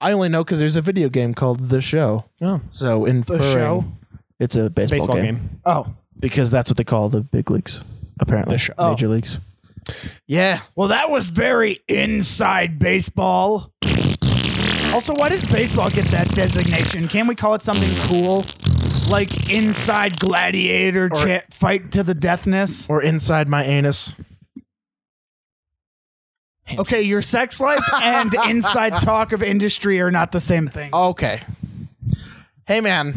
I only know because there's a video game called The Show.
Oh.
So inferring
Show?
it's a baseball,
baseball
game,
game.
Oh,
because that's what they call the big leagues, apparently.
oh.
Major leagues. Yeah,
well, that was very inside baseball. Also, why does baseball get that designation? Can we call it something cool? Like inside gladiator cha- fight to the deathness?
or inside my anus.
Okay, your sex life and inside talk of industry are not the same thing.
Okay. Hey man,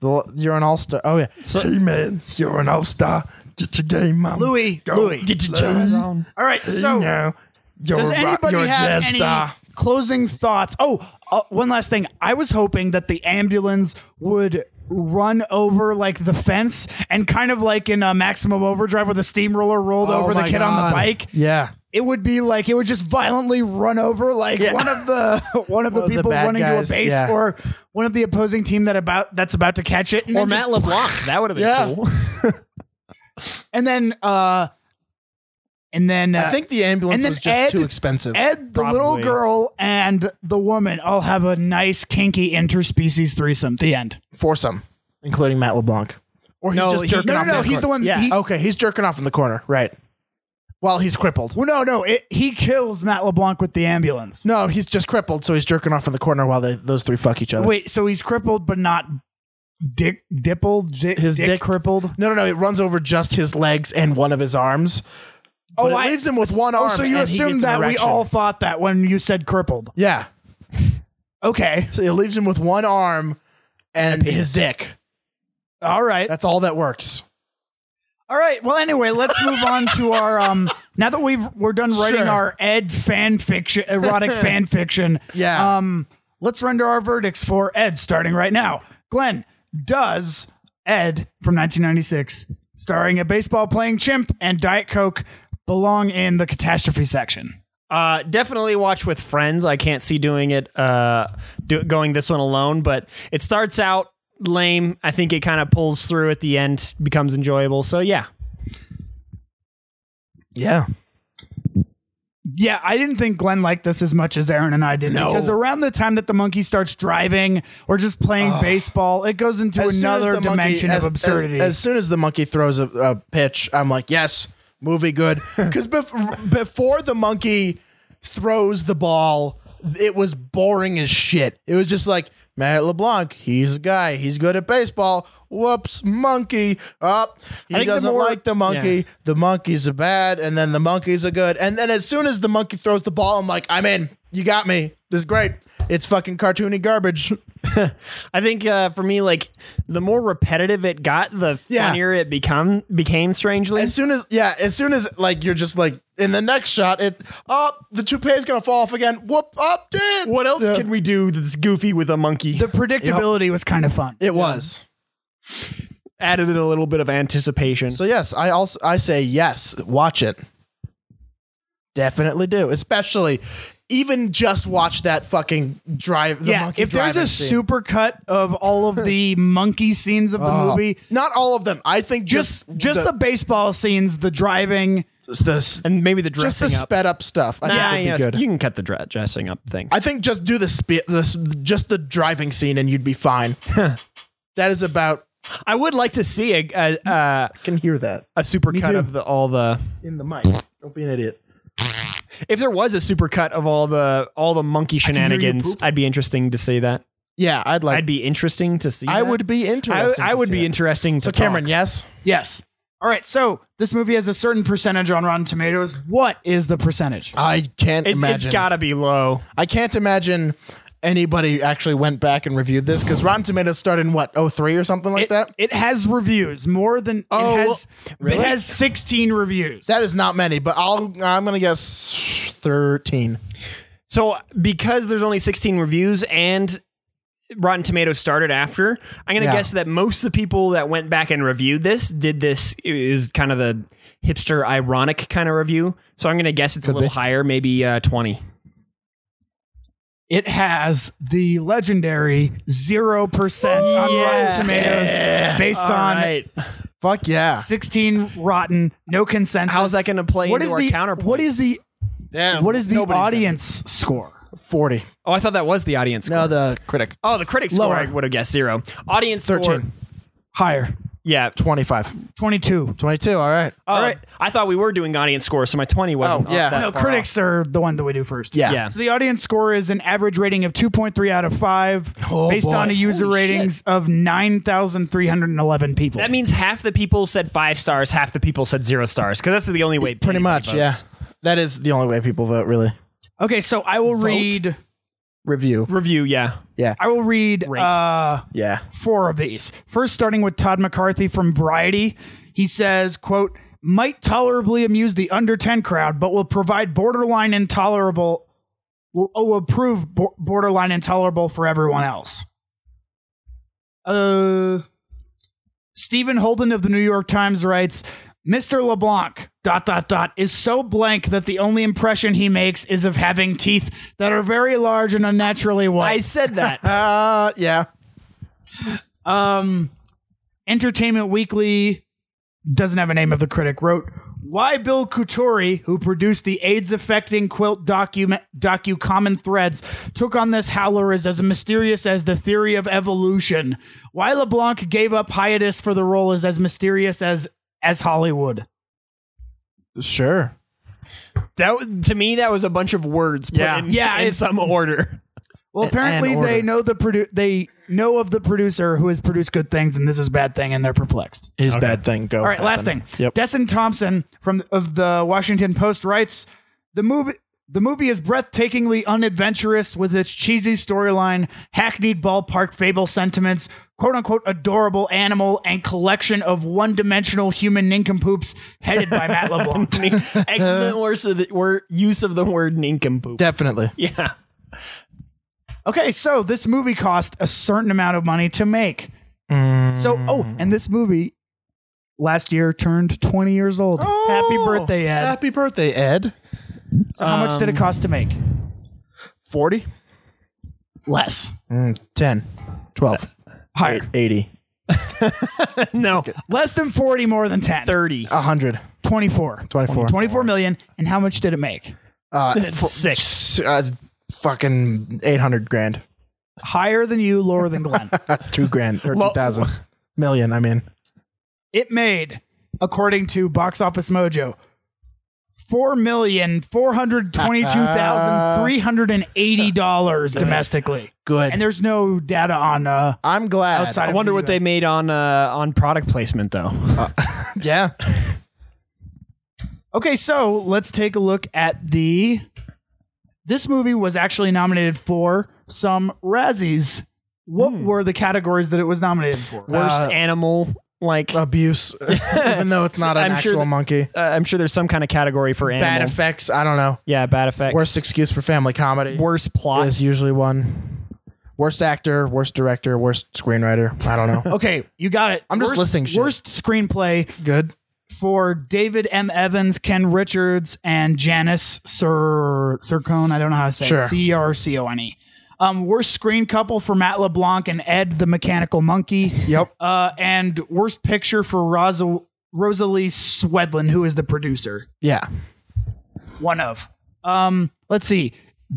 the, you're an all star. Oh yeah,
Hey man, you're an all star. Get your game on.
Louis, Louis.
Get your jazz on.
All right,
So
so
now, you're
does
a rock-
anybody
you're a
have
jazz
any
uh,
star.
closing thoughts? Oh, uh, one last thing. I was hoping that the ambulance would run over like the fence and kind of like in a maximum overdrive where the steamroller rolled over the
Oh my
kid on the
God.
bike
yeah.
it would be like it would just violently run over like one of the one of the
of Oh, the
people
bad
running
guys,
to a base
yeah.
or one of the opposing team that about that's about to catch it and
Or
then just-
Matt LeBlanc. That would have been
Yeah.
cool.
and then uh and then uh,
I think the ambulance
and then
was just
Ed-
too expensive.
Ed, the little
Probably.
girl, and the woman all have a nice kinky interspecies threesome. The end.
Foursome, including Matt LeBlanc. Or he's
No,
just
he-
jerking
No, no,
off.
no.
in the
He's the
corner.
one.
Yeah.
He,
Okay, he's jerking off in the corner, right? While he's crippled.
Well, no, no. It, he kills Matt LeBlanc with the ambulance.
No, he's just crippled, so he's jerking off in the corner while they, those three fuck each other.
Wait, so he's crippled but not dick dippled. Dick,
His
dick,
dick-
crippled.
No, no, no. It runs over just his legs and one of his arms. Oh, it
I-
leaves him with one
Oh,
arm.
so you
and he
assumed
gets an
that we
erection.
all thought that when you said crippled.
Yeah.
Okay.
So it leaves him with one arm and his dick.
All right.
That's all that works.
All right. Well, anyway, let's move on to our um. Now that we've we're done writing
Sure.
our Ed fan fiction, erotic fan fiction.
Yeah.
Um. Let's render our verdicts for Ed starting right now. Glenn, does Ed from 1996, starring a baseball playing chimp and Diet Coke, belong in the catastrophe section?
Uh, definitely watch with friends. I can't see doing it, uh, do, going this one alone, but it starts out lame. I think it kind of pulls through at the end, becomes enjoyable. So yeah,
Yeah.
Yeah, I didn't think Glenn liked this as much as Aaron and I did
No.
because around the time that the monkey starts driving or just playing baseball, it goes into another dimension
monkey, as-
of absurdity.
As, as soon as the monkey throws a, a pitch, I'm like, yes, movie good. Because bef- before the monkey throws the ball, it was boring as shit. It was just like Matt LeBlanc. He's a guy. He's good at baseball. Whoops, monkey up. he
think the
doesn't
more-
like the monkey.
Yeah.
The monkeys are bad, and then the monkeys are good. And then as soon as the monkey throws the ball, I'm like, I'm in. You got me. This is great. It's fucking cartoony garbage.
I think uh, for me, like the more repetitive it got, the
Yeah.
funnier it become became. Strangely,
As soon as yeah, as soon as like you're just like in the next shot, it oh the toupee is gonna fall off again. Whoop up, dude.
what else
Yeah.
can we do that's goofy with a monkey?
The predictability was kind of fun.
It was.
Added a little bit of anticipation.
So yes, I also I say yes, watch it. Definitely do. Especially even just watch that fucking drive the
yeah,
monkey
if there's
driving
a
scene.
super cut of all of the monkey scenes of the
Oh.
movie,
Not all of them. I think
just
just
just the, baseball scenes, the driving.
the, the-
and maybe the
just
dressing
the
up.
sped up stuff. I
Nah,
think would
yes,
be good.
you can cut the dre- dressing up thing.
I think just do the, spe- the s- just the driving scene and you'd be fine. that is about
I would like to see a a, uh,
can hear that
a super cut
too.
of the, all the.
in the mic. Don't be an idiot.
If there was a super cut of all the all the monkey shenanigans, I'd be interesting to see that.
Yeah, I'd like
I'd be interesting to see.
I
that.
would be
I,
interested.
I
to
would
see
be
it.
interesting to
So Cameron,
talk.
yes.
Yes. All right, so this movie has a certain percentage on Rotten Tomatoes. What is the percentage?
I can't
It,
imagine.
it's gotta be low.
I can't imagine anybody actually went back and reviewed this because Rotten Tomatoes started in what 03 or something like
It,
that.
it has reviews more than
Oh,
it has. It
really?
has 16 reviews.
That is not many, but I'll I'm gonna guess thirteen.
So because there's only 16 reviews and Rotten Tomatoes started after, I'm gonna
Yeah.
guess that most of the people that went back and reviewed this did this is kind of the hipster ironic kind of review. So I'm gonna guess it's a little higher, maybe uh, 20.
it has the legendary 0% on Rotten Tomatoes based on
Fuck yeah.
16 rotten, no consensus.
How's that gonna play
what
into
is
our
the
counterpoint?
what is the
yeah
what is the
nobody's gonna-
audience score?
forty?
Oh, I thought that was the audience. Score.
No, the critic
oh, the critics score.
Lower.
I would have guessed zero. Audience score-
thirteen.
Higher.
Yeah.
25.
22.
22, all right.
All right. I thought we were doing audience score, so my 20 wasn't.
Oh, yeah.
that
No,
far
critics are the one that we do first.
Yeah.
off. Yeah.
So the audience score is an average rating of 2.3 out of 5
Oh,
based
boy.
on a user ratings of 9,311 people.
That means half the people said five stars, half the people said zero stars, because that's the only way.
Pretty
anybody
much, yeah.
votes.
That is the only way people vote, really.
okay, so I will read
Review.
Review, yeah.
I will read
Rate.
uh
Yeah.
four of these. First, starting with Todd McCarthy from Variety. He says, quote, might tolerably amuse the under 10 crowd, but will provide borderline intolerable, will, oh, will prove bo- borderline intolerable for everyone else. Uh, Stephen Holden of the New York Times writes, Mr. LeBlanc, dot, dot, dot, is so blank that the only impression he makes is of having teeth that are very large and unnaturally white.
I said that.
Uh, yeah.
Um, Entertainment Weekly doesn't have a name of the critic. Wrote why Bill Kuturi, who produced the AIDS-affecting quilt document docu Common Threads, took on this howler is as mysterious as the theory of evolution. Why LeBlanc gave up hiatus for the role is as mysterious as as Hollywood.
Sure.
that was- to me, that was a bunch of words. Put
Yeah.
in,
Yeah,
in
it's-
some order.
Well,
And-
apparently
and
they
order.
know the produ- they know of the producer who has produced good things, and this is bad thing, and they're perplexed.
His bad thing. Go.
All right, last thing.
Yep.
Desson Thompson from of the Washington Post writes the movie. The movie is breathtakingly unadventurous with its cheesy storyline, hackneyed ballpark fable sentiments, quote unquote adorable animal, and collection of one dimensional human nincompoops headed by Matt LeBlanc.
Excellent words of the, word, use of the word nincompoop.
Definitely.
yeah.
Okay, so this movie cost a certain amount of money to make. So, oh, and this movie last year turned 20 years old. Happy birthday, Ed.
Oh, Happy birthday, Ed.
so, how much did it cost to make?
40?
Less.
Mm, 10, 12,
Higher.
80,
No.
Less than 40, more than 10.
30.
100,
24.
24.
24 million. And how much did it make?
Uh, fo-
Six.
s- uh, fucking 800 grand. Uh,
Higher than you, lower than Glenn.
Two grand or
Lo-
2,000 million, I mean.
it made, according to Box Office Mojo, Four million four hundred twenty-two thousand three hundred and eighty dollars domestically,
Good.
and there's no data on uh,
I'm glad.
outside.
I
of
wonder
the
what they
US.
made on uh, on product placement though.
Uh, Yeah.
Okay, so let's take a look at the. This movie was actually nominated for some Razzies. What
Hmm.
were the categories that it was nominated for?
Worst
Uh,
animal, like uh,
Abuse, even though it's not an
I'm sure
actual
that-
monkey.
I'm sure there's some kind of category for animal.
Bad effects. I don't know.
yeah, bad effects.
Worst excuse for family comedy
worst plot.
is usually one. Worst actor, worst director, worst screenwriter. I don't know.
Okay, you got it.
I'm just
worst,
listing shit.
Worst screenplay
Good.
for David M. Evans, Ken Richards, and Janice Sir Sircone. I don't know how to say
Sure.
it. C E R C O N E. Um, worst screen couple for Matt LeBlanc and Ed the Mechanical Monkey.
Yep.
Uh, and worst picture for Rosa- Rosalie Swedlin, who is the producer.
Yeah.
One of. Um, let's see.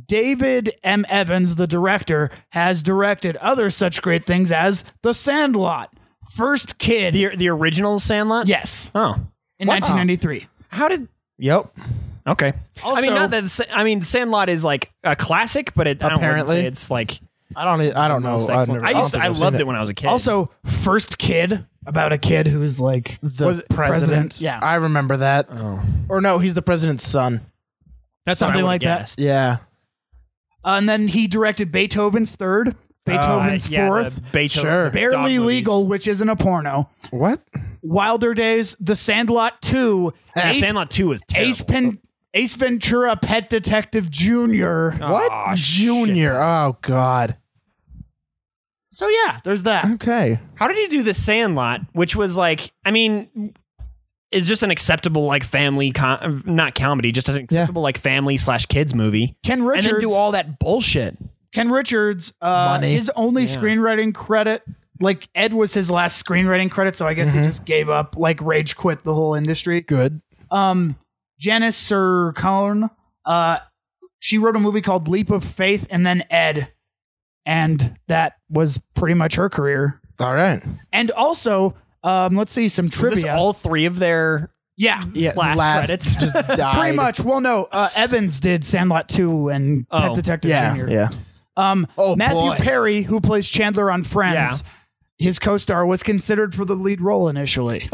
David M. Evans, the director, has directed other such great things as The Sandlot, First Kid.
the the original Sandlot.
yes,
Oh,
in 1993.
how did?
Yep.
Okay. I
Also-
mean, not that. the Sa- I mean, Sandlot is like a classic, but it I don't wouldn't
Apparently.
say it's like
I don't. e, I don't
Oh,
know.
most
I've
excellent.
never-
I
don't
used. To,
think
I
I've seen
loved it when I was a kid.
Also, First Kid, about a kid who's like
The
was it-
president.
president? Yeah.
I remember that. Or no, he's the president's son.
that's what I
something
would've
like that. Uh,
guessed.
Yeah.
and then he directed Beethoven's third, Beethoven's
Uh, yeah, the
fourth,
Beethoven,
Sure.
the dog
Barely
movies.
Legal, which isn't a porno,
What?
Wilder Days, The Sandlot 2,
Yeah,
Ace,
Sandlot Two was terrible.
Ace, Pen, Ace Ventura, Pet Detective Jr.
Oh.
What?
Aw,
Junior. Oh God.
So, yeah, there's that.
Okay.
How did he do the Sandlot, which was like, I mean, is just an acceptable like family, com- not comedy, just an acceptable like family slash kids movie,
Ken Richards.
and then do all that bullshit.
Ken Richards, uh,
Money.
his only screenwriting credit, like Ed was his last screenwriting credit, so I guess
Mm-hmm.
he just gave up, like rage quit the whole industry.
Good.
um Janice Sir Cohn, uh she wrote a movie called Leap of Faith and then Ed. And that was pretty much her career.
All right.
And also, um, let's see some
Was
trivia.
this all three of their
yeah.
last, credits?
Just died.
Pretty much. Well, no, uh, Evans did Sandlot 2 and Pet
Oh,
Detective
Yeah.
Jr.
Yeah.
Um,
Oh,
Matthew
boy.
Perry, who plays Chandler on Friends, his co star, was considered for the lead role initially.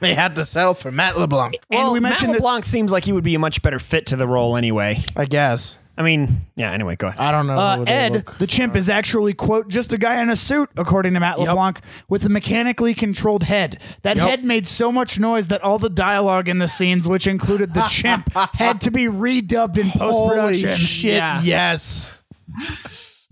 They had to sell for Matt LeBlanc.
and
Well,
we mentioned
Matt
that-
LeBlanc seems like he would be a much better fit to the role anyway.
I guess.
I mean, yeah. Anyway, go ahead.
I don't know.
Uh,
who Oh, they
Ed,
look-
the chimp, is actually quote just a guy in a suit, according to Matt LeBlanc, with a mechanically controlled head. That
Yep.
head made so much noise that all the dialogue in the scenes, which included the chimp, had to be redubbed in post
Holy
production.
shit!
Yeah.
Yes.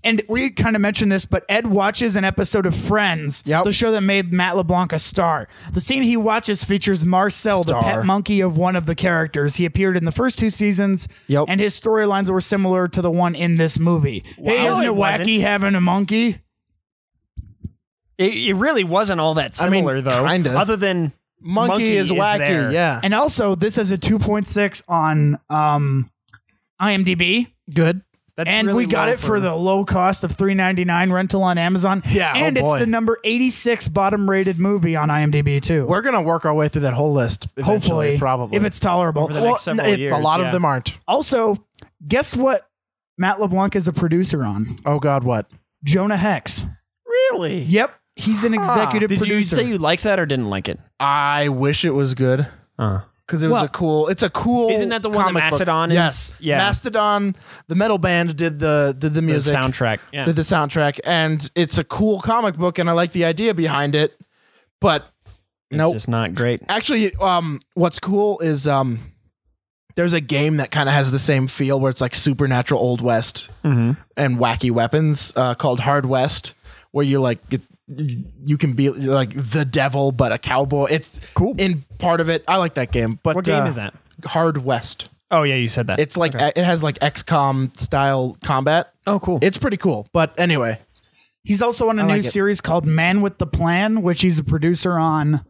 And we kind of mentioned this, but Ed watches an episode of Friends,
Yep.
the show that made Matt LeBlanc a star. The scene he watches features Marcel, the
Star.
pet monkey of one of the characters. He appeared in the first two seasons,
Yep.
and his storylines were similar to the one in this movie. Hey,
Wow.
isn't it
No, it wasn't.
wacky having a monkey?
It, it really wasn't all that
I mean,
similar though.
kinda.
Other than
Monkey, is, wacky.
there.
Yeah.
And also, this has a 2.6 on um, IMDb,
Good.
That's
and
really
we got
low
it for the low cost of 3.99 rental on Amazon.
Yeah, oh
and
boy.
it's the number 86 bottom rated movie on IMDb too.
We're gonna work our way through that whole list. eventually,
Hopefully,
probably.
if it's tolerable.
the next several
n- a
years,
lot of
yeah.
them aren't.
Also, guess what? Matt LeBlanc is a producer on
Oh God, what?
Jonah Hex.
Really?
Yep, he's an executive
Did you
producer.
say you liked that or didn't like it?
I wish it was good
Uh.
because it was
Well-
a cool. It's a cool.
Isn't that the one that
comic book.
Mastodon is-
Yes.
yeah.
Mastodon, the metal band, did the did the
The
music
soundtrack. Yeah.
did the soundtrack, and it's a cool comic book, and I like the idea behind it, but nope.
It's just not great.
Actually, um, what's cool is um, there's a game that kind of has the same feel where it's like supernatural old west
Mm-hmm.
and wacky weapons uh, called Hard West, where you like it, you can be you're like the devil but a cowboy. It's
Cool.
in part of it. I like that game. But
What game
uh,
is that?
Hard West.
Oh yeah, you said that.
It's like it has like XCOM style combat.
oh cool.
It's pretty cool. But anyway,
he's also on a new
like it.
series called Man with the Plan, which he's a producer on.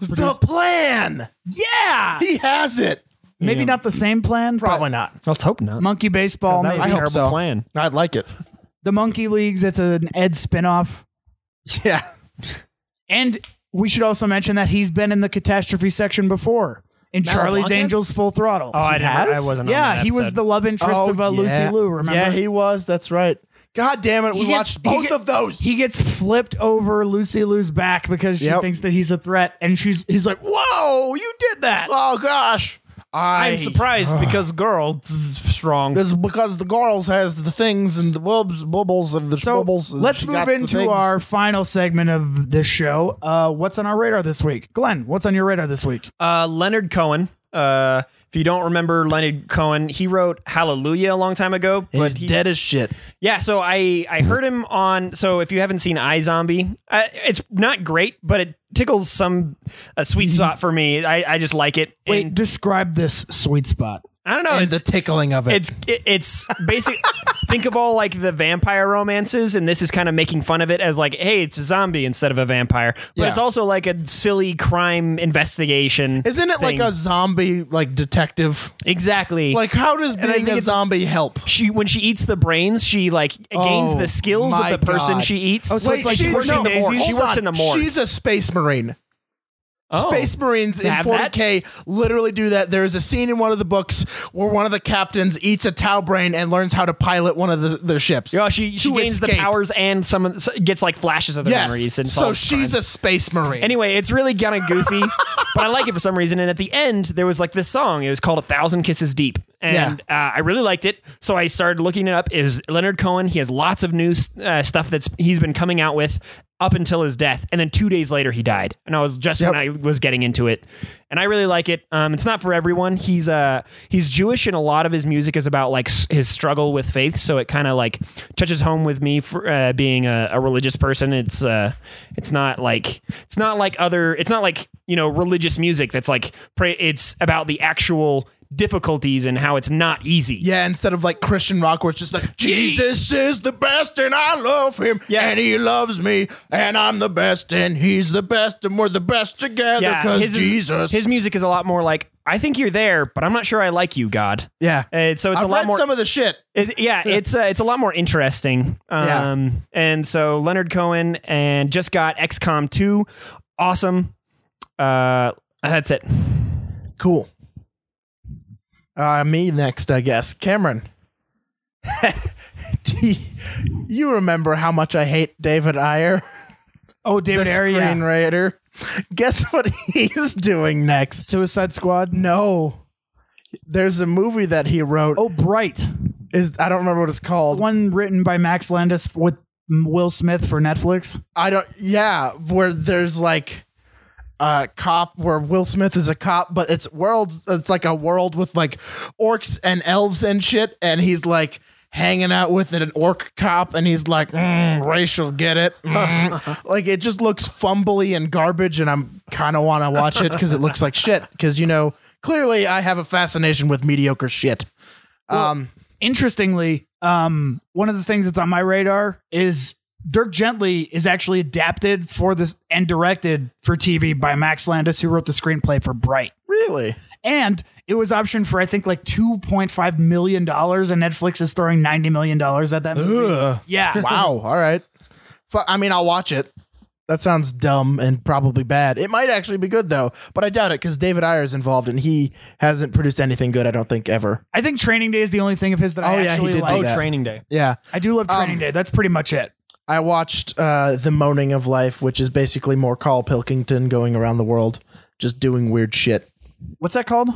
the plan
Yeah,
he has it.
maybe not the same plan. but-
Probably not.
Let's hope not.
Monkey Baseball,
That
maybe.
was a
hope
terrible
so.
plan.
I'd like it.
The Monkey Leagues, it's an Ed spinoff.
Yeah.
And we should also mention that he's been in the catastrophe section before in Charlie's
LeBlanc
Angels Full Throttle.
Oh, I,
He
never, I
has?
wasn't. on
yeah,
that
he was
episode. Oh,
the love interest of uh, Lucy Lou, remember?
Oh, Yeah, he was. That's right. God damn it. We
gets-
watched
he
both
get-
of those.
he gets flipped over Lucy Lou's back because she
Yep.
thinks that he's a threat, and she's he's like, "Whoa, you did that!"
oh, gosh. I
I'm surprised because girl is strong.
This is because the girls has the things and the bubbles, bubbles and the
So
bubbles. and
let's
she
move
got the
into
things.
our final segment of this show. Uh, what's on our radar this week, Glenn? What's on your radar this week?
Uh, Leonard Cohen. Uh, if you don't remember Leonard Cohen, he wrote Hallelujah a long time ago, but
He's
he,
dead as shit.
Yeah, so I
Mm-hmm.
I heard him on. So if you haven't seen iZombie, I, it's not great, but it tickles some
Mm-hmm.
a sweet spot for me. I, I just like it.
Wait,
And
describe this sweet spot.
I don't know.
and
It's
the tickling of it.
it's it, it's basic. think of all like the vampire romances, and this is kind of making fun of it as like, hey, it's a zombie instead of a vampire, but
Yeah.
it's also like a silly crime investigation.
Isn't it like
thing.
a zombie like detective?
exactly
Like how does
I
being
think
a
it's-
zombie help?
she when she eats the brains, she like gains
Oh,
the skills
my
of the person
God.
she eats.
Oh, so it's like
she,
working
no,
daisies?
hold
She works
on.
in the morgue.
She's a space marine.
Oh.
Space Marines in
Have that?
40K literally do that. There is a scene in one of the books where one of the captains eats a Tau brain and learns how to pilot one of the, their ships.
Yeah, she she
to
gains the
escape.
powers and some of- so- gets like flashes of the memories
Yes.
and
So
solves
she's a
crimes.
space marine.
Anyway, it's really kind of goofy, but I like it for some reason. And at the end, there was like this song. It was called "A Thousand Kisses Deep," and uh, I really liked it. So I started looking it up. Is Leonard Cohen? He has lots of new uh, stuff that's he's been coming out with up until his death, and then two days later he died. And I was just when I was getting into it, and I really like it. Um, it's not for everyone. He's uh he's Jewish, and a lot of his music is about like s- his struggle with faith. So it kind of like touches home with me for uh, being a, a religious person. It's uh it's not like it's not like other it's not like you know religious music that's like pray. It's about the actual difficulties and how it's not easy.
Yeah, instead of like Christian rock, where it's just like Jesus is the best and I love him
Yeah.
and he loves me and I'm the best and he's the best and we're the best together because
his,
Jesus.
His music is a lot more like I think you're there, but I'm not sure I like you, God.
yeah,
And so it's
I've
a lot
read
more.
some of the shit.
It, yeah, it's uh, it's a lot more interesting.
Yeah.
Um, and so Leonard Cohen and just got XCOM two, awesome. Uh, that's it.
Cool. Uh, me next, I guess. Cameron. Do you, you remember how much I hate David Ayer,
Oh,
the
David Ayer, yeah.
screenwriter? Guess what he's doing next?
Suicide Squad.
No. There's a movie that he wrote.
Oh, Bright,
Is I don't remember what it's called.
one written by Max Landis with Will Smith for Netflix.
I don't. Yeah, where there's like a cop where Will Smith is a cop, but it's world. It's like a world with like orcs and elves and shit, and he's like hanging out with an orc cop, and he's like mm, racial, get it? Mm." like it just looks fumbly and garbage, and I'm kind of want to watch it because it looks like shit. Because you know, clearly I have a fascination with mediocre shit. Um,
Interestingly, um, one of the things that's on my radar is Dirk Gently is actually adapted for this and directed for TV by Max Landis, who wrote the screenplay for Bright.
really.
and it was optioned for I think like two point five million dollars, and Netflix is throwing ninety million dollars at that movie. Yeah,
Wow. All right. Fu- I mean, I'll watch it. That sounds dumb and probably bad. It might actually be good though, but I doubt it because David Ayer is involved and he hasn't produced anything good. I don't think ever.
I think Training Day is the only thing of his that
Oh,
I
yeah, he
actually
did do
like.
that. Um,
Training Day.
Yeah,
I do love Training Day. That's pretty much it.
I watched uh, The Moaning of Life, which is basically more Carl Pilkington going around the world, just doing weird shit.
What's that called?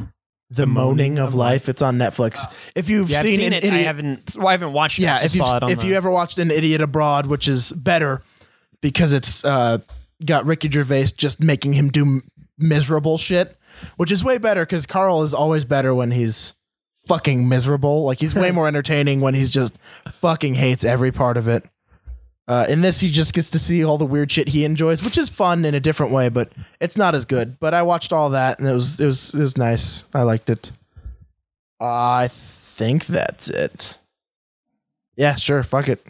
The Moaning of Life. It's on Netflix. If you've
Yeah, I've
seen,
seen,
an
it. I
idiot,
haven't. Well, I haven't watched it. I
yeah.
just
If you
saw it on
if
the-
you ever watched An Idiot Abroad, which is better because it's uh, got Ricky Gervais just making him do m- miserable shit, which is way better because Carl is always better when he's fucking miserable. Like he's way more entertaining when he's just fucking hates every part of it. Uh, in this, he just gets to see all the weird shit he enjoys, which is fun in a different way, but it's not as good. But I watched all that, and it was it was it was nice. I liked it. I think that's it. Yeah, sure. Fuck it.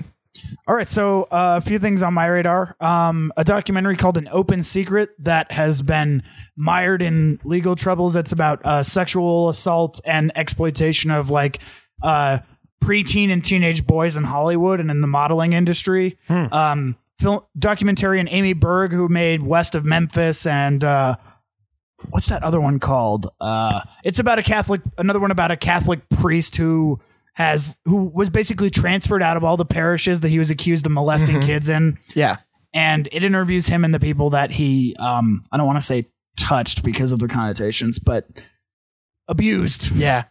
All right, so uh, a few things on my radar. Um, a documentary called An Open Secret that has been mired in legal troubles. It's about uh, sexual assault and exploitation of like uh, preteen and teenage boys in Hollywood and in the modeling industry. Um, film documentarian Amy Berg, who made West of Memphis and uh, what's that other one called? Uh, it's about a Catholic, another one about a Catholic priest who has who was basically transferred out of all the parishes that he was accused of molesting
Mm-hmm.
kids in,
Yeah.
and it interviews him and the people that he um, I don't want to say touched because of the connotations, but abused.
Yeah.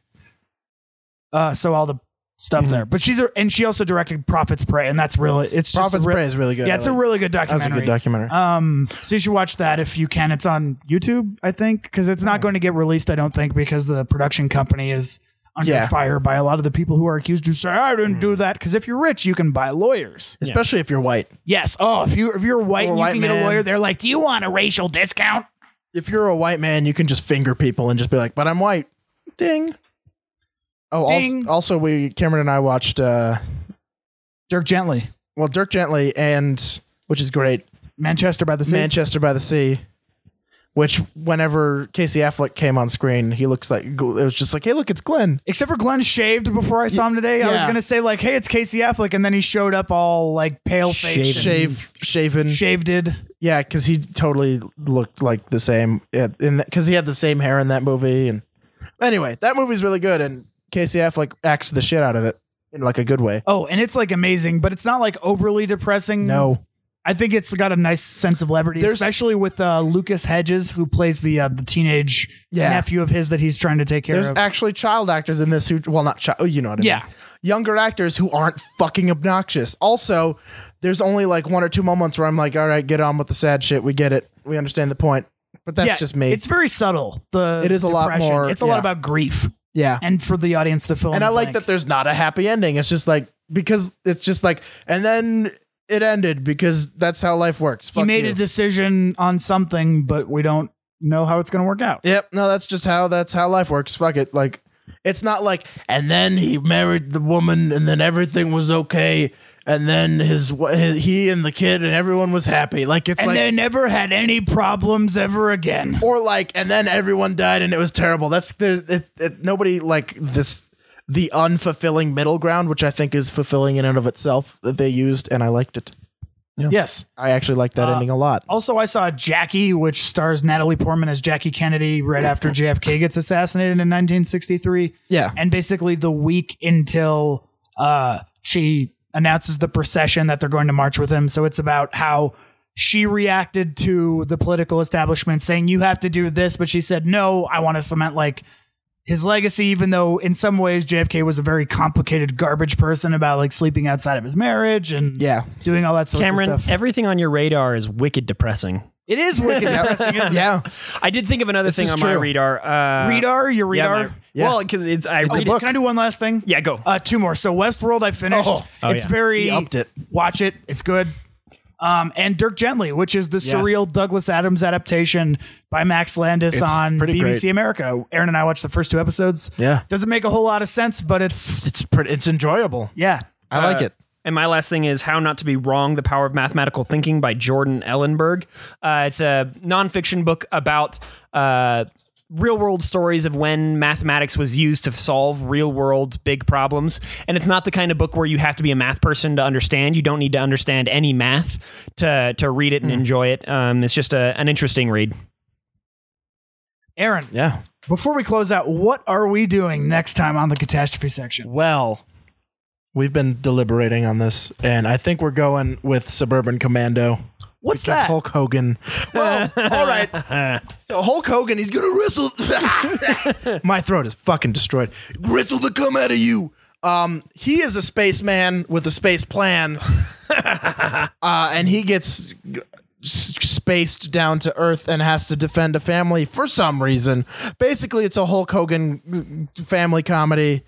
Uh, so all the stuff
Mm-hmm.
there. But she's a, and she also directed Prophets Pray, and that's really it's just
Prophet's
a re-
Prey is really good.
Yeah, it's
I
a
like-
really good
that was
documentary.
a good documentary.
Um, so you should watch that if you can. It's on YouTube, I think, because it's
Oh.
not going to get released, I don't think, because the production company is under
Yeah. Hmm.
fire by a lot of the people who are accused who say I didn't do that. Because if you're rich, you can buy lawyers.
Especially if you're white.
Yes. Oh, if you if you're white
Or
and you
white
can get a
man.
lawyer, they're like, do you want a racial discount?
If you're a white man, you can just finger people and just be like, "But I'm white." Ding. Oh,
Ding.
Also, also we Cameron and I watched uh
Dirk Gently,
well Dirk Gently and which is great.
Manchester by the Sea.
Manchester by the Sea, which whenever Casey Affleck came on screen, he looks like it was just like, "Hey, look, it's Glenn."
Except for Glenn shaved before I saw him today. I was
yeah.
gonna say like, hey, it's Casey Affleck, and then he showed up all like pale faced,
Shave, shaven.
shaved.
Yeah, because he totally looked like the same. Yeah, in because he had the same hair in that movie. And anyway, that movie's really good, and Casey Affleck acts the shit out of it in like a good way.
Oh, and it's like amazing, but it's not like overly depressing.
No,
I think it's got a nice sense of levity,
There's-
especially with uh, Lucas Hedges, who plays the uh, the teenage
Yeah.
nephew of his that he's trying to take care
there's
of.
actually child actors in this who, well, not child. oh, You know what I
Yeah.
mean? younger actors who aren't fucking obnoxious. Also, there's only like one or two moments where I'm like, all right, get on with the sad shit. We get it. We understand the point. But that's
Yeah,
just me.
It's very subtle. The
It is a lot
depression.
more-
It's a lot
yeah.
about grief,
yeah.
and for the audience to fill.
and I like that there's not a happy ending. It's just like because it's just like and then it ended because that's how life works.
he
Fuck
made
you.
a decision on something, but we don't know how it's going to work out.
Yep, no, that's just how that's how life works. Fuck it. Like it's not like and then he married the woman and then everything was okay and then his, wa- his he and the kid and everyone was happy. Like it's
and
like
they never had any problems ever again.
or like and then everyone died and it was terrible that's there it, it, nobody like this the unfulfilling middle ground which i think is fulfilling in and of itself that they used and i liked it
Yes.
i actually liked that ending a lot
Also, I saw Jackie, which stars Natalie Portman as Jackie Kennedy right after JFK gets assassinated in 1963.
yeah
And basically, the week until uh, she announces the procession that they're going to march with him. So it's about how she reacted to the political establishment saying, You have to do this. But she said, No, I want to cement like his legacy, even though in some ways JFK was a very complicated garbage person about like sleeping outside of his marriage and
yeah
doing all that sort of
Cameron,
stuff.
everything on your radar is wicked depressing.
It is wicked depressing, isn't
yeah
I did think of another thing
is
on my
true.
radar. Uh,
it? Radar, your
Yeah,
radar.
my- Well, because it's I read
a
it-
book.
Can I do one last thing?
Yeah, go.
Uh, two more. So Westworld, I finished.
Oh.
Oh,
it's
yeah.
very
he upped it
watch it. It's good. Um, and Dirk Gently, which is the surreal Douglas Adams adaptation by Max Landis on BBC
pretty great.
America. Aaron and I watched the first two episodes.
Yeah.
doesn't make a whole lot of sense, but it's
it's pretty it's enjoyable
yeah.
i like it
And my last thing is How Not to Be Wrong The Power of Mathematical Thinking by Jordan Ellenberg. Uh, it's a nonfiction book about uh, real world stories of when mathematics was used to solve real world big problems. And it's not the kind of book where you have to be a math person to understand. You don't need to understand any math to, to read it and enjoy it. Um, it's just a, an interesting read.
Aaron,
yeah
before we close out, what are we doing next time on the catastrophe section?
well we've been deliberating on this and i think we're going with suburban commando
What's
because
that?
Hulk Hogan. Well, all right. So Hulk Hogan, he's gonna wrestle. My throat is fucking destroyed. Wrestle the come out of you. Um, he is a spaceman with a space plan, uh, and he gets g- s- spaced down to Earth and has to defend a family for some reason. Basically, it's a Hulk Hogan mm, family comedy,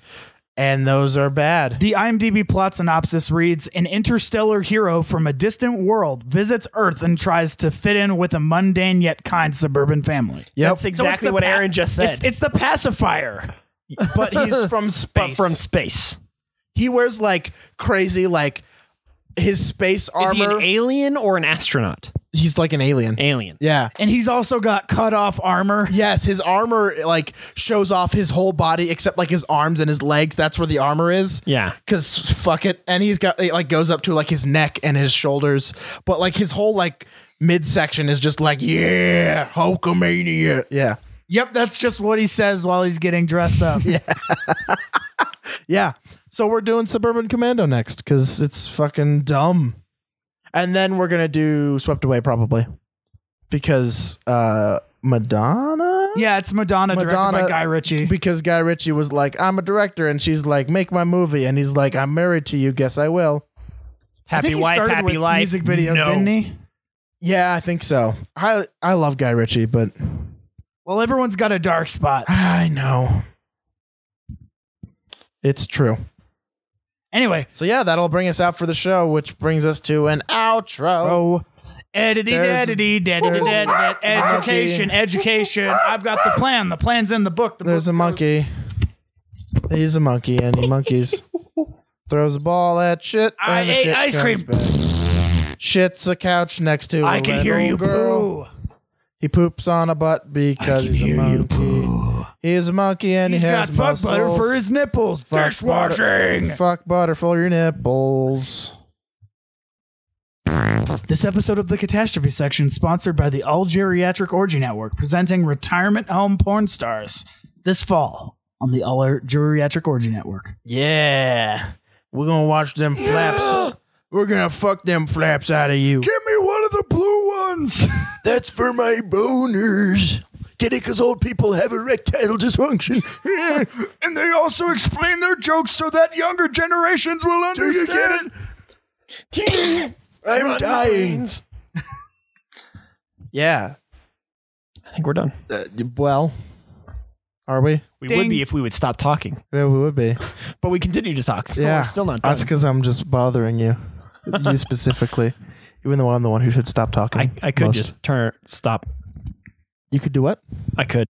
and those are bad.
The IMDb plot synopsis reads An interstellar hero from a distant world visits Earth and tries to fit in with a mundane yet kind suburban family.
Yep.
That's
So it's
exactly
the
what
pa-
Aaron just said.
It's, it's the pacifier.
but he's from
but
space.
from space.
He wears like crazy like his space
Is
armor.
he an alien or an astronaut?
He's like an alien.
Alien.
yeah.
And he's also got cut off armor.
Yes, his armor like shows off his whole body except like his arms and his legs. That's where the armor is.
Yeah.
Cuz fuck it. And he's got it like goes up to like his neck and his shoulders, but like his whole like midsection is just like yeah, Hulkamania. Yeah.
Yep, that's just what he says while he's getting dressed up.
Yeah. So we're doing Suburban Commando next cuz it's fucking dumb. And then we're going to do Swept Away probably. Because uh Madonna?
Yeah, it's Madonna,
Madonna
directed by Guy Ritchie.
Because Guy Ritchie was like, I'm a director, and she's like, make my movie, and he's like, I'm married to you, guess I will.
I think
Happy
he
wife,
started
happy
with
life.
Music videos, didn't he?
Yeah, I think so. I I love Guy Ritchie, but
Well, everyone's got a dark spot.
I know. It's true.
Anyway,
So yeah, that'll bring us out for the show, which brings us to an outro.
oh. Edity,
There's-
edity, edity, edity,
monkey.
education, education. I've got the plan. The plan's in the book. The
There's a
book
monkey. He's a monkey, and he monkeys throws a ball at shit. And
I
the
ate
shit
ice
comes
cream.
back. Shits a couch next to.
I
a
can hear
little
you,
girl.
boo.
He poops on a butt because he's a monkey. He's a monkey, and
He's
he
got
has
fuck butter
muscles.
for his nipples.
Fuck
Dishwashing.
Butter, fuck butter for your nipples.
This episode of the Catastrophe Section, sponsored by the All Geriatric Orgy Network, presenting retirement home porn stars this fall on the All Geriatric Orgy Network.
Yeah, we're gonna watch them flaps. We're gonna fuck them flaps out of you.
Give me one of the blue ones. That's for my boners. Get it? Because old people have erectile dysfunction. and they also explain their jokes so that younger generations will understand. Do you get it? I'm dying.
Yeah.
I think we're done.
Uh, well, are we?
We
Ding.
would be if we would stop talking,
Yeah, we would be.
but we continue to talk. So
yeah,
we're still not done.
That's because I'm just bothering you, you specifically. Even though I'm the one who should stop talking.
I, I could
most.
just turn stop.
You could do what?
I could.